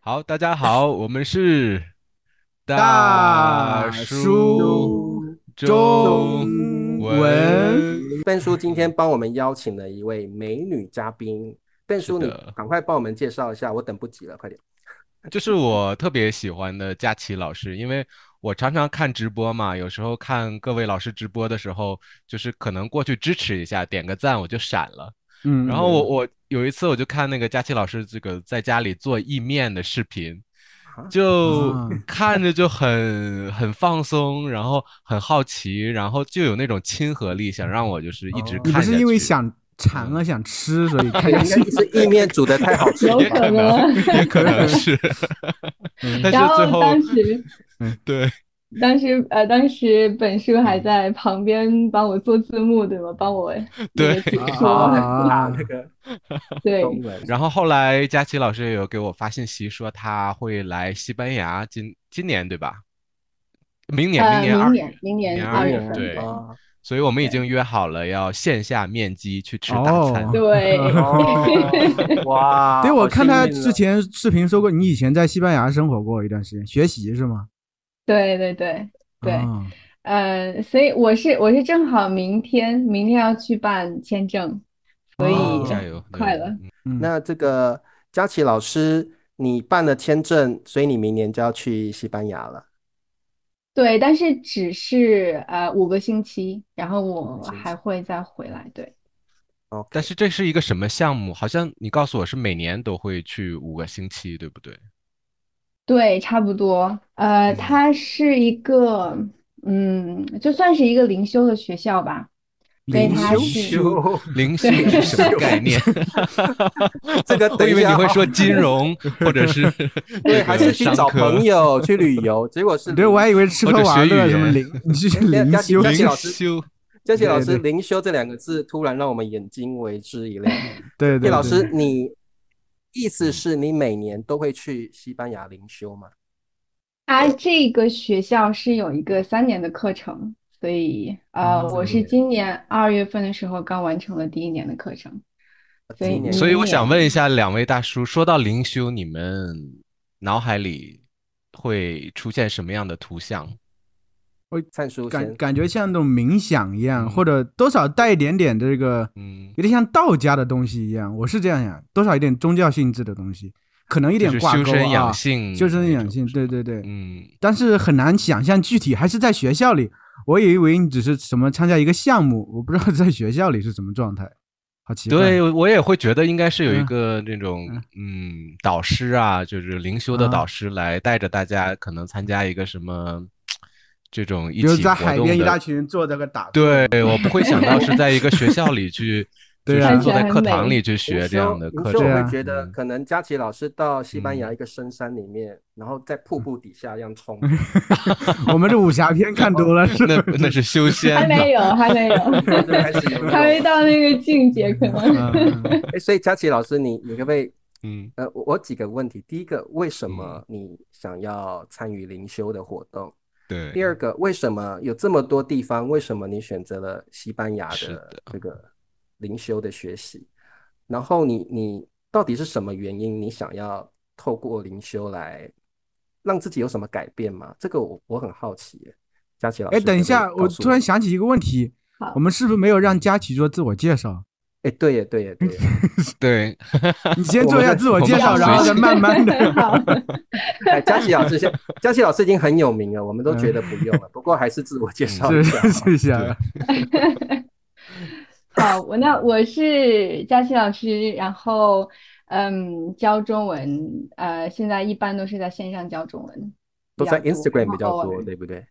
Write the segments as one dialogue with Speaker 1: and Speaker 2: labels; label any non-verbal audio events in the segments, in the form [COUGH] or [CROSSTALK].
Speaker 1: 好，大家好，我们是
Speaker 2: 大叔中文。
Speaker 3: 笨叔今天帮我们邀请了一位美女嘉宾，笨叔
Speaker 1: 是
Speaker 3: 你
Speaker 1: 的
Speaker 3: 赶快帮我们介绍一下，我等不及了，
Speaker 2: [LAUGHS]
Speaker 3: 快点。
Speaker 1: 就是我特别喜欢的佳琪老师，因为我常常看直播嘛，有时候看各位老师直播的时候，就是可能过去支持一下，点个赞我就闪了。
Speaker 2: 嗯
Speaker 1: 然后我我有一次我就看那个佳琪老师这个在家里做意面的视频
Speaker 3: 啊，
Speaker 1: 就
Speaker 2: 啊 [LAUGHS]
Speaker 1: 看着就很很放松，然后很好奇，然后就有那种亲和力，想让我就是一直
Speaker 3: 哦
Speaker 1: 看
Speaker 2: 你不
Speaker 1: 下
Speaker 2: 是因为
Speaker 1: 去
Speaker 2: 想馋了想
Speaker 1: [LAUGHS]
Speaker 2: 吃，所以看
Speaker 3: 应
Speaker 2: 下
Speaker 3: 该
Speaker 2: 去。
Speaker 3: 是意面煮的太好
Speaker 2: [LAUGHS]
Speaker 3: 吃了
Speaker 4: 有
Speaker 1: 也
Speaker 3: [LAUGHS]
Speaker 4: 可
Speaker 1: 可
Speaker 4: 能
Speaker 1: 能，也可能是，
Speaker 2: 嗯
Speaker 1: 但是
Speaker 4: 然后
Speaker 1: 最后
Speaker 4: 当时，
Speaker 1: 对
Speaker 4: 当时呃，当时本叔
Speaker 1: 嗯
Speaker 4: 还在旁边帮我做字幕，对吗？帮我那个
Speaker 1: 对
Speaker 4: 解
Speaker 3: 啊
Speaker 4: 说，
Speaker 3: 啊那个
Speaker 4: 对，
Speaker 3: 中文，
Speaker 1: 然后后来佳琪老师也有给我发信息说他会来西班牙今今年对吧？明年
Speaker 4: 呃，
Speaker 1: 明年
Speaker 4: 明
Speaker 1: 二月，
Speaker 4: 年明年
Speaker 1: 明年
Speaker 4: 二月
Speaker 1: 二月
Speaker 4: 份，
Speaker 1: 对
Speaker 3: 啊，
Speaker 1: 所以我们已
Speaker 4: 对
Speaker 1: 经约好了要线下面基去吃大
Speaker 2: 哦
Speaker 1: 餐。
Speaker 4: 对，
Speaker 3: 哦
Speaker 2: [LAUGHS]
Speaker 3: 哇，
Speaker 2: 对，我看他
Speaker 3: 好幸运哦啊
Speaker 2: 之前视频说过，你以前在西班牙生活过一段时间，学习是吗？
Speaker 4: 对对对对，
Speaker 2: 啊
Speaker 4: 呃，所以我是我是正好明天明天要去办签证，所以
Speaker 2: 哦
Speaker 1: 加油！对
Speaker 4: 快了，
Speaker 1: 嗯
Speaker 2: 嗯，
Speaker 3: 了。那这个佳琪老师，你办了签证，所以你明年就要去西班牙了。
Speaker 4: 对，但是只是呃五个星期，然后我
Speaker 3: 五个星期
Speaker 4: 还会再回来，对。
Speaker 3: 哦，
Speaker 1: 但是这是一个什么项目？好像你告诉我是每年都会去五个星期，对不对？
Speaker 4: 对，差不多。呃，
Speaker 1: 嗯
Speaker 4: 它是一个，嗯，就算是一个灵修的学校吧。所以
Speaker 2: 灵
Speaker 4: 它
Speaker 2: 修
Speaker 4: 是，
Speaker 3: 修 [LAUGHS]
Speaker 1: 灵性是什么概念？
Speaker 3: 这个
Speaker 1: 我
Speaker 3: 等一
Speaker 1: 以为你
Speaker 3: 下
Speaker 1: 会
Speaker 3: 好
Speaker 1: 说金融或者是
Speaker 3: [LAUGHS] 对，
Speaker 1: 那
Speaker 3: 还
Speaker 1: 个
Speaker 3: 是去
Speaker 1: 商
Speaker 3: 找
Speaker 1: 科
Speaker 3: 朋友去旅游，结果是
Speaker 2: [LAUGHS] 对，
Speaker 3: 零
Speaker 2: 我还以为吃
Speaker 1: 或
Speaker 2: 喝
Speaker 1: 者
Speaker 2: 玩
Speaker 1: 哦学
Speaker 2: 乐
Speaker 1: 语
Speaker 2: 什么
Speaker 1: 言
Speaker 2: 灵，
Speaker 3: [LAUGHS]
Speaker 2: 你是去
Speaker 3: 对
Speaker 2: 灵
Speaker 3: 佳琪
Speaker 2: 修
Speaker 3: 佳琪
Speaker 1: 灵
Speaker 3: 老师
Speaker 1: 修。
Speaker 3: 佳琪老师“
Speaker 2: 对
Speaker 3: 灵修”这两个字突然让我们眼睛为之一亮。
Speaker 2: 对
Speaker 3: 佳琪
Speaker 2: 对
Speaker 3: 老
Speaker 2: 对
Speaker 3: 师，你意思是你每年都会去西班牙灵修吗？
Speaker 4: 它这个学校是有一个三年的课程，所以呃，
Speaker 2: 嗯
Speaker 4: 我是今年二月份的时候刚完成了第一年的课程，所以
Speaker 3: 今年
Speaker 1: 所以我
Speaker 4: 明
Speaker 1: 想
Speaker 4: 年
Speaker 1: 问一下两位大叔，说到灵修，你们脑海里会出现什么样的图像？
Speaker 3: 灿叔
Speaker 2: 感
Speaker 3: 先，
Speaker 2: 感觉像那种冥想一样，
Speaker 1: 嗯
Speaker 2: 或者多少带一点点这个，
Speaker 1: 嗯，
Speaker 2: 有点像道家的东西一样。我是这样想，多少有点宗教性质的东西，可能
Speaker 1: 就
Speaker 2: 有点
Speaker 1: 是
Speaker 2: 挂
Speaker 1: 修
Speaker 2: 钩
Speaker 1: 身
Speaker 2: 啊
Speaker 1: 养，性，
Speaker 2: 修身养性，对，对对，
Speaker 1: 嗯，
Speaker 2: 但是很难想象具体，还是在学校里。我以为你只是什么参加一个项目，我不知道在学校里是什么状态，好奇怪。
Speaker 1: 对，我也会觉得应该是有一
Speaker 2: 嗯
Speaker 1: 个那种
Speaker 2: 嗯
Speaker 1: 嗯导师啊，就是灵修的
Speaker 2: 啊
Speaker 1: 导师来带着大家，可能参加一个什么这种一
Speaker 2: 比如
Speaker 1: 起
Speaker 2: 在
Speaker 1: 活
Speaker 2: 海
Speaker 1: 动
Speaker 2: 边一
Speaker 1: 的
Speaker 2: 大群人坐在那个
Speaker 1: [LAUGHS]
Speaker 2: 打坐。
Speaker 1: 对，我不会想到是在一个学校里去，
Speaker 2: [LAUGHS] 对
Speaker 1: 就是
Speaker 2: 啊
Speaker 1: 坐在课堂里
Speaker 4: 看
Speaker 1: 去
Speaker 3: 灵
Speaker 1: 学
Speaker 3: 修
Speaker 1: 这样的
Speaker 3: 灵
Speaker 1: 课
Speaker 3: 修
Speaker 1: 程。
Speaker 2: 对
Speaker 3: 我会
Speaker 2: 啊
Speaker 3: 觉得
Speaker 1: 嗯
Speaker 3: 可能佳琪老师到西班牙
Speaker 1: 嗯
Speaker 3: 一个深山里面，然后在瀑
Speaker 2: 嗯
Speaker 3: 布底下一
Speaker 2: [LAUGHS]
Speaker 3: 样冲。
Speaker 2: 我们这武侠片看多了，是
Speaker 1: [LAUGHS] 那那是修仙
Speaker 4: 还
Speaker 1: 呢，
Speaker 4: 没有，还没有，
Speaker 3: 对开始有那
Speaker 4: 还没
Speaker 3: 种
Speaker 4: 到那个境界，可能。
Speaker 1: [LAUGHS]
Speaker 2: 嗯
Speaker 3: 哎，所以佳琪老师，你你可不可以？
Speaker 1: 嗯
Speaker 3: 呃，我我几个问题。第一个，为什么
Speaker 2: 嗯
Speaker 3: 你想要参与灵修的活动？
Speaker 1: 对。
Speaker 3: 第二个，为什么有这么多地方？为什么你选择了西班牙
Speaker 1: 是
Speaker 3: 的这个灵修的学习？然后你你到底是什么原因？你想要透过灵修来让自己有什么改变吗？这个我我很好奇耶。佳琪老师，
Speaker 2: 哎，等一下，我突然
Speaker 3: 想，
Speaker 2: 想起一个问题
Speaker 4: 好，
Speaker 2: 我们是不是没有让佳琪做自我介绍？
Speaker 3: 哎，对耶，对耶，
Speaker 2: [LAUGHS]
Speaker 3: 对耶。
Speaker 1: 对，[LAUGHS]
Speaker 2: 你先做一下自我 [LAUGHS] 介
Speaker 1: 至少我
Speaker 2: 绍，
Speaker 1: 们
Speaker 2: 然后再慢
Speaker 1: [LAUGHS]
Speaker 2: 慢 [LAUGHS] 的。
Speaker 4: [LAUGHS] 好，
Speaker 3: 哎，佳琪老师现，佳琪老师已经很有名了，我们都觉得不用了。不过还是自我介绍一
Speaker 2: 嗯是
Speaker 3: 下。 [LAUGHS]
Speaker 2: 是是
Speaker 1: 对
Speaker 2: 啊，
Speaker 4: 好，我那我是佳琪老师，然后嗯，教中文，呃，现在一般都是在线上教中文
Speaker 3: 都在
Speaker 4: 比较多
Speaker 3: Instagram 比
Speaker 4: 然后
Speaker 3: 较
Speaker 4: 偶
Speaker 3: 多，
Speaker 4: 尔
Speaker 3: 对不对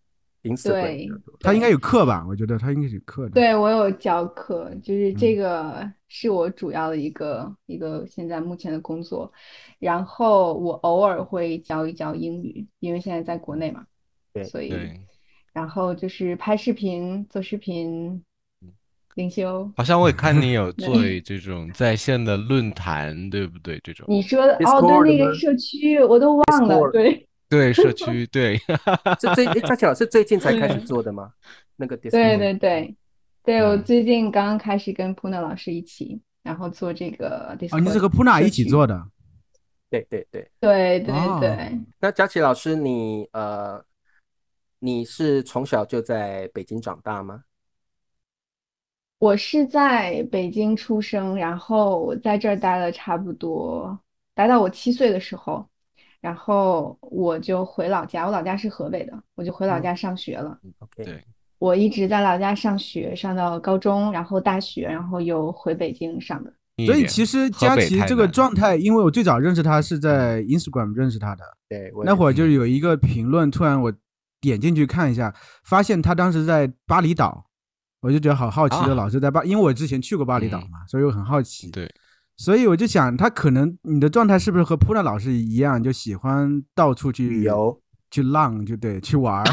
Speaker 3: ？Instagram 比较多。
Speaker 2: 他应该有课吧？我觉得他应该是有课的。，
Speaker 4: 对，我有教课，就是
Speaker 3: 嗯
Speaker 4: 这个是我主要的一个一个现在目前的工作，然后我偶尔会教一教英语，因为现在在国内嘛，
Speaker 3: 对
Speaker 4: 所以
Speaker 1: 对，
Speaker 4: 然后就是拍视频、做视频、
Speaker 3: 嗯
Speaker 4: 灵修。
Speaker 1: 好像我也
Speaker 2: [LAUGHS]
Speaker 1: 看你有做这种在线的论坛，对不对？这种
Speaker 4: 你说的哦，
Speaker 3: Discord
Speaker 4: 对那
Speaker 3: 吗
Speaker 4: 个社区我都忘了，
Speaker 3: Discord
Speaker 4: 对
Speaker 1: 对社区，对， [LAUGHS]
Speaker 3: 这最诶佳琪老师最近才开始
Speaker 4: 嗯
Speaker 3: 做的吗？那个 Discord
Speaker 4: 对对对，对我
Speaker 1: 嗯
Speaker 4: 最近刚刚啊
Speaker 2: 啊
Speaker 4: 开始跟普娜老师一起，然后做这个 Discord
Speaker 2: 哦，你是和普娜一起
Speaker 4: 社区
Speaker 2: 做的。
Speaker 3: 对对对。
Speaker 4: 对对
Speaker 2: 哦
Speaker 4: 对，
Speaker 3: 那佳琪老师，你呃，你是从小就在北京长大吗？
Speaker 4: 我是在北京出生，然后我在这儿待了差不多，待到我七岁的时候，然后我就回老家，我老家是河北的，我就回老
Speaker 3: 嗯
Speaker 4: 家上学了。
Speaker 3: 嗯，OK，
Speaker 1: 对
Speaker 4: 我一直在老家上学，上到高中，然后大学，然后又回北京上的。
Speaker 1: 近一
Speaker 2: 所以
Speaker 1: 点
Speaker 2: 其实
Speaker 1: 河
Speaker 2: 佳
Speaker 1: 北
Speaker 2: 琪
Speaker 1: 太
Speaker 2: 这个
Speaker 1: 难了
Speaker 2: 状态，因为我最早认识他是在 Instagram 认识他的，
Speaker 3: 对，我
Speaker 2: 那
Speaker 3: 也
Speaker 2: 会儿
Speaker 3: 是
Speaker 2: 就是有一个评论，突然我点进去看一下，发现他当时在巴厘岛，我就觉得好好奇
Speaker 1: 啊
Speaker 2: 的，老是在巴，因为我之前去过巴厘岛
Speaker 1: 嗯
Speaker 2: 嘛，所以我很好奇。
Speaker 1: 对，
Speaker 2: 所以我就想，他可能你的状态是不是和普娜老师一样，就喜欢到处去
Speaker 3: 旅游，
Speaker 2: 去浪，就对，去玩儿。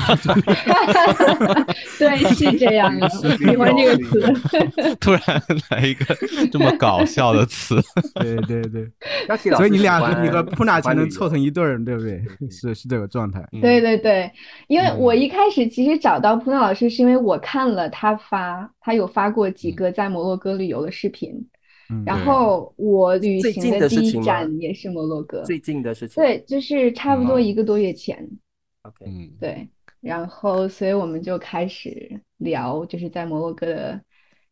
Speaker 4: 对， [LAUGHS] 是这样的，我喜欢这个词。
Speaker 1: [LAUGHS] 突然来一
Speaker 4: [LAUGHS]
Speaker 1: 个这么搞笑的词，
Speaker 2: 对对对，
Speaker 3: 佳琪老
Speaker 2: 所以
Speaker 3: 师
Speaker 2: 你
Speaker 3: 喜
Speaker 2: 俩
Speaker 3: 欢
Speaker 2: 你和普娜
Speaker 3: 喜
Speaker 2: 才
Speaker 3: 欢
Speaker 2: 能
Speaker 3: 旅
Speaker 2: 凑
Speaker 3: 游
Speaker 2: 成一对儿，对不对
Speaker 3: 对？对
Speaker 2: 是是这个状态。
Speaker 4: 对
Speaker 1: 嗯
Speaker 4: 对对，因为我
Speaker 1: 嗯
Speaker 4: 一开始其实找到普娜老师，是因为我看了他发，他有发过几
Speaker 1: 嗯个
Speaker 4: 个在摩洛哥旅游的视频，
Speaker 2: 嗯，
Speaker 4: 然
Speaker 1: 对
Speaker 4: 后我旅
Speaker 3: 最
Speaker 4: 行
Speaker 3: 近的事
Speaker 4: 第一
Speaker 3: 情吗
Speaker 4: 站也是摩洛哥，
Speaker 3: 最近的事情。
Speaker 4: 对，就是差不多
Speaker 1: 嗯
Speaker 4: 一个多月前，
Speaker 3: ，OK，
Speaker 1: 嗯，
Speaker 4: 对，然后所以我们就开始聊，就是在摩洛哥的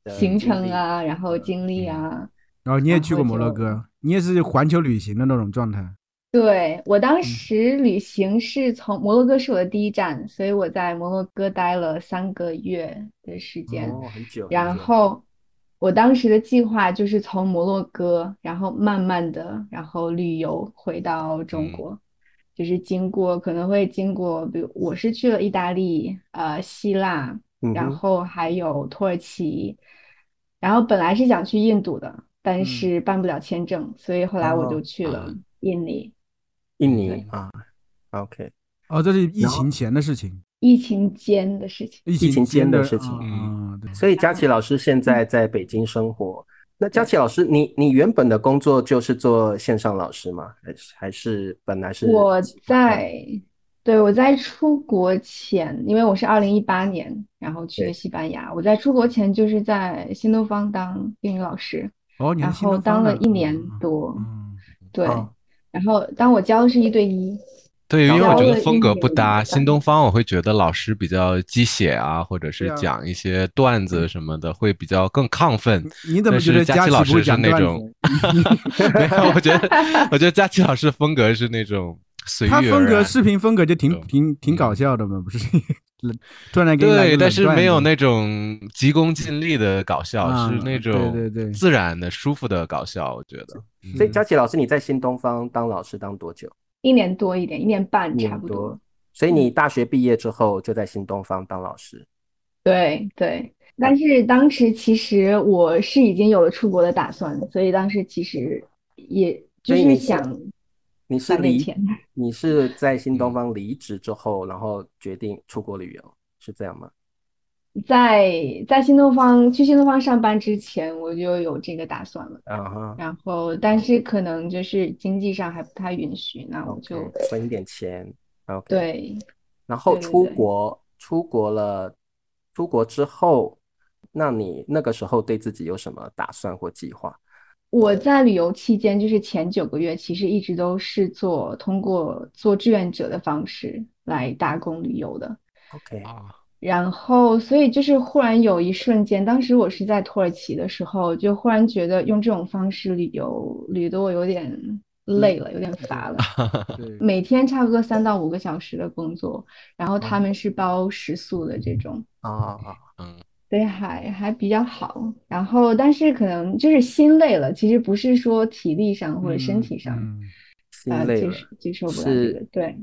Speaker 3: 的
Speaker 4: 行
Speaker 3: 经
Speaker 4: 程
Speaker 3: 历
Speaker 4: 啊，然后
Speaker 3: 嗯
Speaker 4: 经历
Speaker 1: 嗯
Speaker 4: 啊，
Speaker 2: 然后你也
Speaker 4: 然
Speaker 2: 去
Speaker 4: 后
Speaker 2: 过摩洛
Speaker 4: 就
Speaker 2: 哥，你也是环球旅行的那种状态。
Speaker 4: 对，我
Speaker 3: 嗯
Speaker 4: 当时旅行是从摩洛哥是我的第一站，所以我在摩洛哥待了三个月的时间。
Speaker 3: 哦，很久，很
Speaker 4: 嗯然
Speaker 3: 久
Speaker 4: 后我当时的计划就是从摩洛哥，然后慢慢的，然后旅游回到中
Speaker 1: 嗯
Speaker 4: 国，就是经过可能会经过，比如我是去了意大利、呃希腊，
Speaker 3: 嗯
Speaker 4: 然
Speaker 3: 哼
Speaker 4: 后还有土耳其，然后本来是想去印度的，但
Speaker 2: 嗯
Speaker 4: 是办不了签证，所以后来我就
Speaker 3: 哦
Speaker 4: 去
Speaker 1: 啊
Speaker 4: 了印尼。
Speaker 3: 印
Speaker 4: 对
Speaker 3: 尼啊，OK，
Speaker 2: 哦，这是疫
Speaker 3: 然后
Speaker 2: 情前的事情，
Speaker 4: 疫情间的事情。
Speaker 2: 疫
Speaker 3: 情
Speaker 2: 情
Speaker 3: 间的
Speaker 2: 的
Speaker 3: 事情嗯
Speaker 2: 啊，啊对，
Speaker 3: 所以佳琪老师现在在北京生活。那佳琪老师，你你原本的工作就是做线上老师吗？还是还是本来是
Speaker 4: 我
Speaker 3: 喜欢当
Speaker 4: 在，对，我在出国前，因为我是二零一八年，然后去的
Speaker 3: 对
Speaker 4: 西班牙。我在出国前就是在新东方当英语老师，
Speaker 2: 哦，你
Speaker 4: 然
Speaker 2: 是新
Speaker 4: 后
Speaker 2: 东方
Speaker 4: 当
Speaker 2: 的
Speaker 4: 了一年
Speaker 2: 嗯
Speaker 4: 多，
Speaker 2: 嗯，
Speaker 4: 对
Speaker 3: 啊哦。
Speaker 4: 然后当我教的是一对一，
Speaker 1: 对，因为
Speaker 4: 然
Speaker 1: 我觉
Speaker 4: 后
Speaker 1: 得风格
Speaker 4: 英
Speaker 1: 不
Speaker 4: 语
Speaker 1: 搭，
Speaker 4: 这样
Speaker 1: 新东方我会觉得老师比较鸡血啊，或者是
Speaker 2: 对啊嗯
Speaker 1: 讲一些段子什么的，会比较更亢
Speaker 2: [LAUGHS]
Speaker 1: 奋。
Speaker 2: 你你怎么
Speaker 1: 但
Speaker 2: 觉
Speaker 1: 是
Speaker 2: 得
Speaker 1: 佳
Speaker 2: 佳
Speaker 1: 琪
Speaker 2: 琪
Speaker 1: 老
Speaker 2: 不会
Speaker 1: 师是
Speaker 2: 讲
Speaker 1: 那
Speaker 2: 段
Speaker 1: 种
Speaker 2: 子？
Speaker 1: 没有，啊我觉得，我觉得佳琪老师风格是那种随遇
Speaker 2: 他
Speaker 1: 而
Speaker 2: 风格
Speaker 1: 安
Speaker 2: 视频风格就挺
Speaker 1: 啊对
Speaker 2: 挺挺搞笑的嘛，不是？ [LAUGHS] 突然给你来
Speaker 1: 对，
Speaker 2: 个
Speaker 1: 但
Speaker 2: 冷
Speaker 1: 是
Speaker 2: 段
Speaker 1: 没有
Speaker 2: 子
Speaker 1: 那种急功近利的搞笑，
Speaker 2: 啊
Speaker 1: 是那
Speaker 2: 对
Speaker 1: 种
Speaker 2: 对对
Speaker 1: 自然的、舒服的搞笑。我觉得，嗯
Speaker 3: 所以佳琪老师，你在新东方当老师当多久？
Speaker 4: 一年多一点，一年半
Speaker 3: 一
Speaker 4: 差
Speaker 3: 年
Speaker 4: 不
Speaker 3: 多
Speaker 4: 多。
Speaker 3: 所以
Speaker 4: 嗯
Speaker 3: 你大学毕业之后就在新东方当老师。
Speaker 4: 对对，但是当时其实我是已经有了出国的打算，所以当时其实也就
Speaker 3: 所以
Speaker 4: 是
Speaker 3: 你是
Speaker 4: 想
Speaker 3: 你是
Speaker 4: 攒点
Speaker 3: 离
Speaker 4: 钱。
Speaker 3: 你是在新东
Speaker 1: 嗯
Speaker 3: 方离职之后，然后决定出国旅游，是这样吗？
Speaker 4: 在在新东方去新东方上班之前，我就有这个打算了。
Speaker 3: 啊哈
Speaker 4: 然后，但是可能就是经济上还不太允许，那我
Speaker 3: ，OK，
Speaker 4: 就
Speaker 3: 存一点钱，OK。
Speaker 4: 对
Speaker 3: 然后
Speaker 4: 对对
Speaker 3: 出
Speaker 4: 对
Speaker 3: 国，出国了，出国之后，那你那个时候对自己有什么打算或计划？
Speaker 4: 我在旅游期间，就是前九个月，其实一直都是做通过做志愿者的方式来打工旅游的。
Speaker 3: OK，
Speaker 1: 啊，
Speaker 4: 然后，所以就是忽然有一瞬间，当时我是在土耳其的时候，就忽然觉得用这种方式旅游，旅得我有点累了，有点乏了。
Speaker 2: 对
Speaker 4: 每天差不多三到五个小时的工作，然后他
Speaker 3: 哦
Speaker 4: 们是包食宿的这种，
Speaker 3: 啊啊，
Speaker 1: 嗯，
Speaker 4: 所以还还比较好。然后，但是可能就是心累了，其实不是说体力上或者
Speaker 2: 嗯
Speaker 4: 身体上，
Speaker 2: 嗯
Speaker 3: 心
Speaker 4: 呃，
Speaker 3: 累
Speaker 4: 接
Speaker 3: 了，
Speaker 4: 受接受不了这个
Speaker 3: 是，
Speaker 4: 对。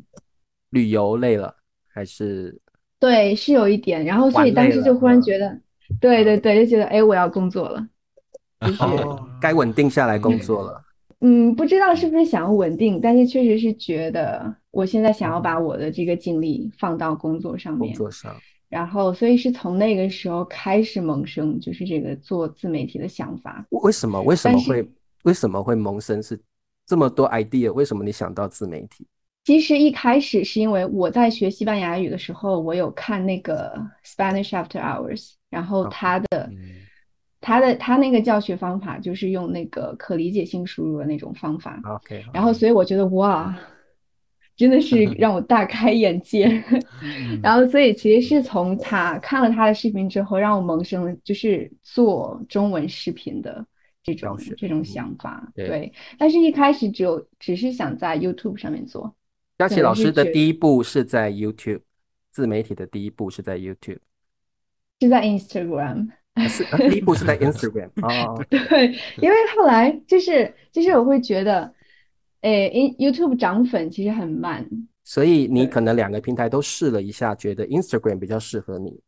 Speaker 3: 旅游累了，还
Speaker 4: [LAUGHS]
Speaker 3: 是
Speaker 4: 对，是有一点，然后所
Speaker 3: 玩
Speaker 4: 以当
Speaker 3: 累
Speaker 4: 时就
Speaker 3: 了
Speaker 4: 忽然
Speaker 3: 嗯
Speaker 4: 觉得，对对对，就觉得哎，我要工作了，就是
Speaker 3: 哦，该稳定下来工作了。
Speaker 4: 嗯，不知道是不是想要稳定，但是确实是觉得我现在想要把我的这个精力放到工作上
Speaker 3: 工
Speaker 4: 面，
Speaker 3: 作上，
Speaker 4: 然后所以是从那个时候开始萌生就是这个做自媒体的想法。
Speaker 3: 为为什么为什
Speaker 4: 但
Speaker 3: 么
Speaker 4: 是
Speaker 3: 会为什么会萌生是这么多 idea？为什么你想到自媒体？
Speaker 4: 其实一开始是因为我在学西班牙语的时候，我有看那个 Spanish After Hours，然后
Speaker 3: OK，
Speaker 4: 他的。
Speaker 1: 嗯
Speaker 4: 他的他那个教学方法就是用那个可理解性输入的那种方法，
Speaker 3: 啊 OK，
Speaker 4: 然后所以我觉得哇，真的是让我大开眼界。
Speaker 2: 嗯
Speaker 4: 然后所以其实是从他看了他的视频之后，让我萌生了就是做中文视频的这种
Speaker 3: 教学
Speaker 1: 嗯
Speaker 4: 这种想法。
Speaker 3: 对
Speaker 4: 对，但是一开始只有只是想在 YouTube 上面做。 [LAUGHS]
Speaker 3: 佳琪老师的
Speaker 4: 对
Speaker 3: 第一步是在 YouTube，自媒体的第一步是在 YouTube，
Speaker 4: 是在 Instagram，
Speaker 3: 啊是啊第一步是在 Instagram
Speaker 4: [LAUGHS]
Speaker 3: 哦，
Speaker 4: 对，因为后来就是就是我会觉得，诶，in-，YouTube 涨粉其实很慢，
Speaker 3: 所以你
Speaker 4: 对
Speaker 3: 可能两个平台都试了一下，觉得 Instagram 比较适合你，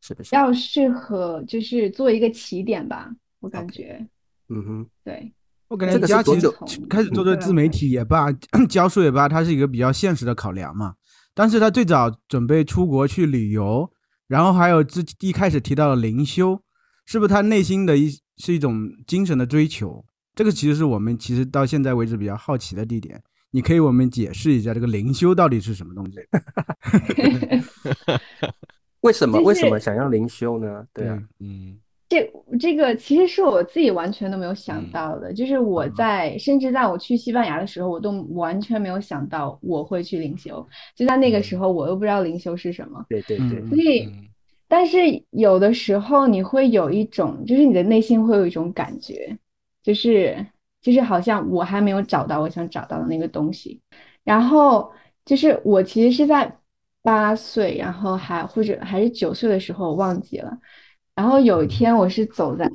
Speaker 3: 是不是？
Speaker 4: 要适合就是做一个起点吧，我感
Speaker 3: OK
Speaker 4: 觉
Speaker 3: 嗯哼，
Speaker 1: [LAUGHS]
Speaker 4: 对， [LAUGHS]
Speaker 2: 我感
Speaker 3: 这
Speaker 2: 觉
Speaker 3: 个是
Speaker 2: 佳
Speaker 3: 多
Speaker 2: 琪
Speaker 3: 久
Speaker 2: 开始做
Speaker 4: 嗯
Speaker 2: 做
Speaker 3: 啊
Speaker 2: 自媒体也罢，教书也罢，它是一个比较现实的考量嘛。但是他最早准备出国去旅游，然后还有之一开始提到的灵修，是不是他内心的一是一种精神的追求？这个其实是我们其实到现在为止比较好奇的地点。你可以我们解释一下这个灵修到底是什么东西？ [LAUGHS]
Speaker 3: 为什么
Speaker 4: 就是
Speaker 3: 为什么想要灵修呢？对啊，
Speaker 1: 嗯
Speaker 4: 这这个其实是我自己完全都没有想
Speaker 1: 嗯
Speaker 4: 到的，就是我在甚至在我去西班牙的时候，我都完全没有想到我会去灵修，就在那个时候我又不知道灵修是什么，
Speaker 3: 对对对，
Speaker 4: 所以。
Speaker 1: 嗯
Speaker 4: 但是有的时候你会有一种，就是你的内心会有一种感觉，就是就是好像我还没有找到我想找到的那个东西。然后就是我其实是在八岁，然后还或者还是九岁的时候，我忘记了。然后有一天我是走在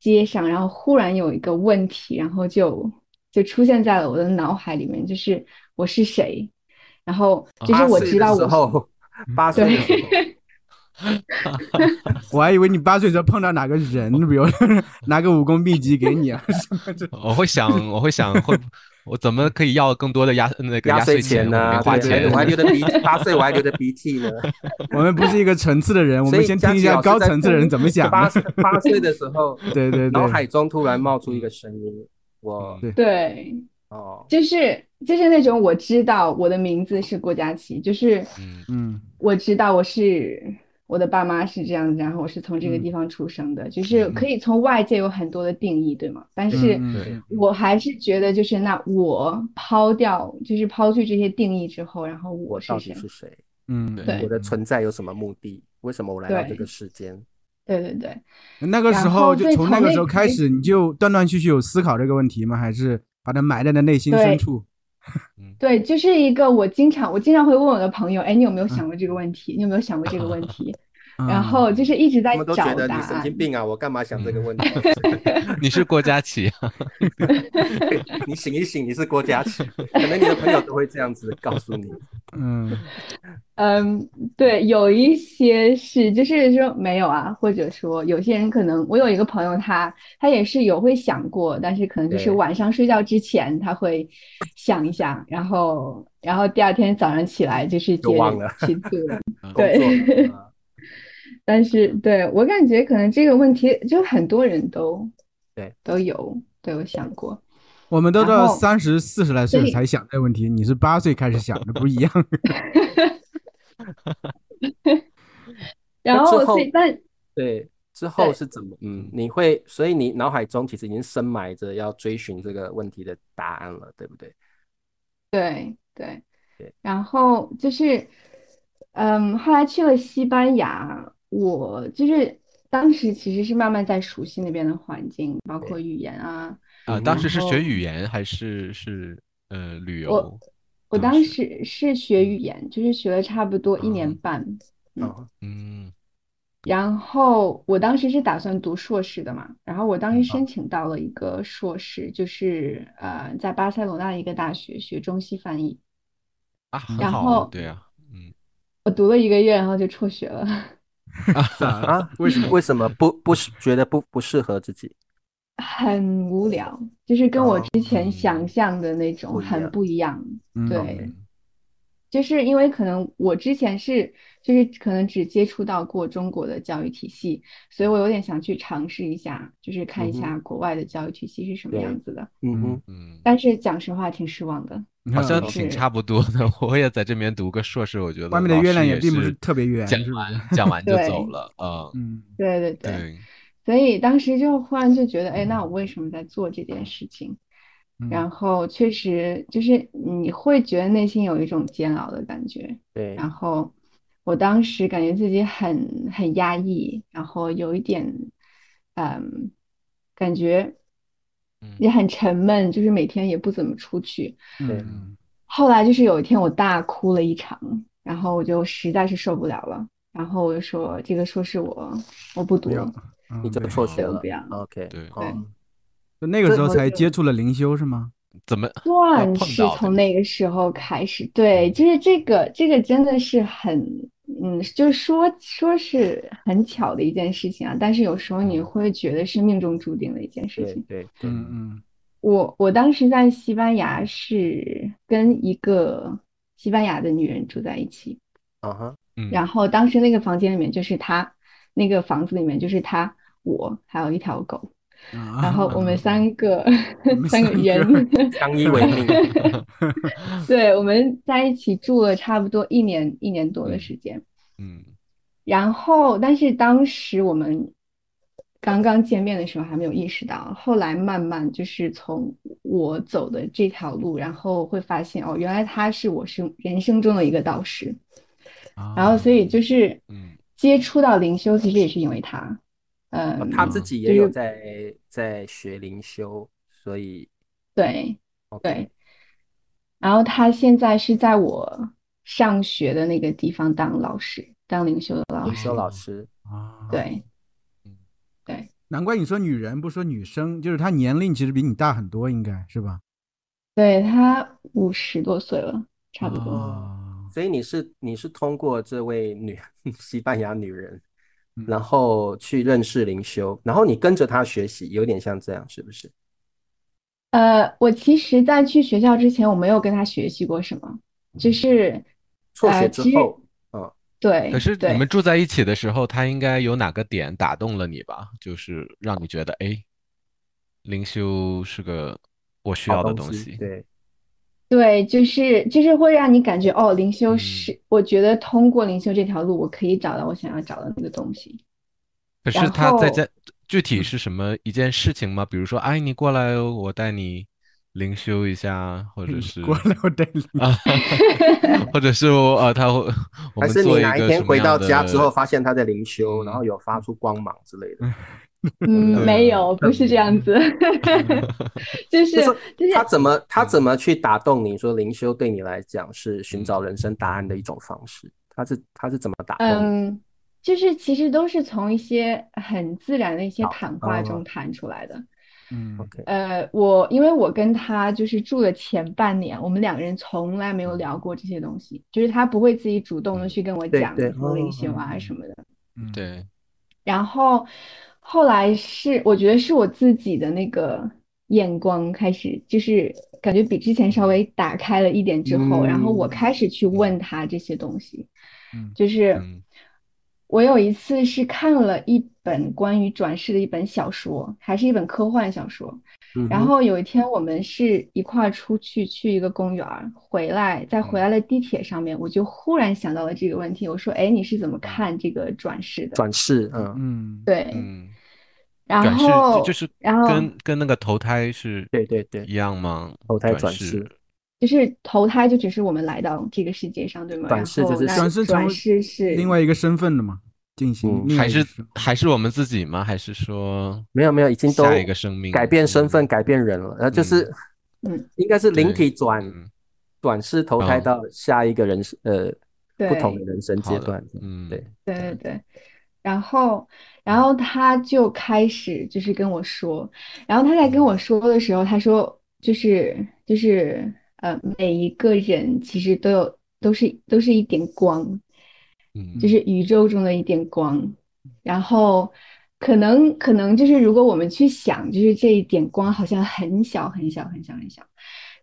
Speaker 4: 街上，然后忽然有一个问题，然后就就出现在了我的脑海里面，就是我是谁，然后就是
Speaker 3: 哦八
Speaker 4: 我
Speaker 3: 岁
Speaker 4: 知
Speaker 3: 的
Speaker 4: 道
Speaker 3: 时
Speaker 4: 我是
Speaker 3: 候，八岁的时候，
Speaker 2: 我还以为你八岁的时候碰到哪个
Speaker 3: 哦
Speaker 2: 人，比如拿个武功秘籍给你啊，什么这
Speaker 1: 我会想，
Speaker 2: [LAUGHS]
Speaker 1: 我会想，会我怎么可以要更多的压那个
Speaker 3: 压
Speaker 1: 压岁
Speaker 3: 钱
Speaker 1: 我
Speaker 3: 呢
Speaker 1: 零？花
Speaker 3: 对
Speaker 1: 钱
Speaker 3: 我
Speaker 2: [LAUGHS]
Speaker 3: 还流的鼻，八岁我还流的鼻涕呢。 [LAUGHS]
Speaker 2: 我们不是一个层次的人，我
Speaker 3: 所
Speaker 2: 们
Speaker 3: 以
Speaker 2: 先
Speaker 3: 佳
Speaker 2: 听一
Speaker 3: 琪
Speaker 2: 下
Speaker 3: 老师
Speaker 2: 高
Speaker 3: 在
Speaker 2: 层次的人怎么想的。
Speaker 3: 八岁八岁的时候，
Speaker 2: [LAUGHS] 对对对，
Speaker 3: 脑海中突然冒出一个声音，我
Speaker 1: 嗯
Speaker 4: 对。
Speaker 3: 哦，
Speaker 4: 就是就是那种我知道我的名字是郭佳琪，就是
Speaker 1: 嗯
Speaker 2: 嗯
Speaker 4: 我知道我是我的爸妈是这样子，然后我是从这个
Speaker 2: 嗯
Speaker 4: 地方出生的，就是
Speaker 3: 嗯
Speaker 4: 可以从外界有很多的定义，对吗？但
Speaker 2: 嗯
Speaker 4: 是
Speaker 2: 嗯
Speaker 4: 我还是觉得就是那我抛掉，就是抛去这些定义之后，然后我
Speaker 3: 我
Speaker 4: 是
Speaker 3: 到
Speaker 4: 谁
Speaker 3: 底？是谁？
Speaker 2: 嗯，
Speaker 1: 对
Speaker 4: 对
Speaker 3: 我的存在有什么目的？为什么我来到这个世间？
Speaker 4: 对对对，
Speaker 2: 那个时
Speaker 4: 然
Speaker 2: 候
Speaker 4: 后
Speaker 2: 就
Speaker 4: 所以
Speaker 2: 从
Speaker 4: 从
Speaker 2: 那个
Speaker 4: 那
Speaker 2: 时候
Speaker 4: 个
Speaker 2: 开
Speaker 4: 时
Speaker 2: 始，你就断断续续有思考这个问题吗？还是把它埋在了内心深
Speaker 4: 对
Speaker 2: 处？
Speaker 4: 对，就是一个我经常我经常会问我的朋友，哎，你有
Speaker 3: 嗯
Speaker 4: 没有想过这个问题？你有没有想过这个问题？然后就是一直
Speaker 3: 他
Speaker 4: 在
Speaker 3: 们都
Speaker 4: 找
Speaker 3: 觉得
Speaker 4: 答
Speaker 3: 你神
Speaker 4: 案。
Speaker 3: 经病啊！我干嘛想这个问
Speaker 4: [LAUGHS]
Speaker 3: 题？
Speaker 1: 你是郭佳琪啊，
Speaker 3: 你醒一醒，你是郭嘉琪，可能你的朋友都会这样子告诉你。
Speaker 2: 嗯，
Speaker 4: 嗯，对，有一些是，就是说没有啊，或者说有些人可能，我有一个朋友他，他也是有会想过，但是可能就是
Speaker 3: 对
Speaker 4: 晚上睡觉之前他会想一想，然后然后第二天早上起来就是
Speaker 3: 就
Speaker 4: 接
Speaker 3: 忘
Speaker 4: 着
Speaker 3: 了
Speaker 4: 去做，
Speaker 3: [LAUGHS] 工作
Speaker 4: [LAUGHS] 对，
Speaker 3: 啊
Speaker 4: 但是对我感觉可能这个问题就很多人都
Speaker 3: 对
Speaker 4: 都有都有想过，
Speaker 2: 我们都
Speaker 4: 然
Speaker 2: 到
Speaker 4: 后
Speaker 2: 三十四十来
Speaker 4: 所
Speaker 2: 岁
Speaker 4: 以
Speaker 2: 才想这个问题，你是八岁开始想的，不一
Speaker 4: [LAUGHS]
Speaker 2: 样。
Speaker 3: 那
Speaker 4: 然
Speaker 3: 之
Speaker 4: 后所以
Speaker 3: 后
Speaker 4: 但
Speaker 3: 对，之后
Speaker 4: 对
Speaker 3: 是怎么？嗯，你会，所以你脑海中其实已经深埋着要追寻这个问题的答案了，对不对？
Speaker 4: 对对
Speaker 3: 对，
Speaker 4: 然后就是，嗯，后来去了西班牙，我就是当时其实是慢慢在熟悉那边的环境，包括语言啊。
Speaker 1: 啊，
Speaker 3: 嗯
Speaker 1: 当
Speaker 3: 哼
Speaker 1: 时是
Speaker 4: 然后
Speaker 1: 学语言还是是呃旅
Speaker 4: 我
Speaker 1: 游？
Speaker 4: 我
Speaker 1: 当
Speaker 4: 当
Speaker 1: 时
Speaker 4: 时是学语言，就是学了差不多一年
Speaker 1: 嗯
Speaker 4: 半，嗯
Speaker 3: 哦，
Speaker 1: 嗯
Speaker 4: 然后我当时是打算读硕士的嘛，然后我当时
Speaker 1: 嗯
Speaker 4: 申请到了一个硕士，就是呃在巴塞罗那的一个大学学中西翻译，
Speaker 1: 啊，很
Speaker 4: 然
Speaker 1: 好啊，
Speaker 4: 后
Speaker 1: 对啊，嗯
Speaker 4: 我读了一个月，然后就辍学了。
Speaker 2: [LAUGHS] 咋
Speaker 3: 啊，
Speaker 2: 为什么？
Speaker 3: 为什么不不是觉得不不适合自己？
Speaker 4: 很无聊，就是跟我
Speaker 3: 哦
Speaker 4: 之前想
Speaker 1: 嗯
Speaker 4: 象的那种
Speaker 3: 不一
Speaker 4: 很
Speaker 3: 样
Speaker 4: 不一样。
Speaker 2: 嗯
Speaker 4: 对，
Speaker 1: 嗯
Speaker 4: 就是因为可能我之前是就是可能只接触到过中国的教育体系，所以我有点想去尝试一下，就是看一
Speaker 3: 嗯哼
Speaker 4: 下国外的教育体系是什么
Speaker 3: 对
Speaker 4: 样子的。
Speaker 3: 嗯哼，
Speaker 1: 嗯，
Speaker 4: 但是讲实话，挺失望的。
Speaker 1: [LAUGHS] 好像
Speaker 4: 就
Speaker 1: 挺
Speaker 4: 是
Speaker 1: 差不多的。我也在这边读个硕士，我觉得
Speaker 2: 外面的
Speaker 1: 老
Speaker 2: 月
Speaker 1: 师
Speaker 2: 亮也并不
Speaker 1: 是
Speaker 2: 是特别圆
Speaker 1: 讲
Speaker 2: 是不
Speaker 1: 完讲完就走
Speaker 4: 对
Speaker 1: 了，嗯，
Speaker 2: 嗯
Speaker 4: 对对对，
Speaker 1: 对，
Speaker 4: 所所以当时就忽然就觉得，
Speaker 3: 嗯
Speaker 4: 哎，那我为什么在做这件事情？
Speaker 2: 嗯
Speaker 4: 然后确实就是你会觉得内心有一种煎熬的感觉。
Speaker 3: 对，
Speaker 2: 嗯
Speaker 4: 然后我当时感觉自己很很压抑，然后有一点，嗯，感觉
Speaker 1: 嗯
Speaker 4: 也很沉闷，就是每天也不怎么出去。
Speaker 3: 对
Speaker 2: 嗯
Speaker 4: 后来就是有一天我大哭了一场，然后我就实在是受不了了，然后我就说这个硕士我我不读
Speaker 2: 没有
Speaker 4: 了，
Speaker 2: 嗯，
Speaker 3: 你就
Speaker 2: 对
Speaker 3: 辍学
Speaker 4: 我
Speaker 3: 了
Speaker 4: 不要。
Speaker 3: OK，
Speaker 1: 对
Speaker 3: 哦，
Speaker 2: 就那个
Speaker 3: 这
Speaker 2: 时候
Speaker 4: 我
Speaker 2: 才
Speaker 4: 就
Speaker 2: 接触了灵修是吗？
Speaker 1: 怎么
Speaker 4: 算
Speaker 1: 碰
Speaker 4: 是
Speaker 1: 到
Speaker 4: 从
Speaker 1: 的
Speaker 4: 那个时候开始，对，就是这个，这个真的是很，嗯，就是说说是很巧的一件事情啊，但是有时候你会觉得是命中注定的一件事
Speaker 3: 对
Speaker 4: 情。
Speaker 3: 对对，
Speaker 2: 嗯嗯
Speaker 4: 我我当时在西班牙是跟一个西班牙的女人住在一起，
Speaker 3: 啊哈，
Speaker 1: 嗯
Speaker 4: 然后当时那个房间里面就是她，那个房子里面就是她，我还有一条狗，
Speaker 2: 啊，
Speaker 4: 然后我们三个
Speaker 2: 们
Speaker 4: 三
Speaker 2: 三
Speaker 4: 个
Speaker 2: 个
Speaker 4: 人。
Speaker 3: 相依为命，
Speaker 1: [LAUGHS]
Speaker 4: 对，我们在一起住了差不多一年一年多的
Speaker 1: 嗯
Speaker 4: 时间，
Speaker 1: 嗯
Speaker 4: 然后但是当时我们刚刚见面的时候还没有意识到，后来慢慢就是从我走的这条路，然后会发现哦，原来他是我生人生中的一个导师，然后所以就是
Speaker 1: 啊嗯
Speaker 4: 接触到灵修其实也是因为他，
Speaker 3: 哦
Speaker 4: 嗯，
Speaker 3: 他自己也
Speaker 4: 就
Speaker 3: 有
Speaker 4: 是
Speaker 3: 在在学灵修，所以
Speaker 4: 对
Speaker 3: OK，
Speaker 4: 对，然后他现在是在我上学的那个地方当老师，当灵修的老
Speaker 3: 灵修
Speaker 4: 师，
Speaker 3: 老师，
Speaker 2: [LAUGHS] 啊，
Speaker 4: 对
Speaker 1: 嗯
Speaker 4: 对。
Speaker 2: 难怪你说女人不说女生，就是她年龄其实比你大很多，应该是吧？
Speaker 4: 对，他五十多岁了，差不多。
Speaker 2: 啊
Speaker 3: 所以你是你是通过这位女 [LAUGHS] 西班牙女人，
Speaker 2: 嗯
Speaker 3: 然后去认识灵修，然后你跟着她学习，有点像这样，是不是？
Speaker 4: 呃，我其实，在去学校之前，我没有跟他学习过什么，
Speaker 1: 嗯
Speaker 4: 就是
Speaker 3: 辍
Speaker 4: 呃
Speaker 3: 学之
Speaker 4: 其实
Speaker 3: 后，嗯，
Speaker 4: 对
Speaker 1: 可是你
Speaker 4: 对
Speaker 1: 们住在一起的时候，他应该有哪个点打动了你吧？就是让你觉得，哎，灵修是个我需
Speaker 3: 好
Speaker 1: 要的
Speaker 3: 东
Speaker 1: 东
Speaker 3: 西，
Speaker 1: 西。
Speaker 3: 对，
Speaker 4: 对，就是就是会让你感觉哦，灵修
Speaker 1: 嗯
Speaker 4: 是，我觉得通过灵修这条路，我可以找到我想要找的那个东西。
Speaker 1: 可是
Speaker 4: 然
Speaker 1: 他在
Speaker 4: 后
Speaker 1: 在具
Speaker 3: 嗯
Speaker 1: 体是什么一件事情吗？比如说，哎，你过来，我带你灵修一下，或
Speaker 3: [LAUGHS]
Speaker 1: 者是
Speaker 2: 过来我带你。
Speaker 1: 啊， [LAUGHS] 或者是我呃，他会我
Speaker 3: 还
Speaker 1: 们
Speaker 3: 是
Speaker 1: 做
Speaker 3: [LAUGHS] 你
Speaker 1: 一
Speaker 3: 哪一
Speaker 1: 个
Speaker 3: 天
Speaker 1: 什么
Speaker 3: 回到
Speaker 1: 样
Speaker 3: 家之
Speaker 1: 的
Speaker 3: 后，发现她在灵修，
Speaker 1: 嗯
Speaker 3: 然后有发出光芒之类的， [LAUGHS]
Speaker 4: 嗯，
Speaker 1: 对嗯
Speaker 4: 没有，不是这样子， [LAUGHS] 就是
Speaker 3: 就是
Speaker 4: 就是
Speaker 3: 她怎么她怎么去打动你说灵修对你来讲是
Speaker 1: 嗯
Speaker 3: 寻找人生答案的一种方式？她是她是怎么打动你？
Speaker 4: 嗯，就是其实都是从一些很自然的一些
Speaker 1: 啊
Speaker 3: 好
Speaker 4: 谈话
Speaker 3: 哦
Speaker 4: 中谈出来的。
Speaker 2: 嗯
Speaker 3: OK，
Speaker 4: 呃，我因为我跟他就是住的前半年，我们两个人从来没有聊过这些东西，就是他不会自己主动的去跟我
Speaker 3: 嗯对
Speaker 4: 讲
Speaker 3: 对
Speaker 4: 说灵修
Speaker 3: 哦
Speaker 4: 啊什么的。
Speaker 2: 嗯，
Speaker 1: 对，
Speaker 4: 然后后来是我觉得是我自己的那个眼光开始，就是感觉比之前稍微打开了一点之后，然后我
Speaker 3: 嗯
Speaker 4: 开始去问他这些东西，
Speaker 2: 嗯
Speaker 4: 就是
Speaker 1: 嗯
Speaker 4: 我有一次是看了一本关于转世的一本小说，还是一本科幻小说，
Speaker 3: 嗯
Speaker 4: 然
Speaker 3: 哼
Speaker 4: 后有一天我们是一块儿出去去一个公园儿，回来在
Speaker 1: 嗯
Speaker 4: 回来的地铁上面，我就忽然想到了这个问题，我说，哎，你是怎么
Speaker 1: 嗯
Speaker 4: 看这个转世的？
Speaker 3: 转世，嗯，
Speaker 2: 嗯，
Speaker 4: 对。
Speaker 1: 嗯，
Speaker 4: 然
Speaker 1: 转世就
Speaker 4: 后，
Speaker 1: 就是
Speaker 4: 然后
Speaker 1: 跟跟那个投胎是
Speaker 3: 对对对
Speaker 1: 一样吗？
Speaker 3: 投胎转
Speaker 1: 世
Speaker 3: 世，
Speaker 4: 就是投胎，就只是我们来到这个世界上，对吗？
Speaker 3: 转
Speaker 4: 然
Speaker 3: 世就
Speaker 4: 后
Speaker 3: 是
Speaker 4: 那
Speaker 2: 转世成
Speaker 4: 转
Speaker 2: 为
Speaker 4: 世是
Speaker 2: 另外一个身份了嘛？进行
Speaker 3: 嗯
Speaker 2: 另外
Speaker 1: 还
Speaker 2: 一个
Speaker 1: 是
Speaker 2: 身份
Speaker 1: 还是我们自己吗？还是说
Speaker 3: 没有没有，已经都
Speaker 1: 下一个生命
Speaker 3: 改变身份、
Speaker 1: 嗯
Speaker 3: 改变人了，呃，就是
Speaker 4: 嗯，
Speaker 3: [LAUGHS] 应该是灵
Speaker 1: 对
Speaker 3: 体转
Speaker 1: 嗯
Speaker 3: 转世投胎
Speaker 1: 嗯
Speaker 3: 到下一个人生呃不同的
Speaker 4: 对
Speaker 3: 人生
Speaker 1: 好
Speaker 3: 阶
Speaker 1: 的
Speaker 3: 段，
Speaker 1: 嗯
Speaker 3: 对，
Speaker 4: 对对对。然后，然后他就开始就是跟我说，然后他在跟我说的时候，他说就是就是呃，每一个人其实都有都是都是一点光，
Speaker 1: 嗯
Speaker 4: 就是宇宙中的一点光，然后可能可能就是如果我们去想，就是这一点光好像很小很小很小很小，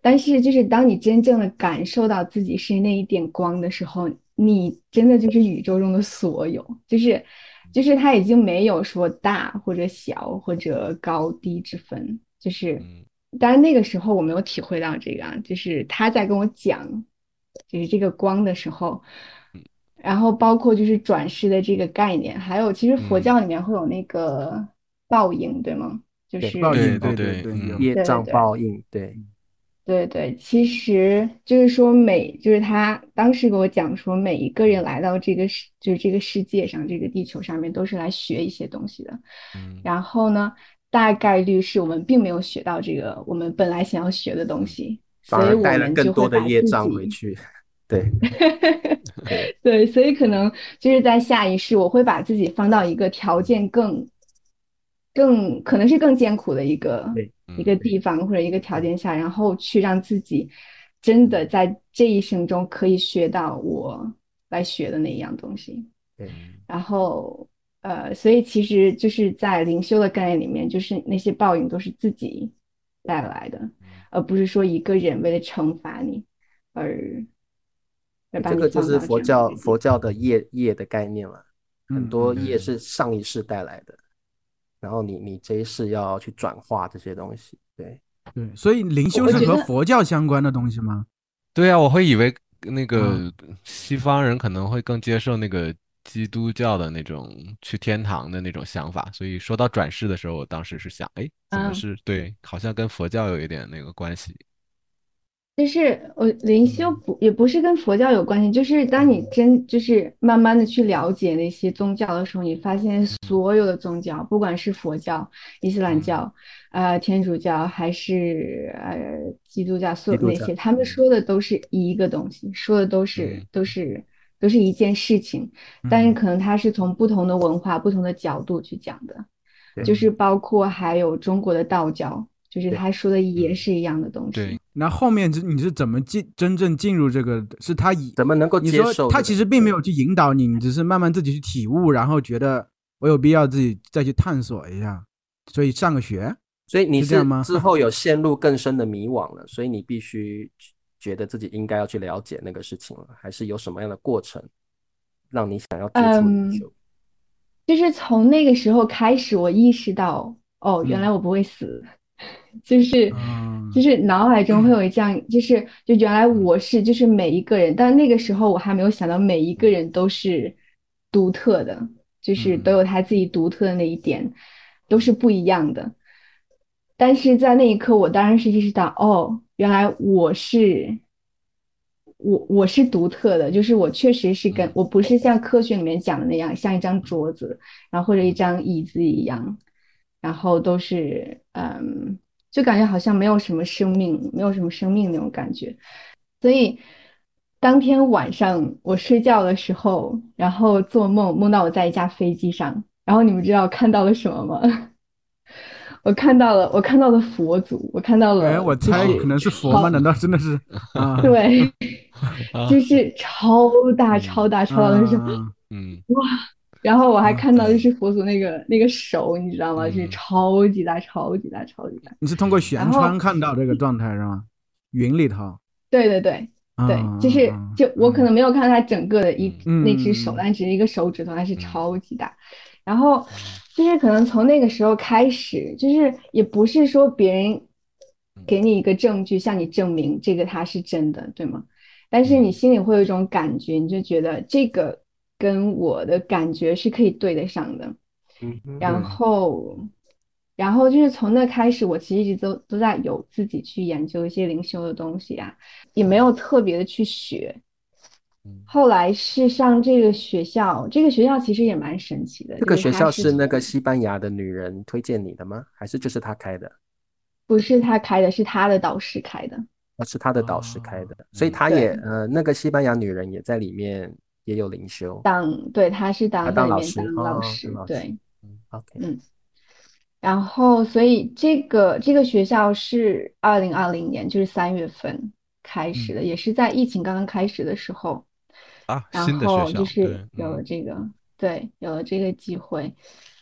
Speaker 4: 但是就是当你真正的感受到自己是那一点光的时候，你真的就是宇宙中的所有，就是就是它已经没有说大或者小或者高低之分，就是
Speaker 1: 嗯
Speaker 4: 但是那个时候我没有体会到这个啊，就是他在跟我讲，就是这个光的时候，然后包括就是转世的这个概念，还有其实佛
Speaker 1: 嗯
Speaker 4: 教里面会有那个报应，对吗？就
Speaker 3: 对
Speaker 4: 是
Speaker 2: 报应，
Speaker 1: 对对
Speaker 2: 对对，有
Speaker 1: 嗯
Speaker 3: 业
Speaker 4: 对
Speaker 3: 障
Speaker 4: 对
Speaker 3: 报应，对，
Speaker 4: 对对，其实就是说每，就是他当时给我讲说，每一个人来到这个世，就是这个世界上，这个地球上面，都是来学一些东西的。
Speaker 1: 嗯
Speaker 4: 然后呢，大概率是我们并没有学到这个我们本来想要学的东西，
Speaker 3: 反
Speaker 4: 所以
Speaker 3: 而
Speaker 4: 我
Speaker 3: 嗯带了
Speaker 4: 们
Speaker 3: 更
Speaker 4: 就
Speaker 3: 多
Speaker 4: 会
Speaker 3: 的
Speaker 4: 把
Speaker 3: 业
Speaker 4: 自
Speaker 3: 障
Speaker 4: 己
Speaker 3: 回
Speaker 4: [LAUGHS]
Speaker 3: 去。对，对
Speaker 4: 对，所以可能就是在下一世，我会把自己放到一个条件更、更可能是更艰苦的一个
Speaker 3: 对
Speaker 4: 一个
Speaker 1: 嗯
Speaker 4: 地方或者一个条件下，然后去让自己真
Speaker 3: 嗯
Speaker 4: 的在这一生中可以学到我来学的那一样东西。
Speaker 3: 对
Speaker 4: 然后，呃，所以其实就是在灵修的概念里面，就是那些报应都是自己带来
Speaker 3: 嗯
Speaker 4: 的，而不是说一个人为了惩罚你而而把
Speaker 3: 这
Speaker 4: 你
Speaker 3: 个就
Speaker 4: 放
Speaker 3: 是
Speaker 4: 到
Speaker 3: 佛
Speaker 4: 这
Speaker 3: 教
Speaker 4: 样的一个地
Speaker 3: 佛教的业业的概念了，很
Speaker 2: 嗯
Speaker 3: 多
Speaker 1: 嗯
Speaker 3: 业是上一世带来的，然后你你这一世要去转化这些东西。对，
Speaker 2: 嗯对，所以灵修
Speaker 4: 我
Speaker 2: 是
Speaker 4: 觉
Speaker 2: 和
Speaker 4: 得
Speaker 2: 佛教相关的东西吗？
Speaker 1: 对啊，我会以为那个
Speaker 3: 嗯
Speaker 1: 西方人可能会更接受那个基督教的那种去天堂的那种想法，所以说到转世的时候，我当时是想，哎，怎么
Speaker 4: 嗯
Speaker 1: 是对，好像跟佛教有一点那个关系。
Speaker 4: 就是我呃灵修不也不是跟佛教有关系，就是当你真就是慢慢的去了解那些宗教的时候，你发现所有的宗教，不管是佛教、伊斯兰
Speaker 1: 嗯
Speaker 4: 教、呃天主教还是呃基督教，所
Speaker 3: 基
Speaker 4: 有
Speaker 3: 督
Speaker 4: 那
Speaker 3: 教
Speaker 4: 些他们
Speaker 1: 嗯
Speaker 4: 说的都是一个东西，说的都是
Speaker 1: 嗯
Speaker 4: 都是都是一件事情，但是
Speaker 2: 嗯
Speaker 4: 可能它是从不同的文化、不同的角度去讲的，
Speaker 3: 对
Speaker 4: 就是包括还有中国的道教，就是
Speaker 3: 对
Speaker 4: 他说的也
Speaker 1: 嗯
Speaker 4: 是一样的东西。
Speaker 1: 对，
Speaker 2: 那后面是你是怎么进真正进入这个？是他以
Speaker 3: 怎么能够
Speaker 2: 你
Speaker 3: 接
Speaker 2: 说
Speaker 3: 受这个？
Speaker 2: 他其实并没有去引导你，你只是慢慢自己去体悟，然后觉得我有必要自己再去探索一下，所以上个学。
Speaker 3: 所以你
Speaker 2: 是这样吗
Speaker 3: 之后有陷入更深的迷惘了，所以你必须觉得自己应该要去了解那个事情了，还是有什么样的过程让你想要接触
Speaker 4: 嗯
Speaker 3: 灵修？
Speaker 4: 就是从那个时候开始，我意识到，哦，原来
Speaker 2: 嗯
Speaker 4: 我不会死， [LAUGHS] 就是
Speaker 2: 嗯
Speaker 4: 就是脑海中会有这样，就是就原来我是就是每一个人，但那个时候我还没有想到每一个人都是独特的，就是都有他自己独特的那一点，都是不一样的。但是在那一刻，我当然是意识到，哦，原来我是。我我是独特的，就是我确实是跟
Speaker 1: 嗯
Speaker 4: 我不是像科学里面讲的那样，像一张桌子，然后或者一张椅子一样，然后都是嗯，就感觉好像没有什么生命，没有什么生命那种感觉。所以当天晚上我睡觉的时候，然后做梦梦到我在一架飞机上，然后你们知道我看到了什么吗？ [LAUGHS] 我看到了，我看到了佛祖，我看到
Speaker 2: 哎，
Speaker 4: 了，
Speaker 2: 我
Speaker 4: 就
Speaker 2: 猜
Speaker 4: 是
Speaker 2: 可能是佛吗？
Speaker 4: 好
Speaker 2: 难道真的
Speaker 4: [LAUGHS]
Speaker 2: 是啊？
Speaker 4: 对。
Speaker 1: 啊，
Speaker 4: 就是超大
Speaker 1: 嗯
Speaker 4: 超大超大的那种，
Speaker 2: 啊，
Speaker 1: 嗯，
Speaker 4: 然后我还
Speaker 2: 啊
Speaker 4: 看到就
Speaker 1: 对
Speaker 4: 是佛祖那个那个手，你知道吗？就是
Speaker 1: 嗯
Speaker 4: 超级大超级大超级大。
Speaker 2: 你是通过
Speaker 4: 然
Speaker 2: 舷
Speaker 4: 后
Speaker 2: 窗看到这个状态是吗？云里头。
Speaker 4: 对对对对，
Speaker 2: 啊
Speaker 4: 就是
Speaker 2: 啊
Speaker 4: 就我可能没有看到他整个的一
Speaker 2: 嗯
Speaker 4: 那只手，
Speaker 2: 嗯
Speaker 4: 但只是一个手指头，但是
Speaker 1: 嗯
Speaker 4: 超级大。然后就是可能从那个时候开始，就是也不是说别人给你一个证据向你证明这个它是真的，对吗？但是你
Speaker 1: 嗯
Speaker 4: 心里会有一种感觉，你就觉得这个跟我的感觉是可以对得上的。
Speaker 3: 嗯哼，
Speaker 4: 然
Speaker 1: 对
Speaker 4: 后，然后就是从那开始，我其实一直都都在有自己去研究一些灵修的东西啊，也没有特别的去学。
Speaker 1: 嗯
Speaker 4: 后来是上这个学校，这个学校其实也蛮神奇的，
Speaker 3: 这
Speaker 4: 就
Speaker 3: 个
Speaker 4: 是
Speaker 3: 学
Speaker 4: 它
Speaker 3: 校
Speaker 4: 是
Speaker 3: 是那
Speaker 4: 从
Speaker 3: 个西班牙的女人推荐你的吗？还是就是她开的？
Speaker 4: 不是他开的，是他的导师开的。
Speaker 3: 哦，是她的导师开的，所以
Speaker 1: 嗯
Speaker 3: 她
Speaker 4: 对
Speaker 3: 也呃，那个西班牙女人也在里面也有灵修，
Speaker 4: 当，对，他是
Speaker 3: 她
Speaker 4: 当在
Speaker 3: 当
Speaker 4: 里
Speaker 3: 老
Speaker 4: 面
Speaker 3: 师
Speaker 4: 当老
Speaker 3: 哦，当
Speaker 4: 师，
Speaker 3: 老师
Speaker 4: 对，
Speaker 3: ，OK，
Speaker 4: 嗯。然后，所以这个这个学校是二零二零年，就是三月份开始
Speaker 3: 嗯
Speaker 4: 的，也是在疫情刚刚开始的时候。
Speaker 1: 啊，
Speaker 4: 然
Speaker 1: 新的学
Speaker 4: 后就
Speaker 1: 校，
Speaker 4: 是
Speaker 1: 对，
Speaker 4: 有了
Speaker 1: 嗯
Speaker 4: 这个，对，有了这个机会，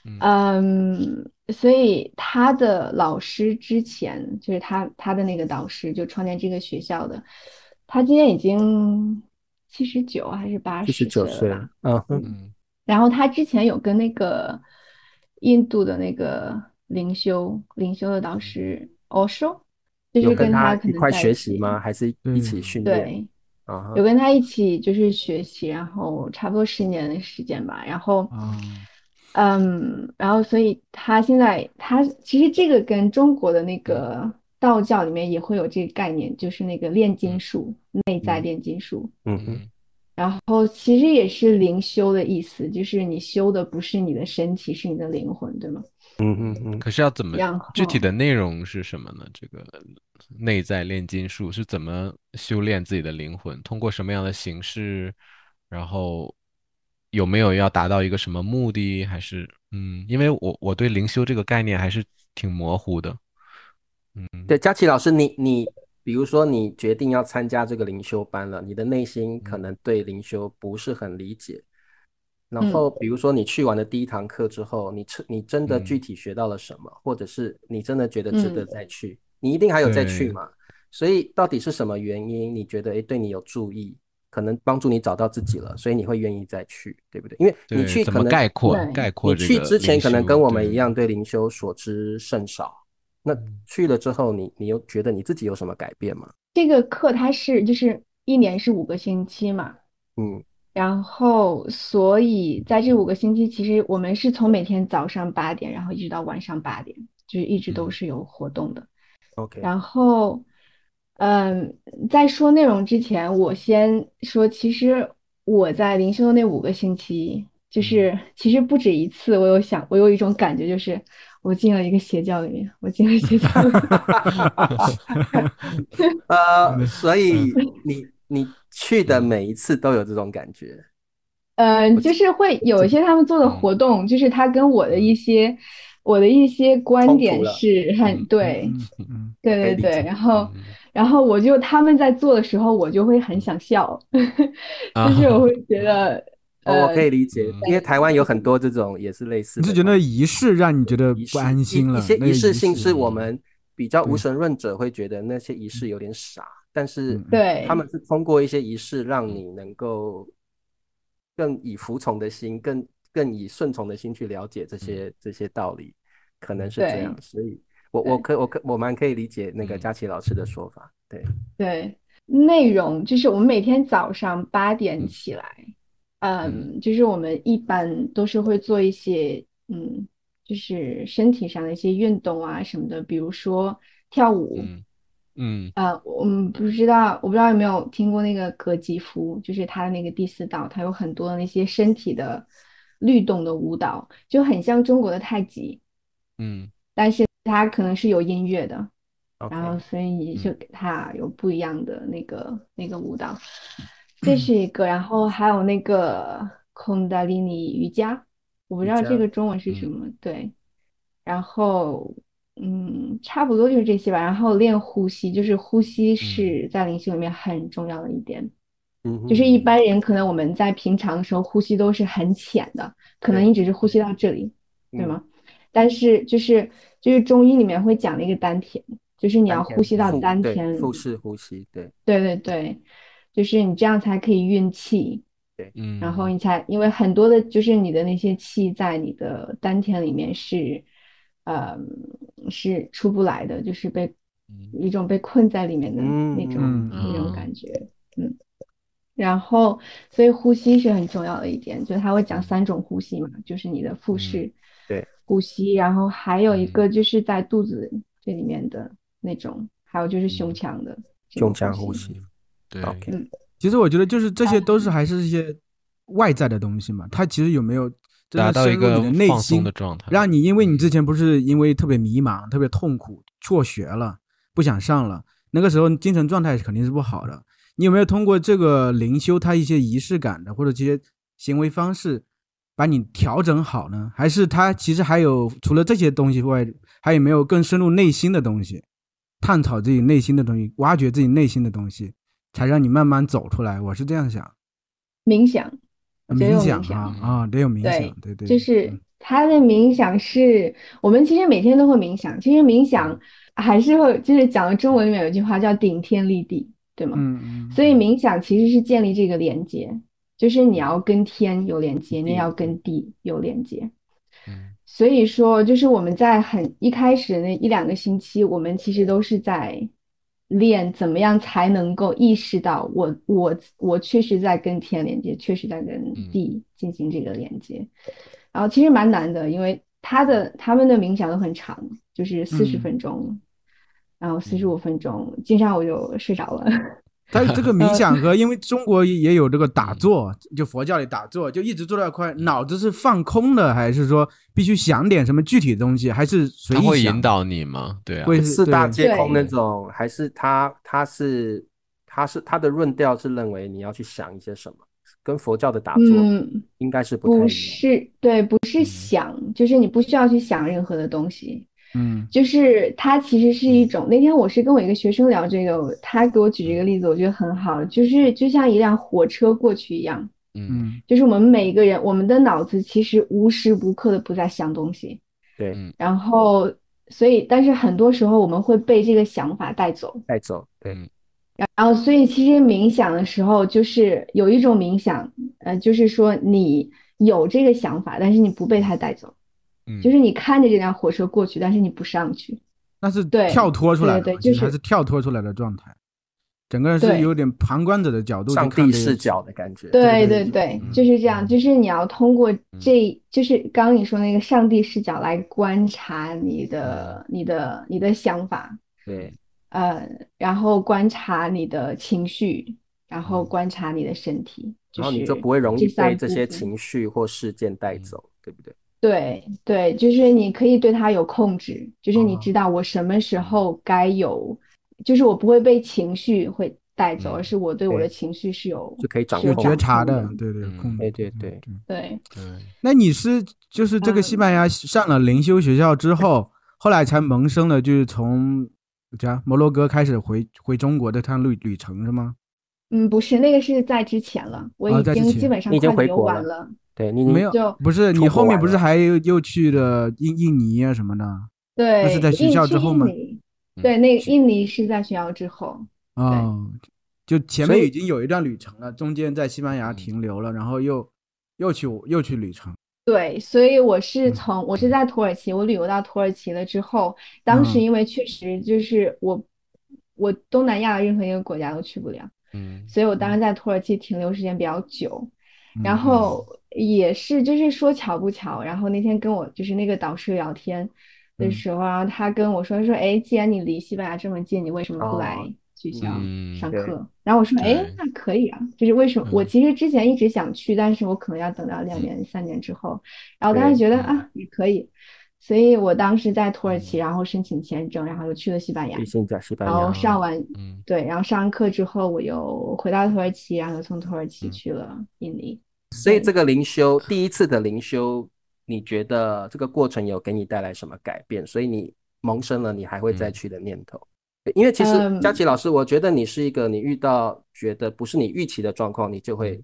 Speaker 1: 嗯
Speaker 4: 嗯，所以他的老师之前就是他他的那个导师，就创建这个学校的，他今年已经七十九还是八
Speaker 3: 七十
Speaker 4: 十
Speaker 3: 九
Speaker 4: 岁
Speaker 3: 岁
Speaker 4: 了
Speaker 3: 了
Speaker 4: 吧？，
Speaker 3: 嗯哼，
Speaker 4: 嗯，
Speaker 1: 嗯
Speaker 4: 然后他之前有跟那个印度的那个灵修灵修的导师 Osho，
Speaker 3: 嗯
Speaker 4: 就
Speaker 3: 有
Speaker 4: 是
Speaker 3: 跟
Speaker 4: 跟
Speaker 3: 她
Speaker 4: 他可
Speaker 3: 一
Speaker 4: 能
Speaker 3: 块
Speaker 4: 在一
Speaker 3: 学习
Speaker 4: 起，
Speaker 3: 吗？还是一起
Speaker 2: 对
Speaker 3: 训练？
Speaker 4: 对。
Speaker 3: 啊哈
Speaker 4: 有跟他一起就是学习，然后差不多十年的时间吧。然后
Speaker 2: 啊，
Speaker 4: 嗯，然后所以他现在他其实这个跟中国的那个道教里面也会有这个概念，就是那个炼金术，内在炼金术。
Speaker 3: 嗯哼，
Speaker 1: 嗯
Speaker 4: 然后其实也是灵修的意思，就是你修的不是你的身体，是你的灵魂，对吗？
Speaker 3: 嗯哼嗯
Speaker 1: 可是要怎么
Speaker 4: 然
Speaker 1: 具体
Speaker 4: 后
Speaker 1: 的内容是什么呢？这个内在炼金术是怎么修炼自己的灵魂？通过什么样的形式？然后有没有要达到一个什么目的？还是嗯，因为我我对灵修这个概念还是挺模糊的。嗯
Speaker 3: 对，佳琪老师，你你比如说你决定要参加这个灵修班了，你的内心可
Speaker 1: 嗯
Speaker 3: 能对灵修不是很理解。然
Speaker 4: 嗯
Speaker 3: 后比如说你去完了第一堂课之后，你彻你真的具
Speaker 1: 嗯，
Speaker 3: 体学到了什么，或者是你真的觉得值得
Speaker 4: 嗯
Speaker 3: 再去，你一定还有再去
Speaker 1: 对，
Speaker 3: 嘛？所以到底是什么原因，你觉得诶对你有注意，可能帮助你找到自己了，所以你会愿意再去，对不对？因为你
Speaker 1: 对，
Speaker 3: 去
Speaker 1: 怎
Speaker 3: 可
Speaker 1: 么
Speaker 3: 能
Speaker 1: 概
Speaker 3: 你
Speaker 1: 括概
Speaker 4: 对，
Speaker 1: 括
Speaker 3: 你
Speaker 1: 这
Speaker 3: 去
Speaker 1: 个
Speaker 3: 之前
Speaker 1: 灵
Speaker 3: 可能跟
Speaker 1: 修？
Speaker 3: 我们一
Speaker 1: 对，
Speaker 3: 样对灵修所知甚少。那
Speaker 1: 嗯
Speaker 3: 去了之后你，你又觉得你自己有什么改变吗？
Speaker 4: 这个课它是就是一年是五个星期嘛，
Speaker 3: 嗯
Speaker 4: 然后所以在这五个星期，其实我们是从每天早上八点，然后一直到晚上八点，就是一直都
Speaker 1: 嗯
Speaker 4: 是有活动的。
Speaker 3: ，OK，
Speaker 4: 然后，嗯，在说内容之前，我先说，其实我在灵修的那五个星期，
Speaker 1: 嗯
Speaker 4: 就是其实不止一次，我有想，我有一种感觉，就是我进了一个邪教里面，我进了邪教里面。
Speaker 3: 呃，所
Speaker 1: 嗯
Speaker 3: 以你你去的
Speaker 1: 嗯
Speaker 3: 每一次都有这种感觉，
Speaker 4: 呃，
Speaker 3: 我
Speaker 4: 就是会有
Speaker 3: 这
Speaker 4: 一些他们做的
Speaker 1: 嗯
Speaker 4: 活动，就是他跟我的一
Speaker 1: 嗯
Speaker 4: 些我的一些观
Speaker 3: 冲突
Speaker 4: 点
Speaker 3: 了，
Speaker 4: 是很
Speaker 1: 嗯
Speaker 4: [LAUGHS] 对，
Speaker 2: 嗯嗯
Speaker 4: 对
Speaker 3: 可以
Speaker 4: 对
Speaker 3: 理
Speaker 4: 对，
Speaker 3: 解。
Speaker 4: 然后
Speaker 1: 嗯
Speaker 4: 然后我就他们在做的时候，我就会很
Speaker 1: 嗯
Speaker 4: 想笑， [LAUGHS]
Speaker 1: 啊
Speaker 4: 就是我
Speaker 1: 哈
Speaker 4: 会觉得
Speaker 3: 哦，我
Speaker 4: 呃，
Speaker 3: 可以理解，因
Speaker 1: 嗯
Speaker 3: 为台湾有很多这种也是类似
Speaker 2: 你是
Speaker 3: 的
Speaker 2: 觉
Speaker 3: 东
Speaker 2: 得
Speaker 3: 西
Speaker 2: 仪式让你觉得
Speaker 3: 仪
Speaker 2: 不
Speaker 3: 式，
Speaker 2: 安
Speaker 3: 一
Speaker 2: 心
Speaker 3: 一
Speaker 2: 了？
Speaker 3: 些
Speaker 2: 那
Speaker 3: 仪
Speaker 2: 个
Speaker 3: 式
Speaker 2: 仪
Speaker 3: 性
Speaker 2: 式，
Speaker 3: 是我
Speaker 1: 嗯
Speaker 3: 们比较无
Speaker 2: 对，
Speaker 3: 神论者会觉得那些仪
Speaker 2: 嗯
Speaker 3: 式有点傻，但是
Speaker 2: 嗯
Speaker 3: 他
Speaker 4: 对
Speaker 3: 们是通过一些仪式让
Speaker 1: 嗯
Speaker 3: 你能够更以服从的心，更更以顺从的心去了解这
Speaker 1: 嗯
Speaker 3: 些这些道理，可能
Speaker 1: 嗯
Speaker 3: 是这样，
Speaker 4: 对
Speaker 3: 所以我我
Speaker 4: 对
Speaker 3: 可我可我蛮可以理解那个
Speaker 1: 嗯
Speaker 3: 佳琪老师的说法，对，
Speaker 4: 对，内容就是我们每天早上八点
Speaker 1: 嗯
Speaker 4: 起来，
Speaker 1: 嗯
Speaker 4: 嗯，就是我们一般都是会做一些嗯，就是身体上的一些运动啊什么的，比如说跳舞。
Speaker 1: 嗯嗯
Speaker 4: 呃，我们不知道，我不知道有没有听过那个格吉夫，就是他的那个第四道，他有很多那些身体的律动的舞蹈，就很像中国的太极，
Speaker 1: 嗯
Speaker 4: 但是它可能是有音乐的，然后
Speaker 3: OK，
Speaker 4: 所以就
Speaker 1: 嗯
Speaker 4: 给它有不一样的那个那个舞蹈，这是一个，然后还有那个空达里尼瑜伽，我不
Speaker 3: 瑜
Speaker 4: 知道这
Speaker 3: 伽，
Speaker 4: 个中文是什
Speaker 1: 嗯
Speaker 4: 么，对，然后。嗯，差不多就是这些吧。然后练呼吸，就是呼吸
Speaker 1: 嗯
Speaker 4: 是在灵修里面很重要的一点。
Speaker 3: 嗯哼，
Speaker 4: 就是一
Speaker 1: 嗯
Speaker 4: 般人可能我们在平常的时候呼吸都是很浅的，可能
Speaker 3: 对，
Speaker 4: 你只是呼吸到这里，对
Speaker 3: 嗯，
Speaker 4: 吗？但是就是就是中医里面会讲的一个丹田，就是你
Speaker 3: 丹
Speaker 4: 要呼
Speaker 3: 田
Speaker 4: 吸到
Speaker 3: 腹，
Speaker 4: 丹
Speaker 3: 对，
Speaker 4: 田，
Speaker 3: 腹式呼吸，对
Speaker 4: 对对对，就是你这样才可以运气，
Speaker 3: 对，
Speaker 4: 然后
Speaker 1: 嗯
Speaker 4: 你才因为很多的就是你的那些气在你的丹田里面是，呃，是出不来的，就是被
Speaker 1: 嗯
Speaker 4: 一种被困在里面的
Speaker 3: 嗯
Speaker 4: 那种
Speaker 2: 嗯
Speaker 4: 那种
Speaker 2: 嗯
Speaker 1: 啊
Speaker 4: 感觉，嗯。然后，所以呼吸是很重要的一点，就他会讲
Speaker 1: 嗯
Speaker 4: 三种呼吸嘛，就是你的腹
Speaker 1: 嗯
Speaker 4: 式
Speaker 3: 对，
Speaker 4: 呼吸，然后还有一
Speaker 1: 嗯
Speaker 4: 个就是在肚子这里面的那种，还有就是胸
Speaker 1: 嗯
Speaker 4: 腔的这
Speaker 3: 胸
Speaker 4: 个呼
Speaker 3: 腔呼
Speaker 4: 吸，
Speaker 3: 吸
Speaker 1: 嗯，对，
Speaker 3: ，OK，
Speaker 4: 嗯，
Speaker 2: 其实我觉得就是这
Speaker 4: 然
Speaker 2: 些
Speaker 4: 后
Speaker 2: 都是还是一些外在的东西嘛，它其实有没有真
Speaker 1: 达
Speaker 2: 的
Speaker 1: 到一
Speaker 2: 深入你
Speaker 1: 个
Speaker 2: 的内
Speaker 1: 放松的
Speaker 2: 心，
Speaker 1: 状态。
Speaker 2: 让你因为你之
Speaker 1: 嗯
Speaker 2: 前不是因为特别迷茫、特别痛苦、辍学了，不想上了，那个时候精神状态肯定是不好的。你有没有通过这个灵修，它一些仪式感的或者这些行为方式，把你调整好呢？还是它其实还有除了这些东西外，还有没有更深入内心的东西，探讨自己内心的东西，挖掘自己内心的东西？才让你慢慢走出来。我是这样想，
Speaker 4: 冥想，我
Speaker 2: 呃
Speaker 4: 觉
Speaker 2: 冥
Speaker 4: 得有冥
Speaker 2: 想
Speaker 4: 想，
Speaker 2: 哈
Speaker 1: 嗯
Speaker 2: 啊，得有冥想，
Speaker 4: 对，
Speaker 2: 对对
Speaker 4: 就
Speaker 2: 对，
Speaker 4: 是
Speaker 2: 嗯
Speaker 4: 他的冥想是我们其实每天都会冥想，其实冥想
Speaker 1: 嗯
Speaker 4: 还是会就是讲了中文里面有一句话叫顶天立地，对吗？
Speaker 2: 嗯
Speaker 4: 所以
Speaker 1: 嗯
Speaker 4: 冥想其实是建立这个连接，就是你
Speaker 1: 嗯
Speaker 4: 要跟天有连接，你
Speaker 3: 地，
Speaker 4: 也要跟地有连接。
Speaker 1: 嗯
Speaker 4: 所以说，就是我们在很一开始那一两个星期，我们其实都是在练怎么样才能够意识到我我我确实在跟天连接，确实在跟
Speaker 1: 嗯
Speaker 4: 地进行这个连接。然后其实蛮难的，因为他的他们的冥想都很长，就是四十
Speaker 2: 嗯
Speaker 4: 分钟，然后四十五分钟，经常我就睡着了。
Speaker 2: [LAUGHS] 他这个冥想和因为中国也有这个打坐，
Speaker 4: 嗯
Speaker 2: 就佛教里打坐，就一直坐到一块，脑子是放空的，还是说必须想点什么具体的东西，还是随
Speaker 1: 他
Speaker 2: 意
Speaker 1: 会
Speaker 2: 想
Speaker 1: 引，导你吗？对啊，
Speaker 2: 会
Speaker 3: 四大
Speaker 2: 对
Speaker 3: 皆空那
Speaker 4: 对
Speaker 3: 种，还是他他是他是他的论调是认为你要去想一些什么，跟佛教的打坐
Speaker 4: [LAUGHS] 嗯，
Speaker 3: 应该是不太
Speaker 4: 不
Speaker 3: 一样。
Speaker 4: 是，对，不是
Speaker 1: 嗯
Speaker 4: 想，就是你不需要去想任何的东西，
Speaker 2: 嗯
Speaker 4: 就是它其实是一
Speaker 3: 嗯
Speaker 4: 种。那天我是跟我一个学生聊这个，他给我举这个例子，我觉得很好，就是就像一辆火车过去一样，
Speaker 1: 嗯
Speaker 2: 嗯
Speaker 4: 就是我们每一个人，我们的脑子其实无时不刻的不在想东西，
Speaker 3: 对，
Speaker 1: 嗯
Speaker 4: 然后所以，但是很多时候我们会被这个想法带走。
Speaker 3: 带走，对，
Speaker 1: 嗯
Speaker 4: 然后，所以其实冥想的时候，就是有一种冥想，呃，就是说你有这个想法，但是你不被它带走，
Speaker 1: 嗯，
Speaker 4: 就是你看着这辆火车过去，但是你不上去。
Speaker 2: 那是
Speaker 4: 对
Speaker 2: 跳脱出来的
Speaker 4: 对对
Speaker 2: 嘛，
Speaker 4: 对
Speaker 2: 其
Speaker 4: 就
Speaker 2: 实还
Speaker 4: 是
Speaker 2: 是跳脱出来的状态，整个人是
Speaker 4: 对
Speaker 2: 有点旁观者的角度去
Speaker 3: 上
Speaker 2: 看
Speaker 3: 帝
Speaker 2: 这个
Speaker 3: 视
Speaker 2: 事
Speaker 3: 角的感觉。
Speaker 4: 对
Speaker 2: 对
Speaker 4: 对
Speaker 2: 对
Speaker 4: 对，
Speaker 1: 嗯
Speaker 4: 就是这样，就是你要通过
Speaker 3: 嗯
Speaker 4: 这，就是刚刚你说那个上帝视角来观察你的、
Speaker 3: 嗯
Speaker 4: 你的、你的想法，
Speaker 3: 对，
Speaker 4: 呃，然后观察你的情绪，然后观察你的身体，
Speaker 3: 嗯
Speaker 4: 就
Speaker 3: 然后你
Speaker 4: 是
Speaker 3: 就不会容易
Speaker 4: 这
Speaker 3: 被
Speaker 4: 三
Speaker 3: 这
Speaker 4: 部
Speaker 3: 些
Speaker 4: 分。
Speaker 3: 情绪或事件带
Speaker 1: 嗯
Speaker 3: 走，对不对？
Speaker 4: 对对，就是你可以对它有控制，就是你
Speaker 3: 嗯
Speaker 2: 哦
Speaker 4: 知道我什么时候该有，就是我不会被情绪会带走，而
Speaker 1: 嗯
Speaker 4: 是我对我
Speaker 3: 对
Speaker 4: 的情绪是有
Speaker 3: 就可以掌
Speaker 4: 是有
Speaker 2: 有
Speaker 3: 控
Speaker 2: 觉
Speaker 4: 掌
Speaker 2: 察
Speaker 4: 控
Speaker 2: 的
Speaker 4: 的，。
Speaker 2: 对对
Speaker 1: 嗯
Speaker 2: 控
Speaker 3: 对
Speaker 2: 制，
Speaker 3: 对对
Speaker 4: 对，
Speaker 1: 对，
Speaker 2: 那你是就是这个西班牙上了灵修学校之后，后来才萌生了就是从叫摩洛哥开始回回中国的趟旅旅程是吗？
Speaker 4: 嗯，不是，那个是在之前了，我
Speaker 2: 哦
Speaker 4: 已
Speaker 2: 在之
Speaker 4: 经基
Speaker 2: 前
Speaker 4: 本上
Speaker 3: 你已经
Speaker 4: 快
Speaker 3: 回
Speaker 4: 游
Speaker 3: 国
Speaker 4: 完
Speaker 3: 了
Speaker 4: 了，
Speaker 3: 对，你
Speaker 2: 没有
Speaker 4: 就，
Speaker 2: 不是
Speaker 3: 嗯出
Speaker 2: 你
Speaker 3: 国
Speaker 2: 后面
Speaker 3: 玩
Speaker 2: 不是
Speaker 3: 了
Speaker 2: 还又又去了印印尼啊什么的啊、
Speaker 4: 对，
Speaker 2: 在学
Speaker 4: 印
Speaker 2: 校
Speaker 4: 去
Speaker 2: 之后
Speaker 4: 印
Speaker 2: 吗嗯
Speaker 4: 尼，对，那个印尼是在学校之后，对
Speaker 2: 哦？就前
Speaker 3: 所
Speaker 2: 面
Speaker 3: 以
Speaker 2: 已经有一段旅程了，中间在西班牙
Speaker 1: 嗯
Speaker 2: 停留了，然后又又去又去旅程。
Speaker 4: 对，所以我是
Speaker 2: 嗯
Speaker 4: 从我是在土耳其，我旅游到土耳其了之后，当时
Speaker 2: 嗯
Speaker 4: 因为确实就是我我东南亚任何一个国家都去不了，
Speaker 1: 嗯
Speaker 4: 所以我当时在土耳其停留时间比较久，然
Speaker 2: 嗯
Speaker 4: 后也是就是说巧不巧，然后那天跟我就是那个导师聊天的
Speaker 2: 嗯
Speaker 4: 时候啊，他跟我说说，哎，既然你离西班牙这么近，你为什么不来
Speaker 3: 哦
Speaker 4: 学
Speaker 3: 嗯
Speaker 4: 校
Speaker 1: 嗯
Speaker 4: 上
Speaker 3: 对
Speaker 4: 课？然后我说，哎，
Speaker 1: 对
Speaker 4: 那可以啊，就是为什么我
Speaker 1: 嗯
Speaker 4: 其实之前一直想去，但是我可能要等到两年三年之后，然后当时
Speaker 3: 对，
Speaker 4: 觉得
Speaker 1: 嗯
Speaker 4: 啊也可以，所以我当时在土耳其，
Speaker 1: 嗯
Speaker 4: 然后申请签证，然后又去了西班牙，
Speaker 3: 毕竟在西班
Speaker 4: 然
Speaker 3: 牙
Speaker 4: 后
Speaker 1: 啊
Speaker 4: 上完。
Speaker 1: 嗯
Speaker 4: 对，然后上完课之后，我又回到土耳其，然后又从土耳其
Speaker 1: 嗯
Speaker 4: 去了印尼。
Speaker 3: 所以
Speaker 4: 对
Speaker 3: 这个灵修，第一次的灵修，你觉得这个过程有给你带来什么改变？所以你萌生了你还会再
Speaker 1: 嗯
Speaker 3: 去的念头。因为其实佳琪
Speaker 4: 嗯，
Speaker 3: 老师，我觉得你是一个你遇到觉得不是你预期的状况，你就会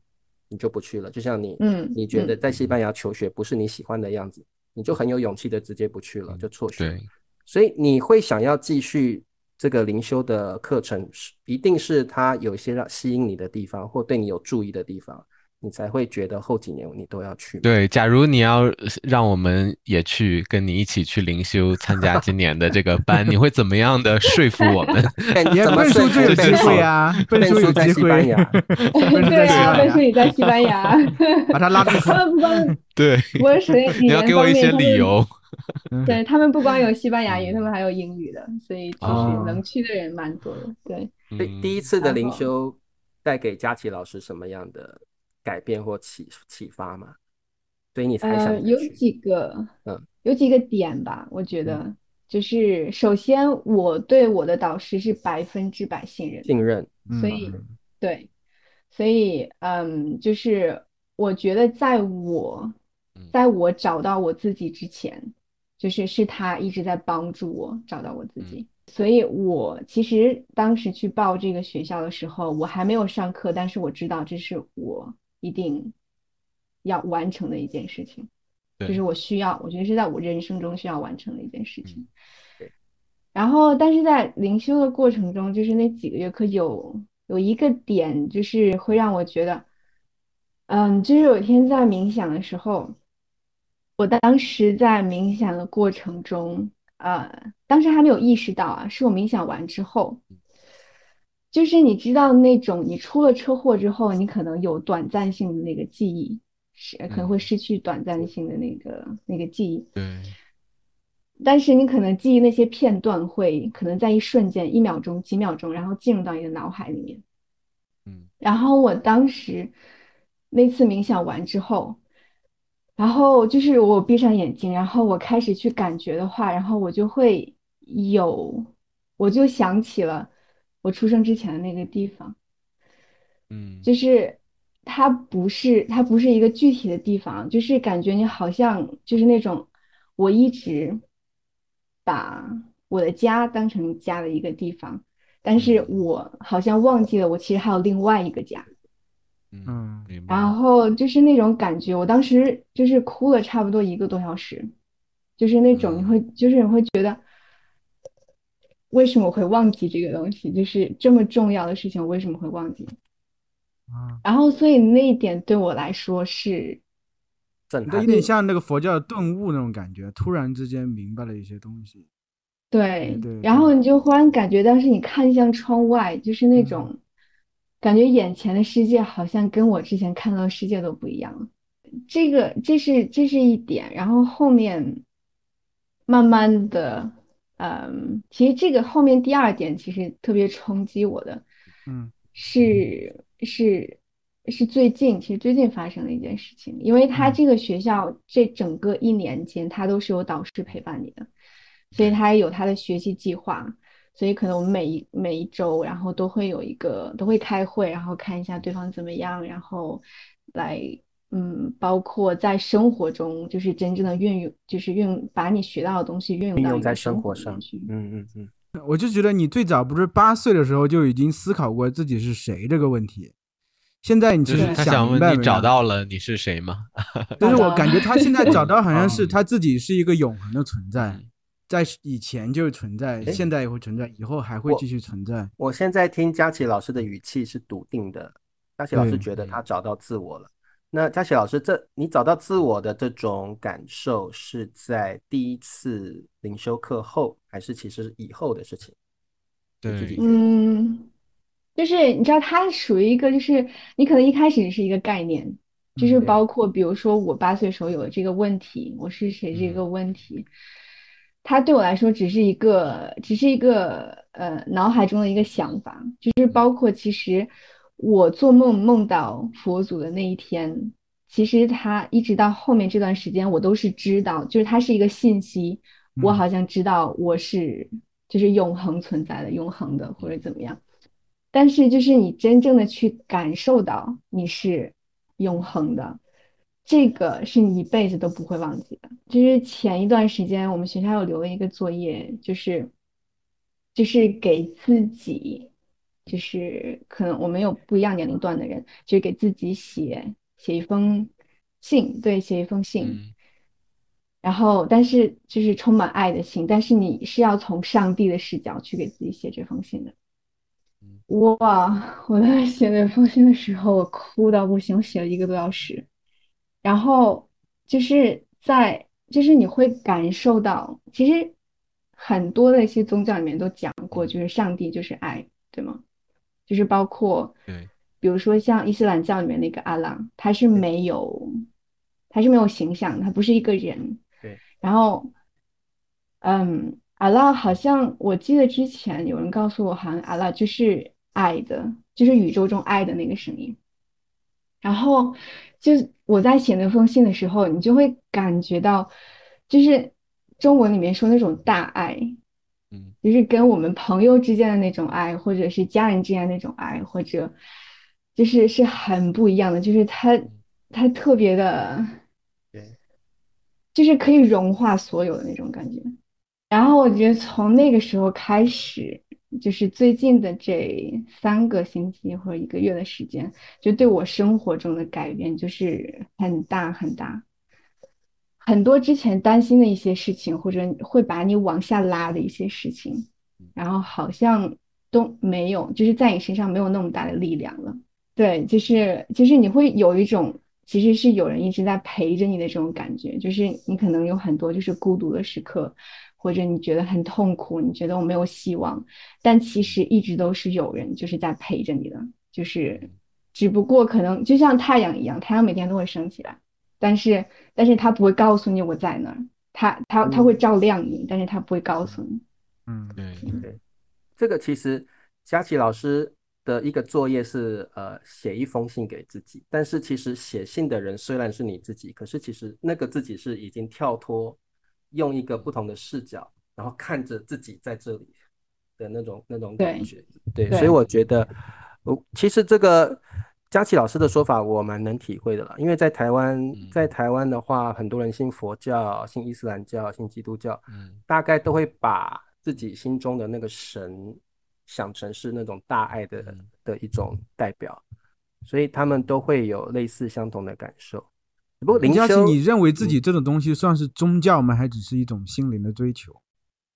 Speaker 3: 你就不去了。就像你
Speaker 4: 嗯
Speaker 3: 你觉得
Speaker 4: 嗯，
Speaker 3: 在西班牙求学不是你喜欢的样子，你就很有勇气的直接不去
Speaker 4: 嗯
Speaker 3: 了，就辍学了。
Speaker 1: 对，
Speaker 3: 所以你会想要继续这个灵修的课程，是一定是它有一些让吸引你的地方，或对你有注意的地方，你才会觉得后几年你都要去嘛。
Speaker 1: 对，假如你要呃让我们也去跟你一起去灵修参加今年的这个班，你会怎么样的说服我们？ [LAUGHS]
Speaker 4: [LAUGHS]
Speaker 3: 但
Speaker 2: 也
Speaker 3: 哎怎么
Speaker 2: 笨
Speaker 3: 说
Speaker 2: 叔
Speaker 3: 服
Speaker 2: 就有
Speaker 1: 这
Speaker 2: 机
Speaker 1: 就
Speaker 2: 会
Speaker 1: 是
Speaker 3: [LAUGHS]
Speaker 2: 啊，笨
Speaker 3: 笨
Speaker 2: 叔
Speaker 3: 叔
Speaker 2: 有
Speaker 3: 在
Speaker 2: 机
Speaker 3: 西班
Speaker 2: 会啊
Speaker 3: 牙，
Speaker 4: [LAUGHS]
Speaker 2: 笨叔在
Speaker 4: 对
Speaker 2: 西
Speaker 4: 啊，
Speaker 2: 班
Speaker 4: 但是
Speaker 2: 牙，
Speaker 4: 你在西
Speaker 1: [LAUGHS]
Speaker 4: 班牙，
Speaker 2: [LAUGHS]
Speaker 4: [LAUGHS]
Speaker 2: 把他拉出去
Speaker 3: [LAUGHS]
Speaker 4: 他。们不光
Speaker 1: 对，
Speaker 4: 不
Speaker 1: [LAUGHS]
Speaker 4: 是属于语
Speaker 1: 你要
Speaker 4: 言
Speaker 1: 给我
Speaker 4: 方
Speaker 1: 一
Speaker 4: 面，
Speaker 1: 些
Speaker 4: 他
Speaker 1: 理
Speaker 4: 们
Speaker 1: 由。
Speaker 2: 嗯
Speaker 4: 对他们不光有西班牙语，他
Speaker 1: 嗯
Speaker 4: 们还有英语的，所以其实
Speaker 1: 哦
Speaker 4: 能
Speaker 3: 哦，
Speaker 4: 去的人蛮多的。对，
Speaker 3: 所以第
Speaker 1: 嗯
Speaker 3: 一次的
Speaker 4: 然
Speaker 3: 灵
Speaker 4: 后
Speaker 3: 修带给佳琪老师什么样的改变或启启发吗？所以你还想
Speaker 4: 呃，
Speaker 3: 再
Speaker 4: 有
Speaker 3: 去？
Speaker 4: 几个
Speaker 3: 嗯
Speaker 4: 有几个点吧，我觉
Speaker 3: 嗯，
Speaker 4: 得就是首先我对我的导师是百分之百信任的，
Speaker 3: 信任，
Speaker 4: 所
Speaker 2: 嗯
Speaker 4: 以对，所以嗯，就是我觉得在我
Speaker 1: 嗯
Speaker 4: 在我找到我自己之前，就是是他一直在帮助我找到我自
Speaker 1: 嗯
Speaker 4: 己。所以我其实当时去报这个学校的时候，我还没有上课，但是我知道这是我一定要完成的一件事情，就是
Speaker 1: 对，
Speaker 4: 我需要，我觉得是在我人生中需要完成的一件事情。
Speaker 1: 嗯
Speaker 3: 对，
Speaker 4: 然后，但是在灵修的过程中，就是那几个月课有有一个点，就是会让我觉得，嗯，就是有一天在冥想的时候，我当时在冥想的过程中，呃，当时还没有意识到啊，是我冥想完之后，
Speaker 1: 嗯
Speaker 4: 就是你知道那种你出了车祸之后，你可能有短暂性的那个记忆，失可能会失去短暂性的那个那个记忆，
Speaker 1: 嗯对，
Speaker 4: 但是你可能记忆那些片段会可能在一瞬间、一秒钟、几秒钟，然后进入到你的脑海里面。
Speaker 1: 嗯，
Speaker 4: 然后我当时那次冥想完之后，然后就是我闭上眼睛，然后我开始去感觉的话，然后我就会有，我就想起了我出生之前的那个地方，
Speaker 1: 嗯，
Speaker 4: 就是它不是它不是一个具体的地方，就是感觉你好像就是那种我一直把我的家当成家的一个地方，但是
Speaker 1: 嗯
Speaker 4: 我好像忘记了我其实还有另外一个家。
Speaker 1: 嗯，
Speaker 2: 嗯，
Speaker 1: 明白，
Speaker 4: 然后就是那种感觉，我当时就是哭了差不多一个多小时，就是那种你
Speaker 1: 嗯
Speaker 4: 会，就是你会觉得，为什么我会忘记这个东西？就是这么重要的事情，我为什么会忘记？
Speaker 2: 啊，
Speaker 4: 然后，所以那一点对我来说是，
Speaker 3: 震
Speaker 2: 这
Speaker 3: 撼
Speaker 2: 有点像那个佛教的顿悟那种感觉，突然之间明白了一些东西。
Speaker 4: 对，
Speaker 2: 对对
Speaker 4: 然
Speaker 2: 对嗯
Speaker 4: 后你就忽然感觉，当时你看向窗外，就是那种感觉眼前的世界好像跟我之前看到的世界都不一样了。这个，这是这是一点，然后后面慢慢的，嗯，其实这个后面第二点其实特别冲击我的
Speaker 2: 嗯
Speaker 4: 是是是最近，其实最近发生的一件事情，因为他
Speaker 2: 嗯
Speaker 4: 这个学校这整个一年间，他都是有导师陪伴你的，所以
Speaker 1: 对，
Speaker 4: 他也有他的学习计划，所以可能我们每一每一周，然后都会有一个都会开会，然后看一下对方怎么样，然后来嗯，包括在生活中，就是真正的运用，就是运把你学到的东西运用
Speaker 3: 应
Speaker 4: 到
Speaker 3: 用
Speaker 4: 你
Speaker 3: 在
Speaker 4: 的
Speaker 3: 生
Speaker 4: 生
Speaker 3: 活
Speaker 4: 活里面
Speaker 3: 上，
Speaker 4: 去。
Speaker 3: 嗯嗯嗯，
Speaker 2: 我就觉得你最早不是八岁的时候就已经思考过自己是谁这个问题，现在你
Speaker 1: 就
Speaker 2: 其
Speaker 1: 是
Speaker 2: 实
Speaker 4: 对，
Speaker 1: 他
Speaker 2: 想
Speaker 1: 想
Speaker 2: 明
Speaker 1: 问
Speaker 2: 白
Speaker 1: 你
Speaker 2: 没
Speaker 1: 找
Speaker 2: 呢？
Speaker 1: 到了你是谁吗？
Speaker 2: 就
Speaker 4: 找
Speaker 2: 是
Speaker 4: 到
Speaker 2: 我
Speaker 4: 了，
Speaker 2: 感觉他现在找到好像是
Speaker 1: 嗯
Speaker 2: 他自己是一个永恒的存在，
Speaker 1: 嗯
Speaker 2: 在以前就存在，
Speaker 3: 诶
Speaker 2: 现在也会存在，以后还会继
Speaker 3: 我
Speaker 2: 续存在。
Speaker 3: 我现在听佳琪老师的语气是笃定的，佳琪老师
Speaker 2: 对，
Speaker 3: 觉得他
Speaker 1: 嗯
Speaker 3: 找到自我了。那佳琪老师这，你找到自我的这种感受是在第一次灵修课后，还是其实以后的事情？你自
Speaker 1: 对，
Speaker 3: 己觉得？
Speaker 4: 嗯，就是你知道，它属于一个，就是你可能一开始是一个概念，就是
Speaker 2: 嗯
Speaker 3: 对，
Speaker 4: 包括比如说我八岁时候有了这个问题，我是谁这
Speaker 1: 嗯
Speaker 4: 个问题，它对我来说只是一个，只是一个呃脑海中的一个想法，就是
Speaker 1: 嗯
Speaker 4: 包括其实我做梦梦到佛祖的那一天，其实他一直到后面这段时间，我都是知道，就是它是一个信息，我
Speaker 2: 嗯
Speaker 4: 好像知道我是就是永恒存在的、永恒的或者
Speaker 1: 嗯
Speaker 4: 怎么样。但是就是你真正的去感受到你是永恒的，这个是你一辈子都不会忘记的。就是前一段时间我们学校有留了一个作业，就是就是给自己，就是可能我们有不一样年龄段的人，就是给自己写写一封信，对，写一封信。
Speaker 1: 嗯
Speaker 4: 然后，但是就是充满爱的信，但是你是要从上帝的视角去给自己写这封信的。
Speaker 1: 嗯
Speaker 4: 哇！我当时写那封信的时候，我哭到不行，我写了一个多小时。然后就是在，就是你会感受到，其实很多的一些宗教里面都讲过，
Speaker 1: 嗯，
Speaker 4: 就是上帝就是爱，对吗？就是包括，
Speaker 1: 对，
Speaker 4: 比如说像伊斯兰教里面那个阿郎，他是
Speaker 3: 对
Speaker 4: 没有，他是没有形象，他不是一个人。
Speaker 3: 对，
Speaker 4: 然后，嗯，阿拉好像我记得之前有人告诉我，好像阿拉就是爱的，就是宇宙中爱的那个声音。然后，就是我在写那封信的时候，你就会感觉到，就是中文里面说那种大爱，
Speaker 1: 嗯
Speaker 4: 就是跟我们朋友之间的那种爱，或者是家人之间的那种爱，或者就是是很不一样的，就是它
Speaker 1: 嗯
Speaker 4: 它特别的，
Speaker 3: 对，
Speaker 4: 就是可以融化所有的那种感觉。然后我觉得从那个时候开始，就是最近的这三个星期或者一个月的时间，就对我生活中的改变就是很大很大。很多之前担心的一些事情，或者会把你往下拉的一些事情，
Speaker 1: 嗯
Speaker 4: 然后好像都没有，就是在你身上没有那么大的力量了。对，就是就是你会有一种其实是有人一直在陪着你的这种感觉，就是你可能有很多就是孤独的时刻，或者你觉得很痛苦，你觉得我没有希望，但其
Speaker 1: 嗯
Speaker 4: 实一直都是有人就是在陪着你的，就是
Speaker 1: 嗯
Speaker 4: 只不过可能就像太阳一样，太阳每天都会升起来。但是但是他不会告诉你我在哪儿，他他他会照亮你，但是他不会告诉你。
Speaker 2: 嗯，
Speaker 1: 对，
Speaker 3: 这个其实佳琪老师的一个作业是呃写一封信给自己，但是其实写信的人虽然是你自己，可是其实那个自己是已经跳脱，用一个不同的视角，然后看着自己在这里的那种那种感
Speaker 4: 对
Speaker 3: 觉。对，
Speaker 4: 对
Speaker 3: 所以我觉得，我其实这个佳琪老师的说法我蛮能体会的了，因为在台湾，
Speaker 4: 嗯
Speaker 3: 在台湾的话，很多人信佛教、信伊斯兰教、信基督教，
Speaker 1: 嗯
Speaker 3: 大概都会把自己心中的那个神想成是那种大爱的
Speaker 1: 嗯
Speaker 3: 的一种代表，所以他们都会有类似相同的感受。只不过灵
Speaker 2: 佳琪，
Speaker 3: 修，
Speaker 2: 你认为
Speaker 1: 嗯
Speaker 2: 自己这种东西算是宗教吗？还只是一种心灵的追求？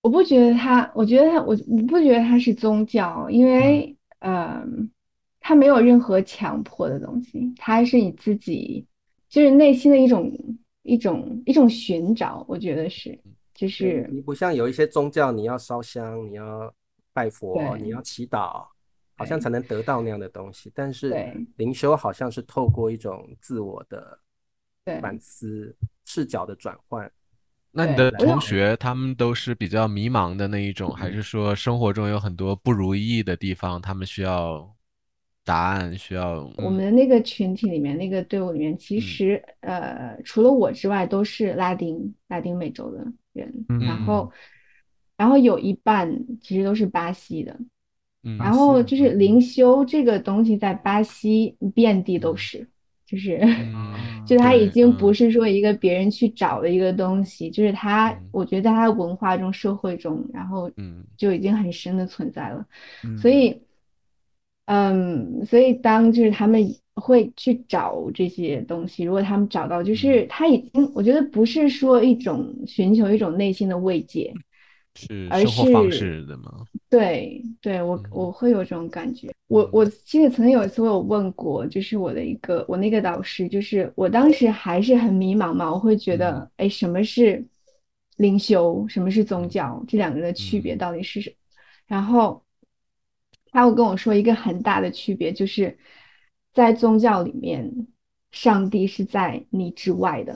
Speaker 4: 我不觉得他，我觉得他，我我不觉得他是宗教，因为嗯，他没有任何强迫的东西，他是你自己就是内心的一种一种一种寻找，我觉得是，就
Speaker 3: 对
Speaker 4: 是
Speaker 3: 你不像有一些宗教，你要烧香，你要拜佛，
Speaker 4: 对
Speaker 3: 你要祈祷，好像
Speaker 4: 对
Speaker 3: 才能得到那样的东西。但是
Speaker 4: 对
Speaker 3: 灵修好像是透过一种自我的
Speaker 4: 对
Speaker 3: 反思、视角的转换，
Speaker 1: 那你
Speaker 4: 对
Speaker 1: 的
Speaker 3: 来
Speaker 1: 同
Speaker 3: 来
Speaker 1: 学他们都是比较迷茫的那一种，还是说生活中有很多不如意的地方，他们需要答案，需要
Speaker 4: 我
Speaker 1: 嗯
Speaker 4: 们的那个群体里面，那个队伍里面，其
Speaker 1: 嗯
Speaker 4: 实呃，除了我之外，都是拉丁拉丁美洲的人，
Speaker 2: 嗯
Speaker 4: 然后然后有一半其实都是巴西的，
Speaker 1: 嗯
Speaker 4: 然后就是
Speaker 2: 嗯
Speaker 4: 灵修这个东西在巴西遍地都是，就是。
Speaker 1: 嗯
Speaker 4: 就它已
Speaker 1: 对
Speaker 4: 经不
Speaker 1: 嗯
Speaker 4: 是说一个别人去找的一个东西，就是它
Speaker 1: 嗯，
Speaker 4: 我觉得在它的文化中、社会中，然后
Speaker 1: 嗯
Speaker 4: 就已经很深的存在了。
Speaker 2: 嗯
Speaker 4: 所以，嗯，所以当就是他们会去找这些东西，如果他们找到，
Speaker 1: 嗯
Speaker 4: 就是他已经，我觉得不是说一种寻求一种内心的慰藉，
Speaker 1: 是
Speaker 4: 而
Speaker 1: 生活方
Speaker 4: 是
Speaker 1: 式的吗？
Speaker 4: 对，对，我
Speaker 1: 嗯
Speaker 4: 我会有这种感觉。我我记得曾经有一次我有问过，就是我的一个我那个导师，就是我当时还是很迷茫嘛，我会
Speaker 1: 嗯
Speaker 4: 觉得，哎，什么是灵修，什么是宗教，这两个的区别
Speaker 1: 嗯
Speaker 4: 到底是什么？然后他又跟我说一个很大的区别，就是在宗教里面，上帝是在你之外的，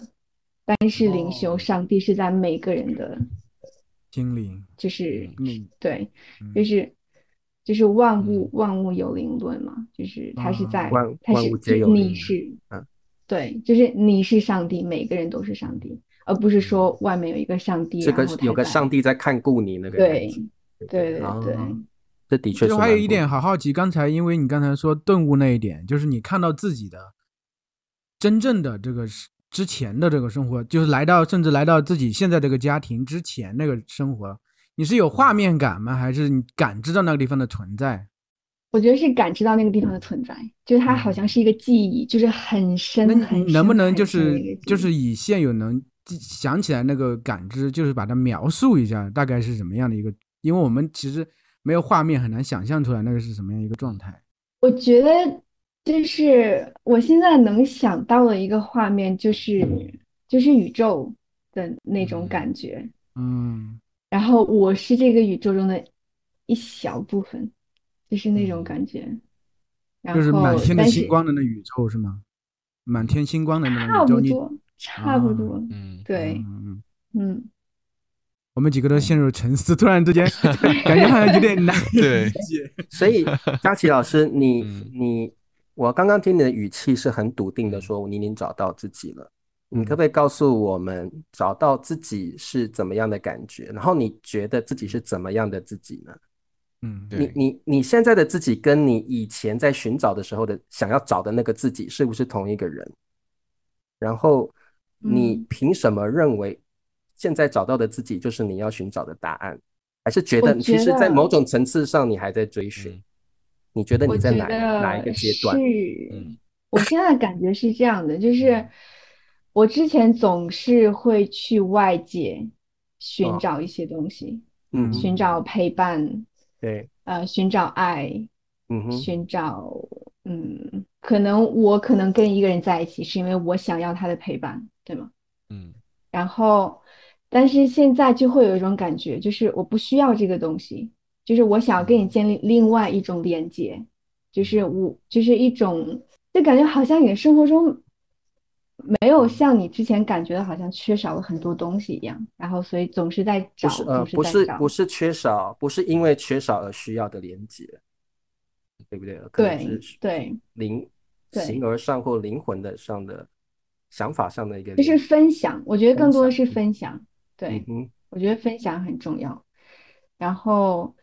Speaker 4: 但是灵修，
Speaker 3: 哦
Speaker 4: 上帝是在每个人的，
Speaker 2: 心灵，
Speaker 4: 就是
Speaker 2: 你
Speaker 4: 对。
Speaker 2: 嗯
Speaker 4: 就是就是万物
Speaker 1: 嗯
Speaker 4: 万物有灵论嘛，就是它是
Speaker 2: 啊
Speaker 4: 在
Speaker 3: 万
Speaker 4: 它
Speaker 3: 万
Speaker 4: 是
Speaker 3: 物
Speaker 4: 就
Speaker 3: 皆有
Speaker 4: 你
Speaker 3: 灵
Speaker 4: 是
Speaker 3: 嗯
Speaker 4: 对，就是你是上帝，每个人都是上帝，而不是说外面有一个上帝，
Speaker 3: 嗯这
Speaker 4: 然
Speaker 3: 个
Speaker 4: 后
Speaker 3: 有
Speaker 4: 他
Speaker 3: 个
Speaker 4: 在
Speaker 3: 上帝在看顾你那个感
Speaker 4: 对
Speaker 3: 觉。
Speaker 4: 对对
Speaker 3: 哦
Speaker 4: 对
Speaker 3: 这的确
Speaker 2: 就是还有
Speaker 3: 蛮
Speaker 2: 一
Speaker 3: 不
Speaker 2: [LAUGHS] 点好好奇，刚才因为你刚才说顿悟那一点，就是你看到自己的真正的这个是之前的这个生活，就是来到甚至来到自己现在这个家庭之前那个生活，你是有画面感吗？还是你感知到那个地方的存在？
Speaker 4: 我觉得是感知到那个地方的存在，就是它
Speaker 3: 嗯
Speaker 4: 好像是一个记忆，就是很
Speaker 2: 那
Speaker 4: 深很
Speaker 2: 你能不
Speaker 4: 深
Speaker 2: 能
Speaker 4: 很
Speaker 2: 就
Speaker 4: 深的
Speaker 2: 是
Speaker 4: 一个记忆
Speaker 2: 就是以现有能记想起来那个感知，就是把它描述一下，大概是什么样的一个？因为我们其实没有画面，很难想象出来那个是什么样一个状态。
Speaker 4: 我觉得就是我现在能想到的一个画面，就是就是宇宙的那种
Speaker 1: 嗯
Speaker 4: 感觉，
Speaker 2: 嗯
Speaker 4: 然后我是这个宇宙中的一小部分，就是那种
Speaker 1: 嗯
Speaker 4: 感觉。然
Speaker 2: 就是
Speaker 4: 后，
Speaker 2: 满天的
Speaker 4: 但
Speaker 2: 星
Speaker 4: 是
Speaker 2: 光的那宇宙是吗？满天星光的那种
Speaker 4: 差
Speaker 2: 宇宙，
Speaker 4: 不
Speaker 2: 你
Speaker 4: 多，差不
Speaker 2: 啊
Speaker 4: 多，
Speaker 1: 嗯
Speaker 4: 对，
Speaker 2: 嗯，嗯
Speaker 4: 嗯，
Speaker 2: 我们几个都陷入沉思，突然
Speaker 4: [LAUGHS]
Speaker 2: 之间感觉好像有点难以
Speaker 1: 对
Speaker 2: 理解。
Speaker 3: 所
Speaker 2: [LAUGHS]
Speaker 3: 以，佳琪老师，你
Speaker 1: 嗯
Speaker 3: 你，我刚刚听你的语气是很笃定的
Speaker 1: 嗯
Speaker 3: 说，你已经找到自己了。你
Speaker 2: 嗯
Speaker 3: 可不可以告诉我们，找到自己是怎么样的感觉？然后你觉得自己是怎么样的自己呢？
Speaker 2: 嗯，
Speaker 1: 对
Speaker 3: 你你你现在的自己跟你以前在寻找的时候的想要找的那个自己是不是同一个人？然后你
Speaker 4: 嗯
Speaker 3: 凭什么认为现在找到的自己就是你要寻找的答案？还是觉
Speaker 4: 我
Speaker 3: 得其
Speaker 4: 觉
Speaker 3: 实，在
Speaker 4: 得
Speaker 3: 某种层次上你还在追寻？
Speaker 1: 嗯
Speaker 3: 你觉得
Speaker 4: 我
Speaker 3: 你在
Speaker 4: 觉
Speaker 3: 哪哪一个
Speaker 4: 得
Speaker 3: 阶段？
Speaker 4: 是
Speaker 1: 嗯，
Speaker 4: 我现在感觉是这样的，就是
Speaker 1: 嗯
Speaker 4: 我之前总是会去外界寻
Speaker 3: 哦
Speaker 4: 找一些东西，
Speaker 3: 嗯
Speaker 4: 寻
Speaker 3: 哼，
Speaker 4: 找陪伴，
Speaker 3: 对，
Speaker 4: 呃，寻找爱。呃
Speaker 3: 嗯哼，
Speaker 4: 寻找，嗯，可能我可能跟一个人在一起，是因为我想要他的陪伴，对吗？
Speaker 1: 嗯
Speaker 4: 然后，但是现在就会有一种感觉，就是我不需要这个东西，就是我想要跟你建立另外一种连接，就是我，就是一种，就感觉好像你的生活中没有像你之前感觉的好像缺少了很多东西一样，然后所以总是在
Speaker 3: 不
Speaker 4: 找，
Speaker 3: 是呃
Speaker 4: 总是
Speaker 3: 不
Speaker 4: 在
Speaker 3: 是
Speaker 4: 找。
Speaker 3: 不是缺少，不是因为缺少而需要的连接，对不对？可能
Speaker 4: 对
Speaker 3: 是
Speaker 4: 对
Speaker 3: 灵
Speaker 4: 对
Speaker 3: 形而上或灵魂的上的想法上的一个连
Speaker 4: 就是
Speaker 3: 接。
Speaker 4: 分享，我觉得
Speaker 3: 分
Speaker 4: 更多的
Speaker 3: 享，
Speaker 4: 是分享。
Speaker 3: 嗯
Speaker 4: 对，
Speaker 3: 哼，
Speaker 4: 我觉得分享很重要。然后，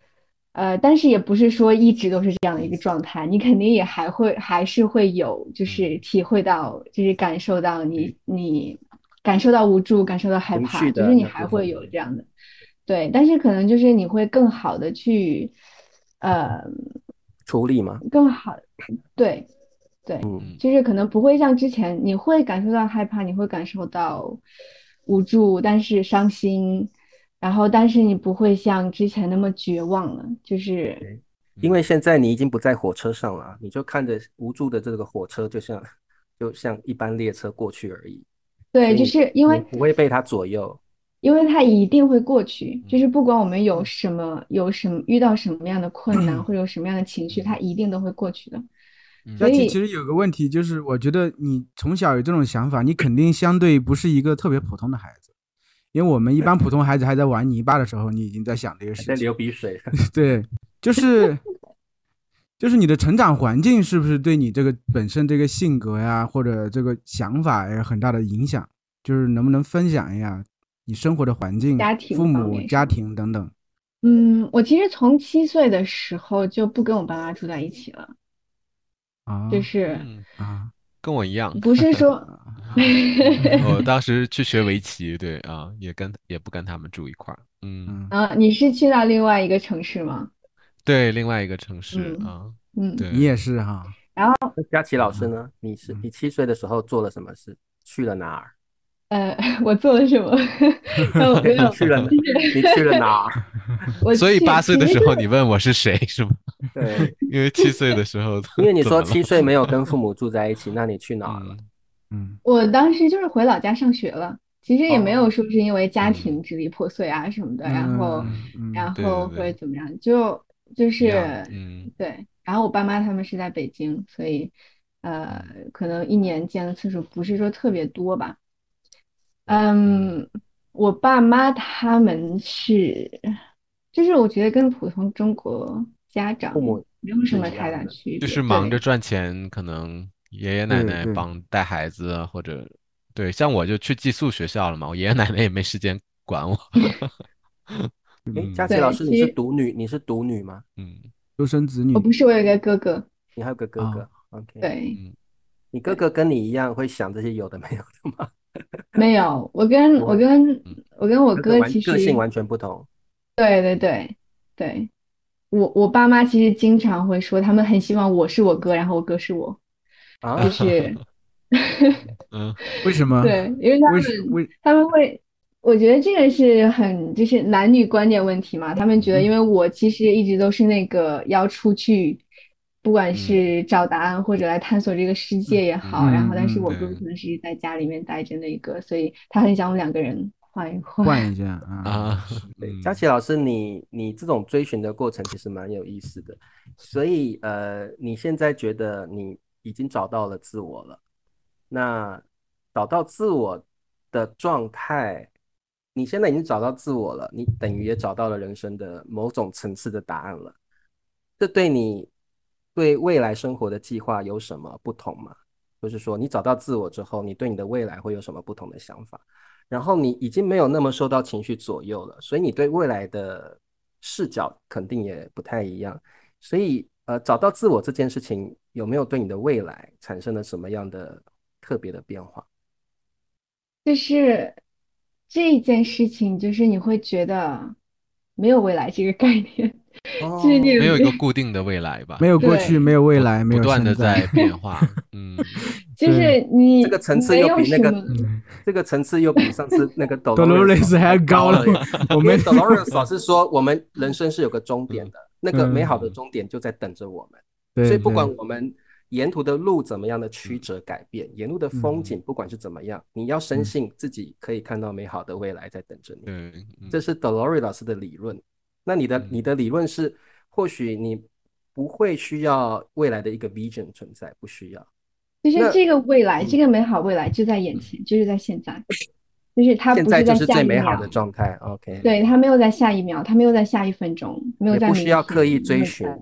Speaker 4: 呃，但是也不是说一直都是这样的一个状态，你肯定也还会还是会有，就是
Speaker 1: 嗯，
Speaker 4: 体会到，就是感受到
Speaker 1: 对，
Speaker 4: 你你感受到无助，感受到害
Speaker 3: 情
Speaker 4: 怕，
Speaker 3: 绪
Speaker 4: 就是
Speaker 3: 的
Speaker 4: 你
Speaker 3: 那部
Speaker 4: 还会
Speaker 3: 分，
Speaker 4: 有这样的。对，但是可能就是你会更好的去，呃，
Speaker 3: 处理嘛，
Speaker 4: 更好，对，对，
Speaker 3: 嗯，
Speaker 1: 嗯
Speaker 4: 就是可能不会像之前，你会感受到害怕，你会感受到无助，但是伤心，然后但是你不会像之前那么绝望了，就是
Speaker 3: 对，因为
Speaker 1: 嗯
Speaker 3: 现在你已经不在火车上了，啊你就看着无助的这个火车，就像就像一班列车过去而已，所
Speaker 4: 对，
Speaker 3: 以
Speaker 4: 就
Speaker 3: 你
Speaker 4: 是因
Speaker 3: 你
Speaker 4: 为
Speaker 3: 不会被它左右，
Speaker 4: 因为它一定会过去，就是
Speaker 1: 嗯
Speaker 4: 不管我们有什么有什么遇到什么样的困难或者有什么样的情绪，它
Speaker 1: 嗯
Speaker 4: 一定都会过去的，
Speaker 2: 那
Speaker 4: 所
Speaker 1: 嗯
Speaker 2: 其其
Speaker 4: 以
Speaker 2: 实有个问题就是，我觉得你从小有这种想法，你肯定相对不是一个特别普通的孩子，因为我们一般普通孩子还在玩泥巴的时候，你已经在想这个
Speaker 3: 还
Speaker 2: 事
Speaker 3: 在
Speaker 2: 情。
Speaker 3: 流鼻水。
Speaker 2: 对，就是 [LAUGHS] 就是你的成长环境是不是对你这个本身这个性格呀，或者这个想法有很大的影响？就是能不能分享一下你生活的环境、
Speaker 4: 家
Speaker 2: 父
Speaker 4: 庭方
Speaker 2: 母、
Speaker 4: 面是
Speaker 2: 家
Speaker 4: 吗？
Speaker 2: 庭等等？
Speaker 4: 嗯，我其实从七岁的时候就不跟我爸妈住在一起了，就
Speaker 2: 啊
Speaker 4: 是
Speaker 1: 嗯，
Speaker 2: 啊
Speaker 1: 跟我一样，
Speaker 4: 不是说。
Speaker 2: 啊
Speaker 1: [LAUGHS] 我当时去学围棋，对啊，也跟也不跟他们住一块儿，嗯，
Speaker 2: 嗯
Speaker 4: 啊，你是去到另外一个城市吗？
Speaker 1: 对，另外一个城市
Speaker 4: 嗯
Speaker 1: 啊，
Speaker 4: 嗯，
Speaker 2: 你
Speaker 1: 对，
Speaker 2: 也是哈
Speaker 4: 然后
Speaker 3: 那佳琪老师
Speaker 2: 啊
Speaker 3: 呢？你是
Speaker 2: 嗯。
Speaker 3: 你七岁的时候做了什么事？去了哪儿？
Speaker 4: 呃，我做了什么？ [LAUGHS] 呃，没
Speaker 1: [LAUGHS]
Speaker 3: 你
Speaker 4: 有，
Speaker 3: 去了哪？
Speaker 4: 就
Speaker 3: 你去了
Speaker 4: 是
Speaker 3: 哪儿？ [LAUGHS]
Speaker 4: 我
Speaker 1: 所以
Speaker 4: 去，
Speaker 1: 八岁
Speaker 4: 其
Speaker 1: 的
Speaker 4: 实
Speaker 1: 时
Speaker 4: 就
Speaker 1: 候你问我是谁是吗？
Speaker 3: 对，
Speaker 1: 因为七岁的时
Speaker 4: [LAUGHS]
Speaker 1: 候
Speaker 3: 因为你
Speaker 1: 怎
Speaker 3: 说
Speaker 1: 么了？
Speaker 3: 七岁没有跟父母住在一起，那你去哪儿了？
Speaker 1: 嗯
Speaker 2: 嗯
Speaker 4: 我当时就是回老家上学了，其实也没有
Speaker 3: 哦，
Speaker 4: 说是因为家
Speaker 1: 嗯
Speaker 4: 庭支离破碎啊什么的，然后
Speaker 2: 嗯嗯
Speaker 4: 然
Speaker 1: 对对
Speaker 4: 后或者
Speaker 1: 对，
Speaker 4: 怎么样，就就
Speaker 1: 一样，
Speaker 4: 是
Speaker 1: 嗯
Speaker 4: 对，然后我爸妈他们是在北京，所以呃，
Speaker 1: 嗯
Speaker 4: 可能一年见的次数不是说特别多吧。
Speaker 1: 嗯
Speaker 4: 嗯，我爸妈他们是，就是我觉得跟普通中国家
Speaker 3: 父
Speaker 4: 长
Speaker 3: 母
Speaker 4: 没有什
Speaker 3: 是
Speaker 4: 么
Speaker 3: 一
Speaker 4: 太
Speaker 3: 样
Speaker 4: 大
Speaker 3: 的，
Speaker 4: 区
Speaker 1: 就
Speaker 4: 别，
Speaker 1: 是忙着
Speaker 4: 对，
Speaker 1: 赚钱，可能爷爷奶
Speaker 2: 对
Speaker 1: 奶
Speaker 2: 对，
Speaker 1: 帮带孩子啊，或者对，像我就去寄宿学校了嘛，我爷爷奶奶也没时间管我。
Speaker 3: 诶，
Speaker 1: 嗯
Speaker 3: 佳琪老
Speaker 4: 对，
Speaker 3: 师，你
Speaker 4: 其
Speaker 3: 是
Speaker 4: 实
Speaker 3: 独女，你是独女吗？
Speaker 1: 嗯
Speaker 2: 独生子
Speaker 4: 我
Speaker 2: 女
Speaker 4: 哦不是我有一个哥哥，
Speaker 3: 你还有个哥
Speaker 2: 啊，
Speaker 3: 哥，OK？
Speaker 4: 对
Speaker 1: 嗯
Speaker 3: 你哥
Speaker 4: 对。
Speaker 3: 哥跟你一样会想这些有的没有的吗？
Speaker 4: 没有，我跟
Speaker 3: 不
Speaker 4: 我
Speaker 3: 会，
Speaker 4: 跟
Speaker 1: 嗯
Speaker 3: [LAUGHS]
Speaker 4: 我跟我
Speaker 3: 哥哥
Speaker 4: 哥
Speaker 3: 完
Speaker 4: 其
Speaker 3: 个性
Speaker 4: 实，
Speaker 3: 完全不同。
Speaker 4: 对对对对，我我爸妈其实经常会说，他们很希望我是我哥，然后我哥是
Speaker 3: [LAUGHS]
Speaker 4: 我，就
Speaker 3: 啊，
Speaker 4: 是，
Speaker 1: 嗯
Speaker 2: 为什么？
Speaker 4: 对，因为他
Speaker 2: 啊为什
Speaker 4: 们
Speaker 2: 为
Speaker 4: 他们会，我觉得这个是很就是男女观点问题嘛，他们觉得因
Speaker 2: 嗯
Speaker 4: 为我其实一直都是那个要出去，不管
Speaker 1: 嗯
Speaker 4: 是找答案或者来探索这个世界也好，然
Speaker 1: 嗯，
Speaker 4: 后但是
Speaker 2: 嗯
Speaker 4: 我
Speaker 2: 嗯，
Speaker 4: 哥可
Speaker 1: 对
Speaker 4: 能是在家里面待着那个，所以他很想我们两个人换一换。
Speaker 2: 换一下 [LAUGHS] 啊，
Speaker 1: 啊，
Speaker 2: 是
Speaker 3: 对，佳
Speaker 1: 嗯
Speaker 3: 琪老师，你你这种追寻的过程其实蛮有意思的，所以呃，你现在觉得你已经找到了自我了，那找到自我的状态，你现在已经找到自我了，你等于也找到了人生的某种层次的答案了，这对你对未来生活的计划有什么不同吗？就是说，你找到自我之后，你对你的未来会有什么不同的想法？然后你已经没有那么受到情绪左右了，所以你对未来的视角肯定也不太一样。所以，呃，找到自我这件事情，有没有对你的未来产生了什么样的特别的变化？
Speaker 4: 就是这一件事情，就是你会觉得没有未来这个概念，就是
Speaker 3: 哦，
Speaker 4: 你
Speaker 1: 没有一
Speaker 2: [LAUGHS]
Speaker 1: 个
Speaker 4: 没
Speaker 1: 固定的未来
Speaker 2: 没
Speaker 1: 吧，
Speaker 2: 有过去，
Speaker 4: 对，
Speaker 2: 没有未
Speaker 1: 不
Speaker 2: 来，没
Speaker 1: 不
Speaker 2: 有
Speaker 1: 断
Speaker 2: 现
Speaker 1: 的
Speaker 2: 在，
Speaker 1: 在
Speaker 2: [LAUGHS]
Speaker 1: 变化，嗯
Speaker 4: 就
Speaker 2: 对，
Speaker 4: 是你
Speaker 3: 这个层次
Speaker 4: 没
Speaker 3: 又
Speaker 4: 有
Speaker 3: 比那
Speaker 4: 什
Speaker 3: 个，
Speaker 4: 么，
Speaker 2: 嗯
Speaker 3: 这个层次又比上次那个 Dolores 老 [LAUGHS]
Speaker 2: ，Dolores
Speaker 3: 师
Speaker 2: 还
Speaker 3: 还
Speaker 2: 要
Speaker 3: 高
Speaker 2: 高了，
Speaker 3: 了耶。
Speaker 2: 我
Speaker 3: 因为
Speaker 2: 们
Speaker 3: Dolores 老师说，我们人生是有个终点
Speaker 1: 嗯
Speaker 3: 的，那个美
Speaker 2: 嗯，
Speaker 3: 好的
Speaker 1: 嗯，
Speaker 3: 终点就在等着我们。所
Speaker 2: [LAUGHS]
Speaker 3: 以，
Speaker 2: 对
Speaker 3: 不管
Speaker 2: 对，
Speaker 3: 我们沿途的路怎么样的曲
Speaker 1: 嗯
Speaker 3: 折改变，沿路的
Speaker 2: 嗯
Speaker 3: 风
Speaker 1: 嗯，
Speaker 3: 景不管是怎么样，你要深
Speaker 2: 嗯
Speaker 3: 信自己可以看到美好的未来在等着你。
Speaker 1: 对，
Speaker 2: [LAUGHS]
Speaker 3: 这
Speaker 1: 嗯
Speaker 3: 是 Dolores 老师的理论。那你的你
Speaker 1: 嗯
Speaker 3: 的理论是，或许你不会需要未来的一个 vision 存在，不需要。
Speaker 4: 就是
Speaker 3: 那
Speaker 4: 这个未来，
Speaker 3: 嗯
Speaker 4: 这个美好未来就在眼前，就是在现在，就是它
Speaker 3: 现
Speaker 4: 不
Speaker 3: 在
Speaker 4: 是
Speaker 3: 就
Speaker 4: 在
Speaker 3: 是
Speaker 4: 下
Speaker 3: 最
Speaker 4: 一
Speaker 3: 美好
Speaker 4: 秒，
Speaker 3: 的状态。OK，
Speaker 4: 对，它没有在下一秒，它没有在下一分钟，没有
Speaker 3: 也
Speaker 4: 在
Speaker 3: 不
Speaker 4: 明
Speaker 3: 需要刻
Speaker 4: 天，
Speaker 3: 意
Speaker 4: 没
Speaker 3: 追
Speaker 4: 有
Speaker 3: 寻
Speaker 4: 在。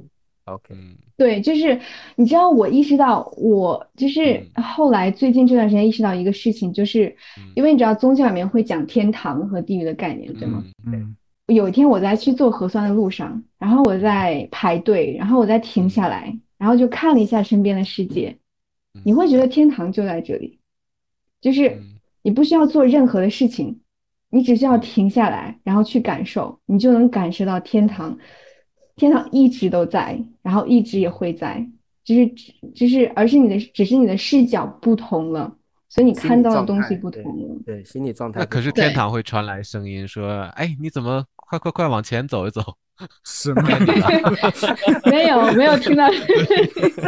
Speaker 3: ，OK，
Speaker 1: 嗯
Speaker 4: 对，就是你知道，我意识到我就是
Speaker 1: 嗯
Speaker 4: 后来最近这段时间意识到一个事情，就是
Speaker 1: 嗯
Speaker 4: 因为你知道宗教里面会讲天堂和地狱的概念，对吗？
Speaker 1: 嗯
Speaker 2: 嗯
Speaker 4: 有一天我在去做核酸的路上，然后我在排队，然后我再停下
Speaker 1: 嗯
Speaker 4: 来，然后就看了一下身边的世界，你
Speaker 1: 嗯
Speaker 4: 会觉得天堂就在这里，就是
Speaker 1: 嗯
Speaker 4: 你不需要做任何的事情，你只需要
Speaker 1: 嗯
Speaker 4: 停下来，然后去感受，你就能感受到天堂，天堂一直都在，然后一直也
Speaker 1: 嗯
Speaker 4: 会在，就是就是而是你的只是你的视角不同了，所以你
Speaker 3: 心
Speaker 4: 看
Speaker 3: 理
Speaker 4: 到的
Speaker 3: 状
Speaker 4: 东西
Speaker 3: 态，
Speaker 4: 不
Speaker 3: 对
Speaker 4: 同了。
Speaker 3: 对，心理状态
Speaker 1: 那
Speaker 3: 不
Speaker 1: 可是
Speaker 3: 同。
Speaker 1: 天
Speaker 4: 对，
Speaker 1: 堂会传来声音说：“哎，你怎么快快快往前走一走，
Speaker 2: 什么？
Speaker 1: 该
Speaker 2: [LAUGHS]
Speaker 1: 你了。
Speaker 4: 没有没有听到。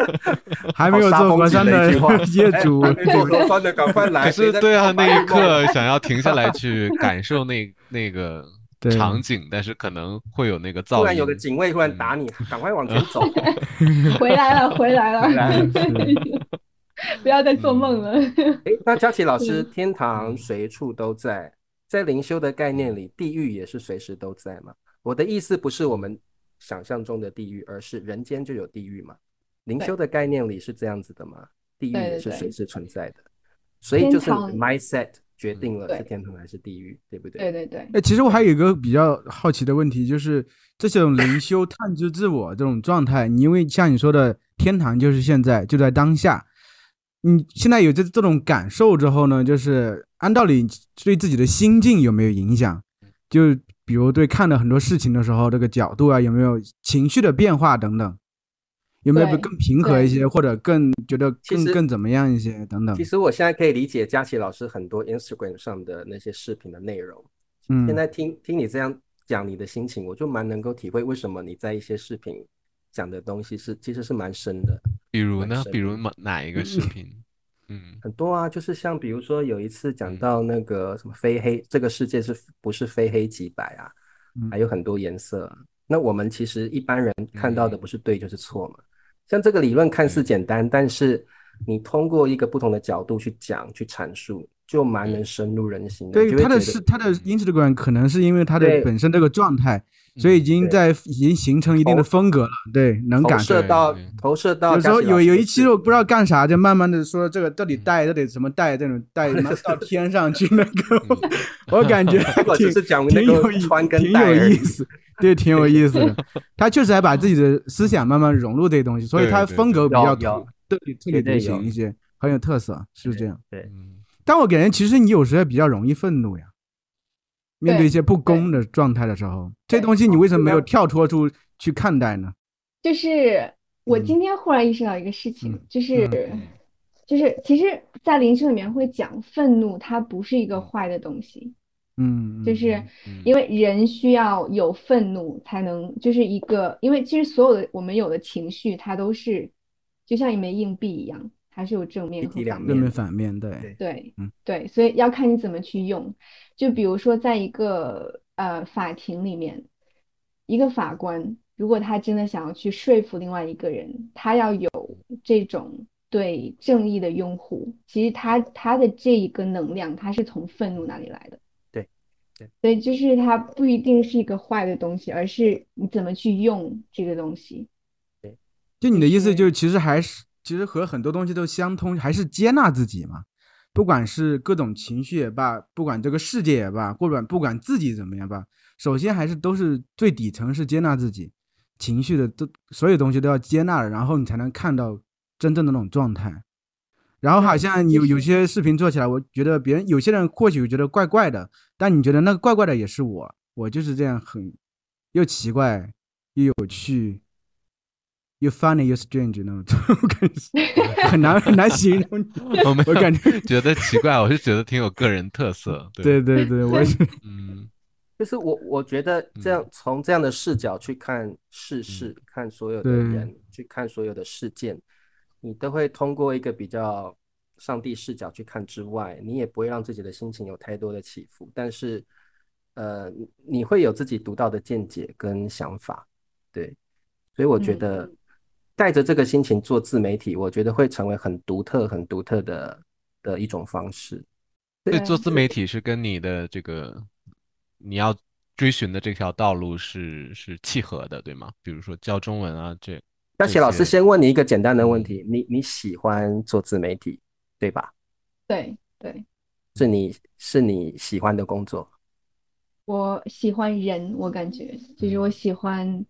Speaker 3: [LAUGHS]
Speaker 2: 还没
Speaker 3: 好
Speaker 2: 有
Speaker 3: 杀
Speaker 2: 做
Speaker 3: 风
Speaker 2: 核
Speaker 3: 景
Speaker 2: 酸
Speaker 3: 的一
Speaker 2: 的，
Speaker 3: 句话
Speaker 2: [LAUGHS] 业
Speaker 3: 哎， [LAUGHS]
Speaker 2: 主
Speaker 3: 还没做核酸的赶快来，
Speaker 1: [LAUGHS] 可
Speaker 3: 谁
Speaker 1: 是，
Speaker 3: 在
Speaker 1: 对啊，
Speaker 3: 搞白
Speaker 1: 那一
Speaker 3: 日梦？
Speaker 1: 刻想要停下来去感受
Speaker 3: [LAUGHS]
Speaker 1: 那那个
Speaker 2: 对
Speaker 1: 场景，但是可能会有那个
Speaker 3: 突
Speaker 1: 噪
Speaker 3: 然有个
Speaker 1: 音。
Speaker 3: 警卫突然打
Speaker 1: 嗯，
Speaker 3: 你，赶快往前走，
Speaker 4: 回来了，回来了，
Speaker 3: 回来了。
Speaker 2: 是
Speaker 4: [LAUGHS] 不要再做梦
Speaker 1: 嗯
Speaker 4: 了。
Speaker 3: 诶，那佳琪老师，
Speaker 4: 嗯，
Speaker 3: 天堂
Speaker 1: 嗯
Speaker 3: 随处都在，在灵修的概念
Speaker 1: 嗯
Speaker 3: 里，地狱也是随时都在嘛？我的意思不是我
Speaker 1: 嗯
Speaker 3: 们想象中的地狱，而是人间就有地狱嘛？灵修的
Speaker 4: 对，
Speaker 3: 概念里是这样子的吗？地狱
Speaker 4: 对
Speaker 3: 也
Speaker 4: 对
Speaker 3: 是随
Speaker 4: 对，
Speaker 3: 时存在的，所以
Speaker 4: 天
Speaker 3: 就是你的
Speaker 4: 堂，
Speaker 3: mindset 决
Speaker 1: 嗯
Speaker 3: 定了是
Speaker 4: 对
Speaker 3: 天堂还是地狱，对不对？
Speaker 4: 对对对，
Speaker 2: 哎，其实我还
Speaker 3: 对，
Speaker 2: 有一个比较好奇的问题，就是这种灵修、探知自我这种状态，你因为像你说的，天堂就是现在，就在当下。你现在有这这种感受之后呢，就是按道理对自己的心境有没有影响？就比如对看了很多事情的时候，这个角度啊，有没有情绪的变化等等，有没有
Speaker 4: 对
Speaker 2: 更平和一
Speaker 4: 对，
Speaker 2: 些，或者更觉得
Speaker 3: 其
Speaker 2: 更
Speaker 3: 实。
Speaker 2: 更怎么样一些等
Speaker 3: 其
Speaker 2: 等？
Speaker 3: 实我现在可以理解佳琪老师很多 Instagram 上的那些视频的内容。现
Speaker 2: 嗯
Speaker 3: 在听听你这样讲你的心情，我就蛮能够体会为什么你在一些视频讲的东西是其实是蛮深的，
Speaker 1: 比如
Speaker 3: 蛮
Speaker 1: 呢？
Speaker 3: 深
Speaker 1: 比如
Speaker 3: 的。
Speaker 1: 哪哪一个视频？嗯
Speaker 3: 很多啊，就是像比如说有一次讲
Speaker 1: 嗯
Speaker 3: 到那个什么非黑，这个世界是不是非黑即白啊？还
Speaker 2: 嗯
Speaker 3: 有很多颜色啊。那我们其实一般人看到的
Speaker 1: 嗯，
Speaker 3: 不是对就是错嘛。像这个理论
Speaker 2: 嗯
Speaker 3: 看似
Speaker 1: 对
Speaker 3: 简单，但是你通过一个不同的角度去讲、去阐述，就蛮能
Speaker 1: 对，
Speaker 3: 深入人心的。你
Speaker 2: 嗯对，
Speaker 3: 就会
Speaker 2: 他的
Speaker 3: 觉得，
Speaker 2: 是他的
Speaker 1: 嗯
Speaker 2: Instagram 可能是因为他的
Speaker 3: 对
Speaker 2: 本身这个状态，所以已
Speaker 1: 嗯
Speaker 2: 经
Speaker 3: 对，
Speaker 2: 在已经形成一定的
Speaker 3: 投
Speaker 2: 风格了，对，能
Speaker 3: 投
Speaker 2: 感受。
Speaker 3: 射
Speaker 1: 对
Speaker 3: 到
Speaker 1: 对，
Speaker 3: 投射到
Speaker 2: 有时
Speaker 3: 佳
Speaker 2: 候
Speaker 3: 琪老
Speaker 2: 有
Speaker 3: 师
Speaker 2: 有
Speaker 3: 的
Speaker 2: 一期
Speaker 3: 视
Speaker 2: 我不知
Speaker 3: 频，
Speaker 2: 道干啥，就慢慢的说这个这里
Speaker 1: 嗯
Speaker 2: 带，这里什么带，这种带，
Speaker 3: [LAUGHS]
Speaker 2: 妈到天上去那个，
Speaker 1: 嗯
Speaker 2: 我感觉还
Speaker 3: 如果只
Speaker 2: [LAUGHS] 挺
Speaker 3: 是讲那
Speaker 2: 挺
Speaker 3: 个
Speaker 2: 有意
Speaker 3: 穿跟
Speaker 2: 挺
Speaker 3: 戴
Speaker 2: 有
Speaker 3: 而
Speaker 2: 意
Speaker 3: 已，
Speaker 2: 思，对，挺有意
Speaker 3: [LAUGHS]
Speaker 2: 思的。他确实还把自己的思想慢慢融入这些东西，所以
Speaker 1: 对
Speaker 2: 他
Speaker 1: 对
Speaker 2: 风
Speaker 1: 对，
Speaker 2: 格比较
Speaker 3: 有
Speaker 2: 特
Speaker 3: 有，
Speaker 2: 特立特
Speaker 3: 绝
Speaker 2: 立独
Speaker 3: 对有，
Speaker 2: 行一些，很有特色，是这
Speaker 3: 对
Speaker 2: 样。
Speaker 3: 对，
Speaker 1: 嗯
Speaker 2: 但我感觉其实你有时候比较容易愤怒呀。面对一
Speaker 4: 对
Speaker 2: 些不
Speaker 4: 对
Speaker 2: 公的状态的时候，这
Speaker 4: 对，
Speaker 2: 东西你为什
Speaker 3: 是
Speaker 2: 么没有
Speaker 3: 吗？
Speaker 2: 跳脱出去看待呢？
Speaker 4: 就是我
Speaker 2: 嗯
Speaker 4: 今天忽然意识到一个事情，
Speaker 2: 嗯
Speaker 4: 就是
Speaker 2: 嗯
Speaker 1: 嗯
Speaker 4: 就是其实，在灵修里面会讲愤怒，它不是一个
Speaker 1: 嗯
Speaker 4: 坏的东西，就
Speaker 2: 嗯
Speaker 4: 是
Speaker 1: 嗯
Speaker 4: 因
Speaker 1: 嗯
Speaker 4: 为人需要有愤怒才能，就是一个，因为其实所有的我们有的情绪，它都是就像一枚硬币一样，它是有正
Speaker 3: 一
Speaker 4: 面和
Speaker 3: 体两
Speaker 4: 反
Speaker 2: 正
Speaker 4: 面
Speaker 2: 面
Speaker 3: 面，
Speaker 4: 的。
Speaker 2: 反面对，
Speaker 3: 对，
Speaker 4: 对
Speaker 2: 嗯
Speaker 4: 对，所以要看你怎么去用。就比如说，在一个呃法庭里面，一个法官如果他真的想要去说服另外一个人，他要有这种对正义的拥护，其实他他的这一个能量，他是从愤怒那里来的。
Speaker 3: 对，对，
Speaker 4: 所以就是它不一定是一个坏的东西，而是你怎么去用这个东西。
Speaker 3: 对，
Speaker 2: 就你
Speaker 4: 就
Speaker 2: 的意思就是是其实还是其实和很多东西都相通，还是接纳自己嘛，不管是各种情绪也罢，不管这个世界也罢，或者不管自己怎么样吧，首先还是都是最底层是接纳自己情绪的都所有东西都要接纳了，然后你才能看到真正的那种状态。然后好
Speaker 4: 对，
Speaker 2: 像
Speaker 4: 就
Speaker 2: 有有
Speaker 4: 是
Speaker 2: 些视频做起来，我觉得别人有些人或许觉得怪怪的，但你觉得那个怪怪的也是我，我就是这样很又奇怪又有趣又 funny 又 strange [LAUGHS] 那种，我感觉很难很难形
Speaker 3: [LAUGHS]
Speaker 2: 容，
Speaker 1: 我没
Speaker 2: 我
Speaker 1: 有
Speaker 2: 感觉
Speaker 1: 觉得奇怪，我是觉得挺有个人特色，对，
Speaker 2: 对对对，我是
Speaker 1: 嗯
Speaker 3: 就是我我觉得这样
Speaker 1: 嗯
Speaker 3: 从这样的视角去看世
Speaker 1: 嗯
Speaker 3: 事，看所有的
Speaker 2: 对
Speaker 3: 人，去看所有的事件，你都会通过一个比较上帝视角去看之外，你也不会让自己的心情有太多的起伏，但是呃，你你会有自己独到的见解跟想法，对，所以我觉
Speaker 4: 嗯，
Speaker 3: 得。带着这个心情做自媒体，我觉得会成为很独特、很独特的的一种方式。
Speaker 1: 所以
Speaker 3: 啊
Speaker 4: 对
Speaker 1: 做自媒体是跟你的这个你要追寻的这条道路是是契合的，对吗？比如说教中文啊，这
Speaker 3: 那
Speaker 1: 这
Speaker 3: 写老
Speaker 1: 些
Speaker 3: 师先问你一个简单的问
Speaker 1: 嗯
Speaker 3: 题：你你喜欢做自媒体，对吧？
Speaker 4: 对对，
Speaker 3: 是你是你喜欢的工作，
Speaker 4: 我喜欢人，我感觉就是
Speaker 1: 嗯
Speaker 4: 我喜欢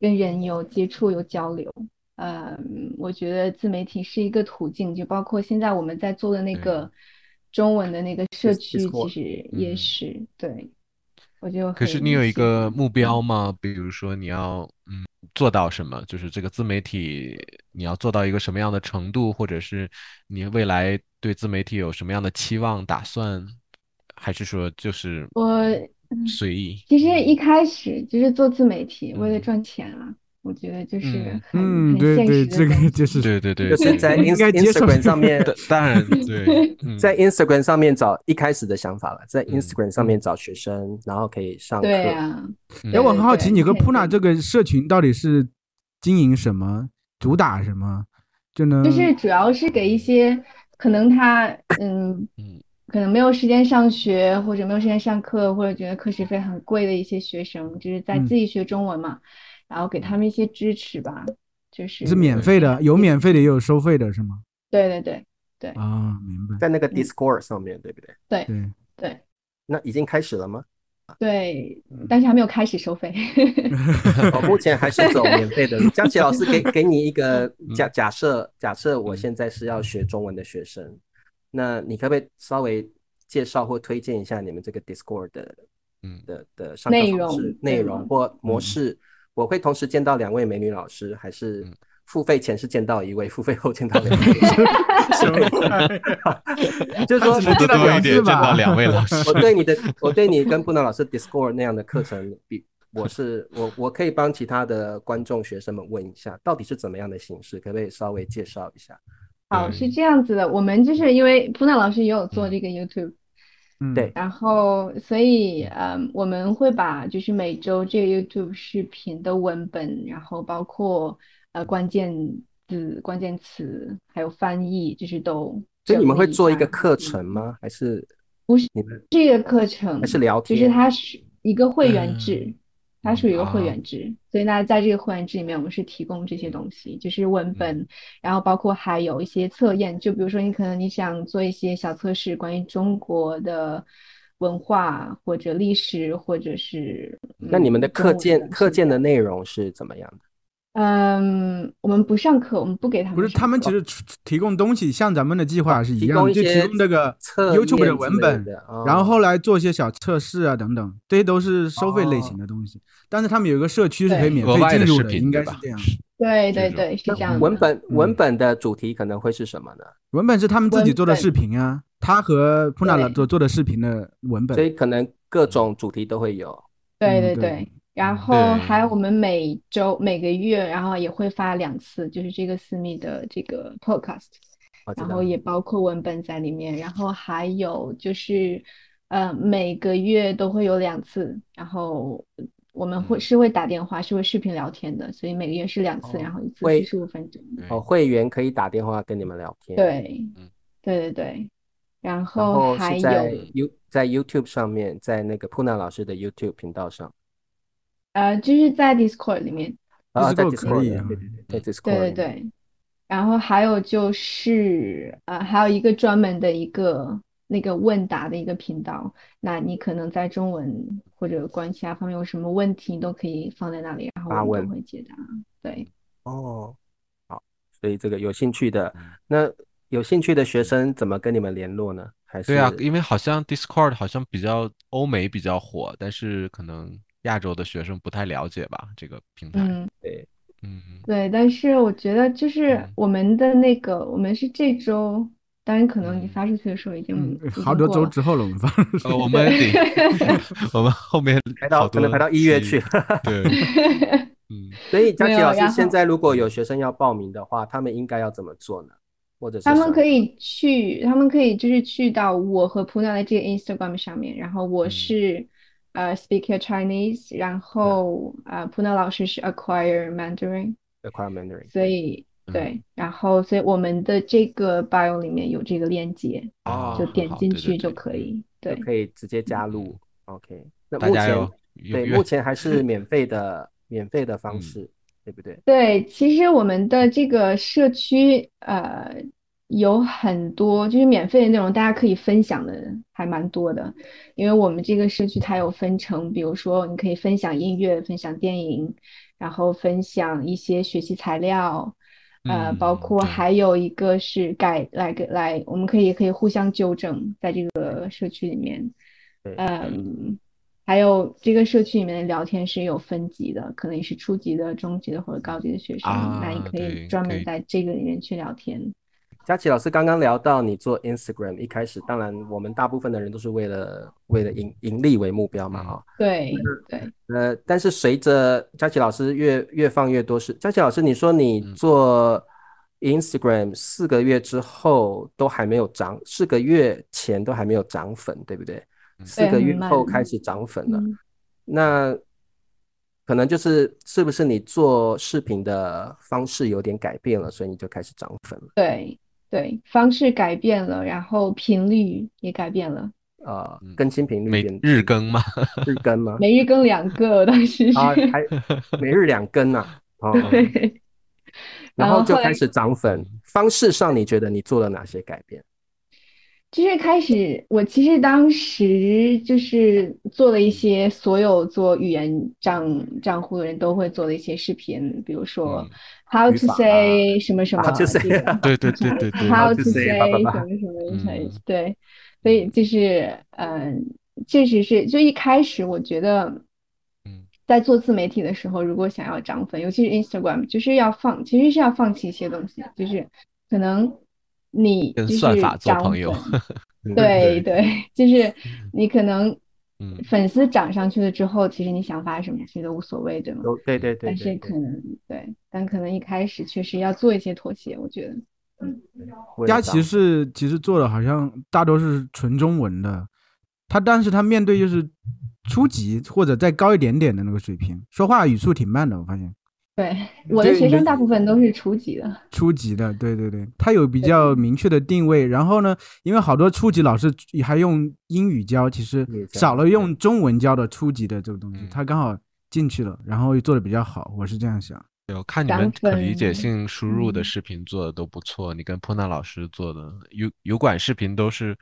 Speaker 4: 跟人有接触、有交流。嗯，我觉得自媒体是一个途径，就包括现在我们在做的那
Speaker 1: 对
Speaker 4: 个中文的那个社
Speaker 3: Dis-
Speaker 4: 区，其
Speaker 3: Discord
Speaker 4: 实也
Speaker 1: 嗯
Speaker 4: 是对，我就
Speaker 1: 可是你
Speaker 4: 很
Speaker 1: 有一
Speaker 4: 喜
Speaker 1: 个
Speaker 4: 欢。
Speaker 1: 目
Speaker 4: 嗯。
Speaker 1: 标吗？比如说你要嗯做到什么？就是这个自媒体你要做到一个什么样的程度，或者是你未来对自媒体有什么样的期望、打算，还是说就是
Speaker 4: 我嗯
Speaker 1: 随意？
Speaker 4: 其实一
Speaker 1: 嗯
Speaker 4: 开始就是做自媒体，为了
Speaker 1: 嗯
Speaker 4: 赚钱啊，我觉得就是
Speaker 1: 嗯，
Speaker 4: 很
Speaker 2: 嗯，
Speaker 4: 很
Speaker 2: 对
Speaker 4: 现
Speaker 2: 对，
Speaker 4: 实的
Speaker 2: 这
Speaker 4: 东
Speaker 2: 个
Speaker 4: 西。
Speaker 2: 就是
Speaker 1: 对对对
Speaker 3: 就是
Speaker 1: 对，
Speaker 3: 在
Speaker 2: 我应
Speaker 3: ins
Speaker 2: 该接受
Speaker 3: Instagram
Speaker 2: [LAUGHS]
Speaker 3: 上面，
Speaker 1: 当当然对，
Speaker 4: [LAUGHS]
Speaker 3: 在
Speaker 1: 嗯
Speaker 3: Instagram 上面找一开始的想法了，在
Speaker 1: 嗯
Speaker 3: Instagram 上面找学生，然后可以上课。
Speaker 4: 对啊呀，
Speaker 2: 哎，
Speaker 4: 对
Speaker 2: 我
Speaker 1: 嗯。
Speaker 2: 很
Speaker 4: 对
Speaker 2: 好奇，
Speaker 4: 对，
Speaker 2: 你
Speaker 4: 你
Speaker 2: 和
Speaker 4: 可以
Speaker 2: 普娜这
Speaker 4: 做，
Speaker 2: 个社群到底是经营什么，主打什么，就
Speaker 4: 就是
Speaker 2: 能
Speaker 4: 主要是给一些可能他嗯，
Speaker 1: 嗯
Speaker 4: 可能没有时间上学，或者没有时间上课，或者觉得课时费很贵的一些学生，就是在自
Speaker 2: 嗯，
Speaker 4: 己学中文嘛，然后给他
Speaker 1: 嗯，
Speaker 4: 们一些支持吧，就是
Speaker 2: 免
Speaker 4: 是
Speaker 1: 对，
Speaker 2: 费的，有
Speaker 4: 也
Speaker 2: 免费的也有收费的，是吗？
Speaker 4: 对对对对，
Speaker 2: 啊，明白，
Speaker 3: 在那个
Speaker 4: 嗯
Speaker 3: Discord 上面，对不对？
Speaker 4: 对
Speaker 2: 对，
Speaker 4: 对。
Speaker 3: 那已经开始了吗？
Speaker 4: 对，但是还没有开始收费。
Speaker 3: 我哦目前还是走
Speaker 1: [LAUGHS]
Speaker 3: 免费的路。佳琪老师给给你一个假
Speaker 1: 嗯
Speaker 3: 假设，假设我
Speaker 1: 嗯
Speaker 3: 现在是要学中文的学生，那你可不可以稍微介绍或推荐一下你们这个 Discord 的
Speaker 1: 嗯
Speaker 3: 的的上课
Speaker 4: 内
Speaker 3: 方
Speaker 4: 容
Speaker 3: 式、内
Speaker 4: 对
Speaker 3: 容
Speaker 4: 吗？
Speaker 3: 或模
Speaker 1: 嗯
Speaker 3: 式？我会同时见到两位美女老师，还是
Speaker 1: 嗯，
Speaker 3: 付费前是见到一位，付费后见
Speaker 1: [LAUGHS]
Speaker 3: 到两位？
Speaker 2: 什么玩意儿？
Speaker 3: 就是
Speaker 2: 他
Speaker 3: 说，
Speaker 2: 只能
Speaker 1: 付得嗯多
Speaker 2: 见到表
Speaker 1: 一点，
Speaker 2: 示
Speaker 1: 见到
Speaker 2: 吧？
Speaker 1: 两位
Speaker 2: [LAUGHS]
Speaker 1: 老师。
Speaker 3: 我对你的，我对你跟布朗老师 Discord 那样的课程比，我是我我可以帮其他的观众学生们问一下，到底是怎么样的形式，可不可以稍微介绍一下？
Speaker 4: 好，是
Speaker 1: 对，
Speaker 4: 这样子的，我们就是因为普娜老师也有做
Speaker 1: 嗯
Speaker 4: 这个 YouTube，
Speaker 2: [LAUGHS] 嗯
Speaker 3: 对，
Speaker 4: 然后所以嗯，我们会把就是每周这个 YouTube 视频的文本，然后包括呃关键字、关键词，还有翻译，就是都
Speaker 3: 所以你
Speaker 4: 整
Speaker 3: 们会
Speaker 4: 理
Speaker 3: 做一个
Speaker 4: 完。
Speaker 3: 课程
Speaker 4: 嗯，
Speaker 3: 吗？还是你们
Speaker 4: 这个课
Speaker 3: 还是
Speaker 4: 程
Speaker 3: 聊
Speaker 4: 就是
Speaker 3: 天？
Speaker 4: 它是一个会员
Speaker 1: 嗯
Speaker 4: 制，它属
Speaker 1: 嗯
Speaker 4: 于一个会
Speaker 1: 啊，
Speaker 4: 员制，所以那在这个会员制里面，我们是提供这些东西，就是文
Speaker 1: 嗯
Speaker 4: 本，然后包括还有一些测验，就比如说你可能你想做一些小测试，关于中国的文化或者历史，或者是
Speaker 3: 那你们的
Speaker 4: 嗯
Speaker 3: 课
Speaker 4: 中文
Speaker 3: 件
Speaker 4: 的
Speaker 3: 课
Speaker 4: 现
Speaker 3: 件的
Speaker 4: 在，
Speaker 3: 内容是怎么样的？
Speaker 4: 嗯，我们不上课，我们不给他
Speaker 2: 不
Speaker 4: 们
Speaker 2: 是，他
Speaker 4: 上
Speaker 2: 们
Speaker 4: 课，
Speaker 2: 其实出提供东西，像咱们的计划是一
Speaker 3: 提
Speaker 2: 样
Speaker 3: 供
Speaker 2: 的，
Speaker 3: 一
Speaker 2: 就提
Speaker 3: 些
Speaker 2: 供这个
Speaker 3: 测
Speaker 2: YouTube 的
Speaker 3: 验之
Speaker 2: 文
Speaker 3: 类
Speaker 2: 本，
Speaker 3: 的
Speaker 2: 然后
Speaker 3: 哦
Speaker 2: 后来做一些小测试啊等等，这些都是收费类型
Speaker 3: 哦，
Speaker 2: 的东西。但是他们有一个社区是可以
Speaker 4: 对
Speaker 2: 免
Speaker 1: 额
Speaker 2: 费
Speaker 1: 外
Speaker 2: 进
Speaker 1: 的
Speaker 2: 入
Speaker 1: 视
Speaker 2: 的，
Speaker 1: 频
Speaker 2: 应
Speaker 1: 对
Speaker 2: 该是
Speaker 1: 吧？
Speaker 2: 这样。
Speaker 1: 是
Speaker 4: 对
Speaker 1: 这
Speaker 4: 对
Speaker 1: 种，
Speaker 4: 对，是
Speaker 3: 那
Speaker 4: 这样
Speaker 2: 嗯
Speaker 3: 文
Speaker 4: 的，
Speaker 3: 本文
Speaker 2: 嗯，
Speaker 3: 本的主题可能会是什么呢？
Speaker 2: 文本是他们自己
Speaker 4: 文
Speaker 2: 做的视
Speaker 4: 本，
Speaker 2: 频啊，他和普娜老
Speaker 4: 对。
Speaker 2: 所做的视频的文
Speaker 3: 所
Speaker 2: 本。
Speaker 3: 以可能各
Speaker 1: 嗯
Speaker 3: 种主题都会有。
Speaker 4: 对
Speaker 2: 嗯，
Speaker 4: 对
Speaker 2: 对，
Speaker 4: 对，然
Speaker 2: 嗯
Speaker 4: 后还有
Speaker 1: 对，
Speaker 4: 我们每周每个月，然后也会发两次，就是这个私密的这个 podcast，
Speaker 3: 我知
Speaker 4: 然
Speaker 3: 道
Speaker 4: 后
Speaker 3: 了。
Speaker 4: 也包括文本在里面，然后还有就是，呃，每个月都会有两次，然后我们会
Speaker 1: 嗯
Speaker 4: 是会打电话，是会视频聊天的，所以每个月是两次，然
Speaker 3: 哦，
Speaker 4: 后一次是
Speaker 3: 会
Speaker 4: 十五分钟。
Speaker 3: 哦，
Speaker 1: 对，
Speaker 3: 会员可以打电话跟你们聊天，
Speaker 4: 对，
Speaker 1: 嗯
Speaker 4: 对对对，然
Speaker 3: 然
Speaker 4: 后
Speaker 3: 后是
Speaker 4: 哦还
Speaker 3: 在
Speaker 4: 有。
Speaker 1: 嗯
Speaker 3: You 在 YouTube 上面，在那个普娜老师的 YouTube 频道上，
Speaker 4: 呃，就是在 Discord 里面，
Speaker 3: 啊，在
Speaker 2: Discord 可
Speaker 3: Discord
Speaker 2: 以
Speaker 3: 的，
Speaker 2: 啊，
Speaker 3: 对对对，在
Speaker 1: 嗯
Speaker 4: 对
Speaker 3: Discord
Speaker 4: 对
Speaker 3: 里面，
Speaker 4: 对，然后还有就是呃，还有一个专门的一个那个问答的一个频道，那你可能在中文或者关于其他方面有什么问题，你都可以放在那里，然后我
Speaker 3: 发
Speaker 4: 们
Speaker 3: 问。
Speaker 4: 都会解答。对，
Speaker 3: 哦，好，所以这个有兴趣的，
Speaker 1: 嗯
Speaker 3: 那有兴趣的学
Speaker 1: 嗯，
Speaker 3: 生怎么跟你们联络呢？还
Speaker 1: 对啊，
Speaker 3: 是
Speaker 1: 因为好像 Discord 好像比较欧美比较火，但是可能亚洲的学生不太了解吧，这个平台。
Speaker 4: 嗯，
Speaker 3: 对，
Speaker 1: 嗯
Speaker 4: 对，但是我觉得就是
Speaker 1: 嗯
Speaker 4: 我们的那个，我们是这周，当然可能你
Speaker 1: 嗯，
Speaker 4: 发出去的时候已
Speaker 2: 嗯，
Speaker 4: 经已
Speaker 2: 好
Speaker 4: 经
Speaker 2: 多
Speaker 4: 过
Speaker 2: 周
Speaker 4: 了，
Speaker 2: 之后了，我们发。
Speaker 1: 呃，我
Speaker 4: 对，
Speaker 1: 们得，我们后面
Speaker 3: 排到
Speaker 1: 好
Speaker 3: 可能排
Speaker 1: 多
Speaker 3: 到一月去 [LAUGHS]
Speaker 1: 期，
Speaker 3: 了。
Speaker 4: [LAUGHS]
Speaker 1: 对，
Speaker 3: [LAUGHS]
Speaker 1: 嗯。
Speaker 3: 所以佳
Speaker 4: 没
Speaker 3: 琪
Speaker 4: 有，
Speaker 3: 老师，
Speaker 4: 然
Speaker 3: 现
Speaker 4: 后。
Speaker 3: 在如果有
Speaker 1: 嗯
Speaker 3: 学生要报名的话，他们应该要怎么做呢？或者是
Speaker 4: 他们
Speaker 3: 什
Speaker 4: 可
Speaker 3: 么？
Speaker 4: 以去，他们可以就是去到我和普娜的这个 Instagram 上面，然后我
Speaker 1: 嗯
Speaker 4: 是呃 Speak Your Chinese，然
Speaker 1: 嗯
Speaker 4: 后呃普娜老师是 Acquire Mandarin，
Speaker 3: ，Acquire Mandarin，
Speaker 4: 所以
Speaker 1: 嗯
Speaker 4: 对，然后所以我们的这个 bio 里面有这个链接，
Speaker 1: 啊，
Speaker 4: 就
Speaker 1: 很
Speaker 4: 点
Speaker 1: 好
Speaker 4: 进
Speaker 1: 对对
Speaker 4: 去就
Speaker 1: 对
Speaker 4: 可以。
Speaker 3: 就
Speaker 4: 对，
Speaker 3: 可以直接加入。OK，那
Speaker 1: 大
Speaker 3: 目
Speaker 1: 家
Speaker 3: 前
Speaker 1: 要踊
Speaker 3: 对
Speaker 1: 跃
Speaker 3: 目前还是免费的，免费的方
Speaker 1: 嗯
Speaker 3: 式，对不对？
Speaker 4: 对，其实我们的这个社区，呃，有很多就是免费的内容，大家可以分享的还蛮多的。因为我们这个社区它有分成，比如说你可以分享音乐、分享电影，然后分享一些学习材料，呃，包
Speaker 1: 嗯，
Speaker 4: 括
Speaker 1: 对，
Speaker 4: 还有一个是改来个来，我们可以可以互相纠正在这个社区里面，
Speaker 3: 对
Speaker 4: 嗯，还有这个社区里面的聊天是有分级的，可能是初级的、中级的或者高级的学生，那你
Speaker 1: 啊，
Speaker 4: 可以
Speaker 1: 对，
Speaker 4: 专
Speaker 1: 可
Speaker 4: 门
Speaker 1: 以，
Speaker 4: 在这个里面去聊天。
Speaker 3: 佳琪老师刚刚聊到你做 Instagram，一开始当然我们大部分的人都是为了为了盈盈利为目标嘛，
Speaker 1: 嗯
Speaker 3: 啊、
Speaker 4: 对对，
Speaker 3: 呃，但是随着佳琪老师越越放越多事，佳琪老师，你说你
Speaker 1: 嗯
Speaker 3: 做 Instagram 四个月之后都还没有涨，四个月前都还没有涨粉，对不对？
Speaker 1: 嗯
Speaker 3: 四
Speaker 4: 对，
Speaker 3: 个
Speaker 4: 很
Speaker 3: 月后
Speaker 4: 慢。
Speaker 3: 开始涨粉了，
Speaker 4: 嗯，
Speaker 3: 那可能就是是不是你做视频的方式有点改变了，所以你就开始涨粉了？
Speaker 4: 对对，方式改变了，然后频率也改变了，
Speaker 3: 呃，
Speaker 1: 嗯，
Speaker 3: 更新频率
Speaker 1: 每
Speaker 3: 变
Speaker 1: 日更嘛，
Speaker 3: 日更吗？
Speaker 4: 每日更两个，我当时是，
Speaker 3: 啊，还每日两更呐、啊，哦，
Speaker 4: [LAUGHS] 对，
Speaker 3: 然
Speaker 4: 然
Speaker 3: 后
Speaker 4: 后
Speaker 3: 就
Speaker 4: 后
Speaker 3: 开
Speaker 4: 来
Speaker 3: 始涨粉。方式上，你觉得你做了哪些改变？
Speaker 4: 就是开始，我其实当时就是做了一些所有做语言账账户的人都会做的一些视频，比如说
Speaker 1: 嗯，
Speaker 4: how
Speaker 3: 语
Speaker 4: to
Speaker 3: 法啊，
Speaker 4: say 什么什
Speaker 3: 然后就
Speaker 4: 么
Speaker 3: 是
Speaker 4: 这种
Speaker 1: 对对对对对，
Speaker 3: how
Speaker 4: ，how
Speaker 3: to
Speaker 4: to
Speaker 3: say 叭叭
Speaker 4: say 什
Speaker 3: 叭，
Speaker 4: 么什么什么
Speaker 1: 嗯，
Speaker 4: 对，所以就是嗯，确实是，就一开始我觉得。
Speaker 1: 嗯
Speaker 4: 在做自媒体的时候，如果想要涨粉，尤其是 Instagram，就是要放，其实是要放弃一些东西的，就是可能你
Speaker 1: 跟
Speaker 4: 就
Speaker 1: 算
Speaker 4: 是
Speaker 1: 法做
Speaker 4: 涨
Speaker 1: 朋友，
Speaker 4: 粉，
Speaker 1: [LAUGHS]
Speaker 3: 嗯，
Speaker 4: 对
Speaker 1: 对，
Speaker 4: 对，就是你可能
Speaker 1: 嗯
Speaker 4: 粉丝涨上去了之后，其实你想发什么其实都无所谓，对吗？
Speaker 3: 都对对对对
Speaker 4: 但是
Speaker 3: 对，
Speaker 4: 可能对，但可能一开始确实要做一些妥协，我觉得，嗯，
Speaker 3: 为了
Speaker 2: 佳
Speaker 3: 涨
Speaker 2: 琪是其实做的好像大多是纯中文的，他但是他面对就是初级或者再高一点点的那个水平，说话语速挺慢的，我发现
Speaker 4: 对，我的
Speaker 2: 对
Speaker 4: 学
Speaker 2: 你的
Speaker 4: 生大部分都是初级的，
Speaker 2: 初级的，对对对，他有比
Speaker 4: 对
Speaker 2: 较明确的定位。然后呢，因为好多初级老师还用英语教，其实
Speaker 3: 英语教
Speaker 2: 少了
Speaker 3: 对
Speaker 2: 用中文教的初级的这个东西，
Speaker 1: 嗯
Speaker 2: 他刚好进去了，然后又做的比较好，我是这样想。
Speaker 1: 对，我看你们
Speaker 4: 涨
Speaker 1: 可理解
Speaker 4: 粉，
Speaker 1: 性输入的
Speaker 4: 嗯，
Speaker 1: 视频做的都不错，你跟波娜老师做的油油管视频都是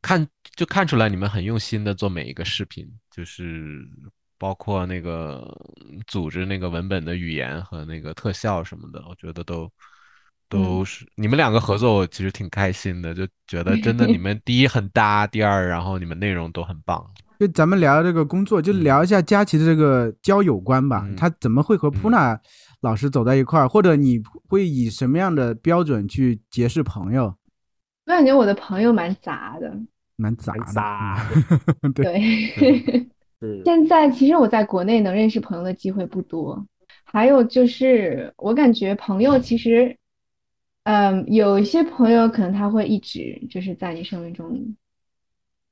Speaker 1: 看就看出来你们很用心的做每一个视频，就是包括那个嗯组织那个文本的语言和那个特效什么的，我觉得都都
Speaker 4: 嗯，
Speaker 1: 是你们两个合作，我其实挺开心的，就觉得真的你
Speaker 4: [LAUGHS]
Speaker 1: 们第一很搭，第二然后你们内容都很棒，
Speaker 2: 就咱们聊这个工作，就聊一
Speaker 1: 嗯
Speaker 2: 下佳琪的这个交友观吧，
Speaker 1: 嗯
Speaker 2: 他怎么会和普
Speaker 1: 嗯
Speaker 2: 娜老师走在一块儿，或者你会以什么样的标准去结识朋友？
Speaker 4: 我感觉我的朋友蛮杂的，
Speaker 2: 蛮
Speaker 3: 很
Speaker 2: 杂的，
Speaker 3: 杂，对，
Speaker 2: [LAUGHS] 嗯， [LAUGHS]
Speaker 1: 对，
Speaker 2: 对，
Speaker 4: 对。
Speaker 3: 啊
Speaker 4: [LAUGHS]
Speaker 3: 是
Speaker 4: 现在其实我在国内能认识朋友的机会不多，还有就是我感觉朋友其实，嗯，有一些朋友可能他会一直就是在你生命中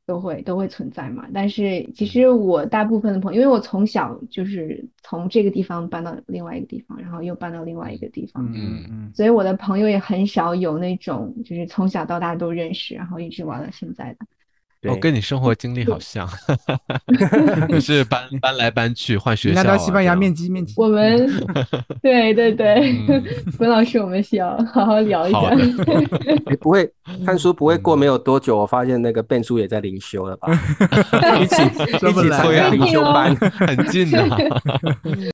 Speaker 4: 都会都会存在嘛，但是其
Speaker 1: 嗯
Speaker 4: 实我大部分的朋友，因为我从小就是从这个地方搬到另外一个地方，然后又搬到另外一
Speaker 1: 嗯
Speaker 4: 个地方，
Speaker 2: 嗯嗯
Speaker 1: 嗯
Speaker 2: 嗯，
Speaker 4: 所以我的朋友也很少有那种就是从小到大都认识，然后一直玩到现在的。
Speaker 1: 我
Speaker 3: 对，
Speaker 1: 哦跟你生
Speaker 2: 嗯
Speaker 1: 活经历好
Speaker 2: [LAUGHS]
Speaker 1: 像，也是搬搬来搬去，换
Speaker 2: 你
Speaker 1: 学
Speaker 2: 俩到
Speaker 1: 校
Speaker 2: 西
Speaker 1: 啊，
Speaker 2: 班
Speaker 1: 这
Speaker 2: 牙面
Speaker 1: 样。
Speaker 2: 基面基，
Speaker 4: 我
Speaker 1: [LAUGHS]
Speaker 4: 们，对对对， [LAUGHS]
Speaker 1: 嗯，
Speaker 4: 冯老师，我们需要好好聊一
Speaker 1: 好
Speaker 4: 下。
Speaker 1: 的，
Speaker 3: 你哎不会看书不会过没
Speaker 1: 嗯，
Speaker 3: 有多久，我发现那个变数也在灵修
Speaker 2: [LAUGHS]
Speaker 3: 了吧？ [LAUGHS] 一起
Speaker 2: 说
Speaker 3: 一
Speaker 2: 不
Speaker 3: 起
Speaker 2: 来
Speaker 3: 参
Speaker 1: 对
Speaker 2: [LAUGHS]
Speaker 3: 加
Speaker 1: 呀，
Speaker 4: 最
Speaker 3: 灵
Speaker 4: 近
Speaker 3: 修
Speaker 4: 哦，
Speaker 3: 班，
Speaker 1: 很近呐、
Speaker 4: [LAUGHS]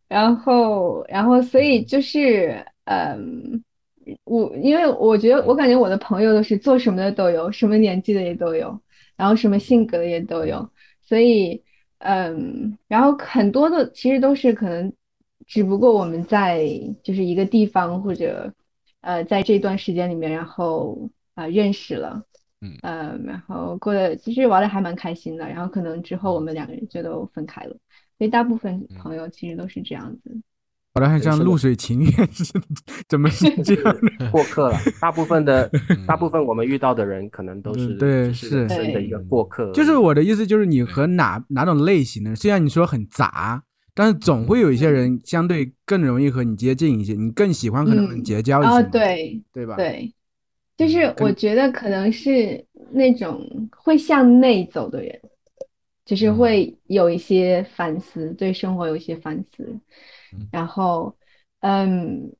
Speaker 4: 然后，然后，所以就是，嗯，我因为我觉得，我
Speaker 1: 嗯
Speaker 4: 感觉我的朋友都是做什么的都有，什么年纪的也都有，然后什么性格的也都有，所以，嗯，然后很多的其实都是可能，只不过我们在就是一个地方或者，呃，在这段时间里面，然后啊，认识了。
Speaker 1: 嗯
Speaker 4: 呃，然后过得其实玩的还蛮开心的，然后可能之后我
Speaker 1: 嗯
Speaker 4: 们两个人就都分开了。所以大部分
Speaker 1: 嗯，
Speaker 4: 朋友其实都是这样子。
Speaker 2: 搞得还
Speaker 3: 对，
Speaker 2: 像
Speaker 3: 是
Speaker 2: 露
Speaker 3: 的，
Speaker 2: 水情缘似的，怎么是
Speaker 3: 就
Speaker 2: 这样
Speaker 4: 哦
Speaker 3: 是
Speaker 2: 的？
Speaker 3: [LAUGHS] 过客了。大部分的大部
Speaker 1: 嗯
Speaker 3: 分我们遇到的人，可能都
Speaker 2: 嗯，
Speaker 3: 是
Speaker 2: 对，
Speaker 3: 就是人
Speaker 2: 是，
Speaker 3: 生的一个
Speaker 1: 嗯，
Speaker 3: 过客
Speaker 2: 就
Speaker 3: 而
Speaker 2: 是
Speaker 3: 已。
Speaker 2: 我的意思，就是你
Speaker 1: 对，
Speaker 2: 和哪哪种类型的？虽然你说很杂，但是总会有一些人相对更容易和你接近一些，你更喜欢和他们
Speaker 4: 嗯
Speaker 2: 结交一些
Speaker 4: 啊，
Speaker 2: 嘛，
Speaker 4: 对
Speaker 2: 对吧？
Speaker 4: 对，就是
Speaker 2: 跟
Speaker 4: 我觉得可能是那种会向内走的人，就是
Speaker 1: 嗯
Speaker 4: 会有一些反思，对生活有一些反思，
Speaker 1: 嗯
Speaker 4: 然后，嗯，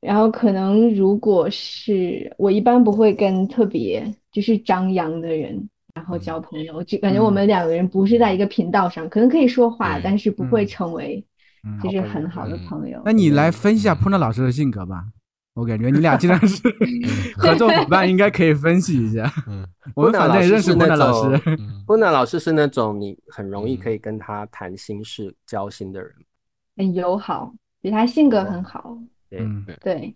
Speaker 4: 然后可能如果是我一般不会跟特别就是张扬的人。然后交
Speaker 1: 嗯
Speaker 4: 朋友，就感觉我们
Speaker 2: 嗯
Speaker 4: 两个人不是在
Speaker 1: 嗯，
Speaker 4: 一个频道上，可能可以说话，
Speaker 1: 对，
Speaker 4: 但是不会
Speaker 2: 嗯
Speaker 4: 成为
Speaker 2: 嗯，
Speaker 4: 就
Speaker 3: 好
Speaker 4: 是
Speaker 3: 朋
Speaker 4: 很
Speaker 3: 友，
Speaker 4: 好的
Speaker 1: 嗯
Speaker 4: 朋友。
Speaker 2: 那你来
Speaker 4: 对，
Speaker 2: 分析一下
Speaker 1: 嗯
Speaker 2: 普纳老师的性格吧，我感觉你俩既然是
Speaker 1: 嗯
Speaker 2: 合作伙伴，应该可以分析一下。
Speaker 1: 嗯
Speaker 2: 我们
Speaker 3: 布纳
Speaker 2: 反正
Speaker 3: 老
Speaker 2: 也
Speaker 3: 师
Speaker 2: 认识
Speaker 3: 是
Speaker 2: 普
Speaker 3: 那
Speaker 2: 纳老师，
Speaker 3: 种，
Speaker 1: 嗯
Speaker 3: 布纳老师是那种你很容易可
Speaker 1: 嗯
Speaker 3: 以跟他谈心事、交心的人，
Speaker 4: 很友好，对他性格
Speaker 1: 哦
Speaker 3: 有
Speaker 4: 很
Speaker 3: 啊，
Speaker 4: 好，
Speaker 3: 对，
Speaker 2: 嗯
Speaker 1: 对，
Speaker 4: 对，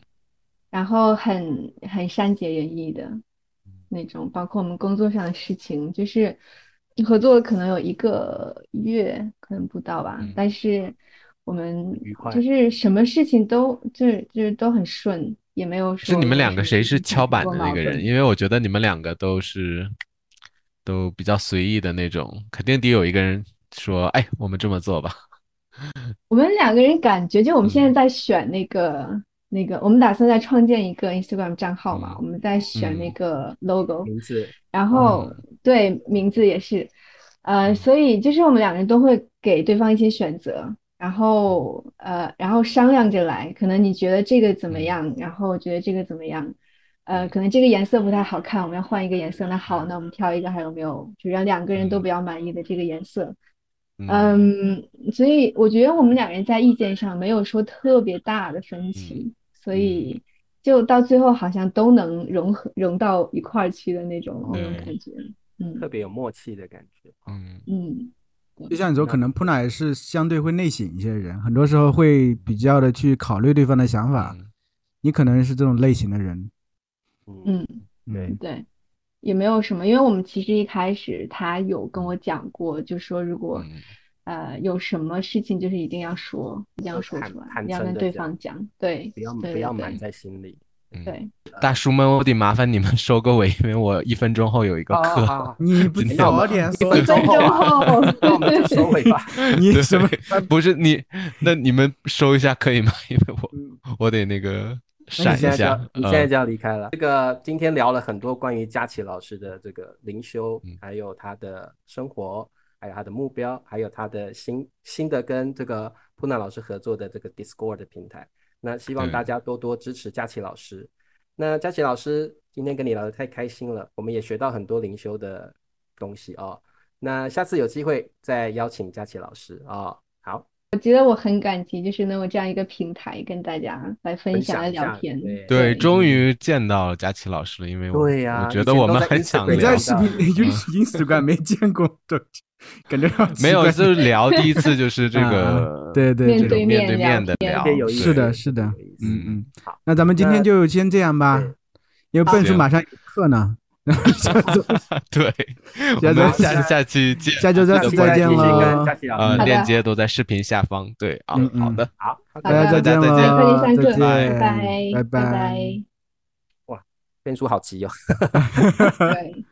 Speaker 4: 然后很很善解人意的
Speaker 1: 嗯
Speaker 4: 那种，包括我们工作上的事情，就是合作可能有一个月，可能不到吧，
Speaker 1: 嗯
Speaker 4: 但是我
Speaker 3: 很
Speaker 4: 们
Speaker 3: 愉
Speaker 4: 就
Speaker 3: 快。
Speaker 4: 是什么事情都就是就是都很顺，也没有
Speaker 1: 是你
Speaker 4: 说
Speaker 1: 们
Speaker 4: 因为
Speaker 1: 两
Speaker 4: 什
Speaker 1: 个
Speaker 4: 么
Speaker 1: 谁
Speaker 4: 事
Speaker 1: 是
Speaker 4: 情产
Speaker 1: 敲
Speaker 4: 生
Speaker 1: 板
Speaker 4: 过
Speaker 1: 的那
Speaker 4: 矛
Speaker 1: 个人？
Speaker 4: 盾。
Speaker 1: 因为我觉得你们两个都是都比较随意的那种，肯定得有一个人说：“哎，我们这么做吧。”
Speaker 4: 我们两个人感觉，就我们现在
Speaker 1: 嗯
Speaker 4: 在选那个那个，我们打算再创建一个 Instagram 账号嘛，
Speaker 1: 嗯
Speaker 4: 我们在选那
Speaker 1: 嗯
Speaker 4: 个 logo，
Speaker 3: 名字
Speaker 4: 然
Speaker 2: 啊，
Speaker 4: 后
Speaker 1: 嗯
Speaker 4: 对名字也是，呃，
Speaker 1: 嗯
Speaker 4: 所以就是我们两个人都会给对方一些选择，然
Speaker 1: 嗯
Speaker 4: 后呃，然后商量着来，可能你觉得这个怎么
Speaker 1: 嗯
Speaker 4: 样，然后我觉得这个怎么样，呃，
Speaker 1: 嗯
Speaker 4: 可能这个颜色不太好看，我们要换一个颜色，那好，那
Speaker 1: 嗯
Speaker 4: 我们挑一个还有没有，就让两个人都
Speaker 1: 嗯
Speaker 4: 比较满意的这个颜色。
Speaker 1: 嗯
Speaker 4: 嗯，所以我觉得我们两个人在意见上没有说特别大的分
Speaker 1: 嗯
Speaker 4: 歧，所
Speaker 1: 嗯，
Speaker 4: 以就到最后好像都能融合融到一块儿去的那种那
Speaker 3: 哦，
Speaker 4: 种
Speaker 1: 对，
Speaker 4: 感觉。
Speaker 3: 特
Speaker 4: 嗯
Speaker 3: 别有默契的感觉哦。
Speaker 1: 嗯
Speaker 4: 嗯，
Speaker 2: 就
Speaker 4: 对，
Speaker 2: 像你说，
Speaker 3: 那
Speaker 2: 可能普纳也是相对会内省一些的人，很多时候会比较的去考虑对方的想法。
Speaker 1: 嗯
Speaker 2: 你可能是这种类型的人，
Speaker 3: 嗯，
Speaker 4: 嗯
Speaker 3: 对，
Speaker 2: 嗯
Speaker 4: 对，也没有什么，因为我们其实一开始他有跟我
Speaker 1: 嗯
Speaker 4: 讲过，就说如果
Speaker 1: 嗯
Speaker 4: 呃有什么事情就是一定要说，一定要
Speaker 3: 就
Speaker 4: 说
Speaker 3: 坦
Speaker 4: 出来，
Speaker 3: 坦
Speaker 4: 要
Speaker 3: 诚
Speaker 4: 跟
Speaker 3: 的
Speaker 4: 对
Speaker 3: 讲，
Speaker 4: 方讲。对，
Speaker 3: 不要
Speaker 4: 对
Speaker 3: 不
Speaker 4: 对
Speaker 3: 要瞒
Speaker 4: 对
Speaker 1: 嗯
Speaker 3: 在心里。对，
Speaker 1: 嗯，
Speaker 4: 对，
Speaker 1: 大叔们，我得麻烦你们收个尾，因为我一分钟后有一个
Speaker 2: 哦
Speaker 3: 好好
Speaker 1: 课。
Speaker 3: 好好，
Speaker 2: 你不
Speaker 1: 今
Speaker 3: 哎，那我
Speaker 1: 天
Speaker 2: 早点
Speaker 3: 们 [LAUGHS]
Speaker 4: [LAUGHS]
Speaker 3: 一
Speaker 2: 说
Speaker 4: 一
Speaker 3: 分钟
Speaker 4: 分
Speaker 3: 后
Speaker 4: 钟
Speaker 3: 啊，
Speaker 4: 后，
Speaker 3: [LAUGHS] 那我们就收尾吧。
Speaker 2: 你什么？
Speaker 1: 对，不是你，那你们收一下可以吗？ [LAUGHS] 因为我
Speaker 2: 嗯
Speaker 1: 我得那个
Speaker 2: 那你
Speaker 1: 闪
Speaker 3: 现
Speaker 1: 一
Speaker 3: 在就
Speaker 1: 下，
Speaker 3: 要你现在
Speaker 1: 嗯
Speaker 3: 就要离开了。这个今天聊了很多关于佳琪老师的这个灵修，
Speaker 1: 嗯
Speaker 3: 还有他的生活，还有他的目标，还有他的新新的跟这个普娜老师合作的这个 Discord 的平台。那希望大
Speaker 1: 对，
Speaker 3: 家多多支持佳琪老师。那佳琪老师今天跟你聊得太开心了，我们也学到很多灵修的东西哦。那下次有机会再邀请佳琪老师哦。好，
Speaker 4: 我觉得我很感激，就是能有这样一个平台跟大家来分
Speaker 3: 分
Speaker 4: 享、
Speaker 3: 享一
Speaker 4: 来聊
Speaker 3: 下，
Speaker 4: 天。
Speaker 3: 对
Speaker 1: 对，
Speaker 4: 对，
Speaker 1: 终
Speaker 2: 嗯。
Speaker 1: 于见到佳琪老师了，因为我
Speaker 3: 对
Speaker 1: 我
Speaker 3: 呀、
Speaker 1: 觉
Speaker 3: 以
Speaker 1: 得
Speaker 3: 前
Speaker 1: 我
Speaker 3: 都
Speaker 1: 们
Speaker 3: 在
Speaker 1: 很想
Speaker 2: 你
Speaker 3: Instagram
Speaker 2: 在
Speaker 1: 聊，
Speaker 3: 看
Speaker 2: 视频
Speaker 3: 到。
Speaker 1: 嗯。
Speaker 2: Instagram 没见过，对， [LAUGHS] 感觉好
Speaker 1: 没
Speaker 2: 奇
Speaker 1: 有，
Speaker 2: 怪。
Speaker 1: 就是聊第一次就是
Speaker 2: 啊
Speaker 1: 这
Speaker 2: 啊，
Speaker 1: 个
Speaker 2: [LAUGHS] 对对
Speaker 4: 面
Speaker 1: 这种
Speaker 2: 对，
Speaker 4: 对
Speaker 1: 面对
Speaker 4: 面聊
Speaker 1: 面的
Speaker 4: 天，
Speaker 3: 特别
Speaker 1: 聊，
Speaker 3: 有意
Speaker 2: 是的，
Speaker 1: 对，
Speaker 3: 思，
Speaker 2: 是
Speaker 3: 特别
Speaker 2: 的，
Speaker 3: 有意思。
Speaker 2: 嗯
Speaker 1: 嗯，
Speaker 2: 嗯，
Speaker 3: 好，
Speaker 2: 那咱们今天
Speaker 3: 那
Speaker 2: 就先这样吧，
Speaker 3: 对，
Speaker 2: 因为笨
Speaker 4: 好，
Speaker 2: 叔马
Speaker 1: 行，
Speaker 2: 上有课呢， [LAUGHS] 下周
Speaker 1: [LAUGHS] 对，我
Speaker 2: 下周
Speaker 1: 们
Speaker 3: 好，
Speaker 1: 下
Speaker 2: 下
Speaker 3: 那
Speaker 1: 下期见，
Speaker 2: 下周再
Speaker 3: 下
Speaker 1: 记得
Speaker 2: 次
Speaker 1: 关
Speaker 2: 再
Speaker 3: 期再
Speaker 2: 见
Speaker 3: 继续跟
Speaker 2: 喽，
Speaker 3: 佳琪聊
Speaker 1: 呃
Speaker 3: 天。
Speaker 4: 好
Speaker 1: 链
Speaker 4: 的，
Speaker 1: 接都在视频下方，对啊，
Speaker 2: 嗯
Speaker 3: 对，
Speaker 1: 好
Speaker 2: 嗯，
Speaker 1: 的，
Speaker 3: 好
Speaker 2: 大
Speaker 4: 好
Speaker 2: 家
Speaker 3: ，OK，
Speaker 2: 再
Speaker 1: 大家
Speaker 2: 见
Speaker 4: 的，
Speaker 1: 再见，
Speaker 4: 下课
Speaker 2: 喽，
Speaker 4: 见上
Speaker 2: 再
Speaker 4: 课，拜
Speaker 1: 拜。
Speaker 2: 见，拜
Speaker 4: 拜，拜
Speaker 2: 拜。
Speaker 4: 拜，
Speaker 3: 哇，变数好急哦。
Speaker 4: 对。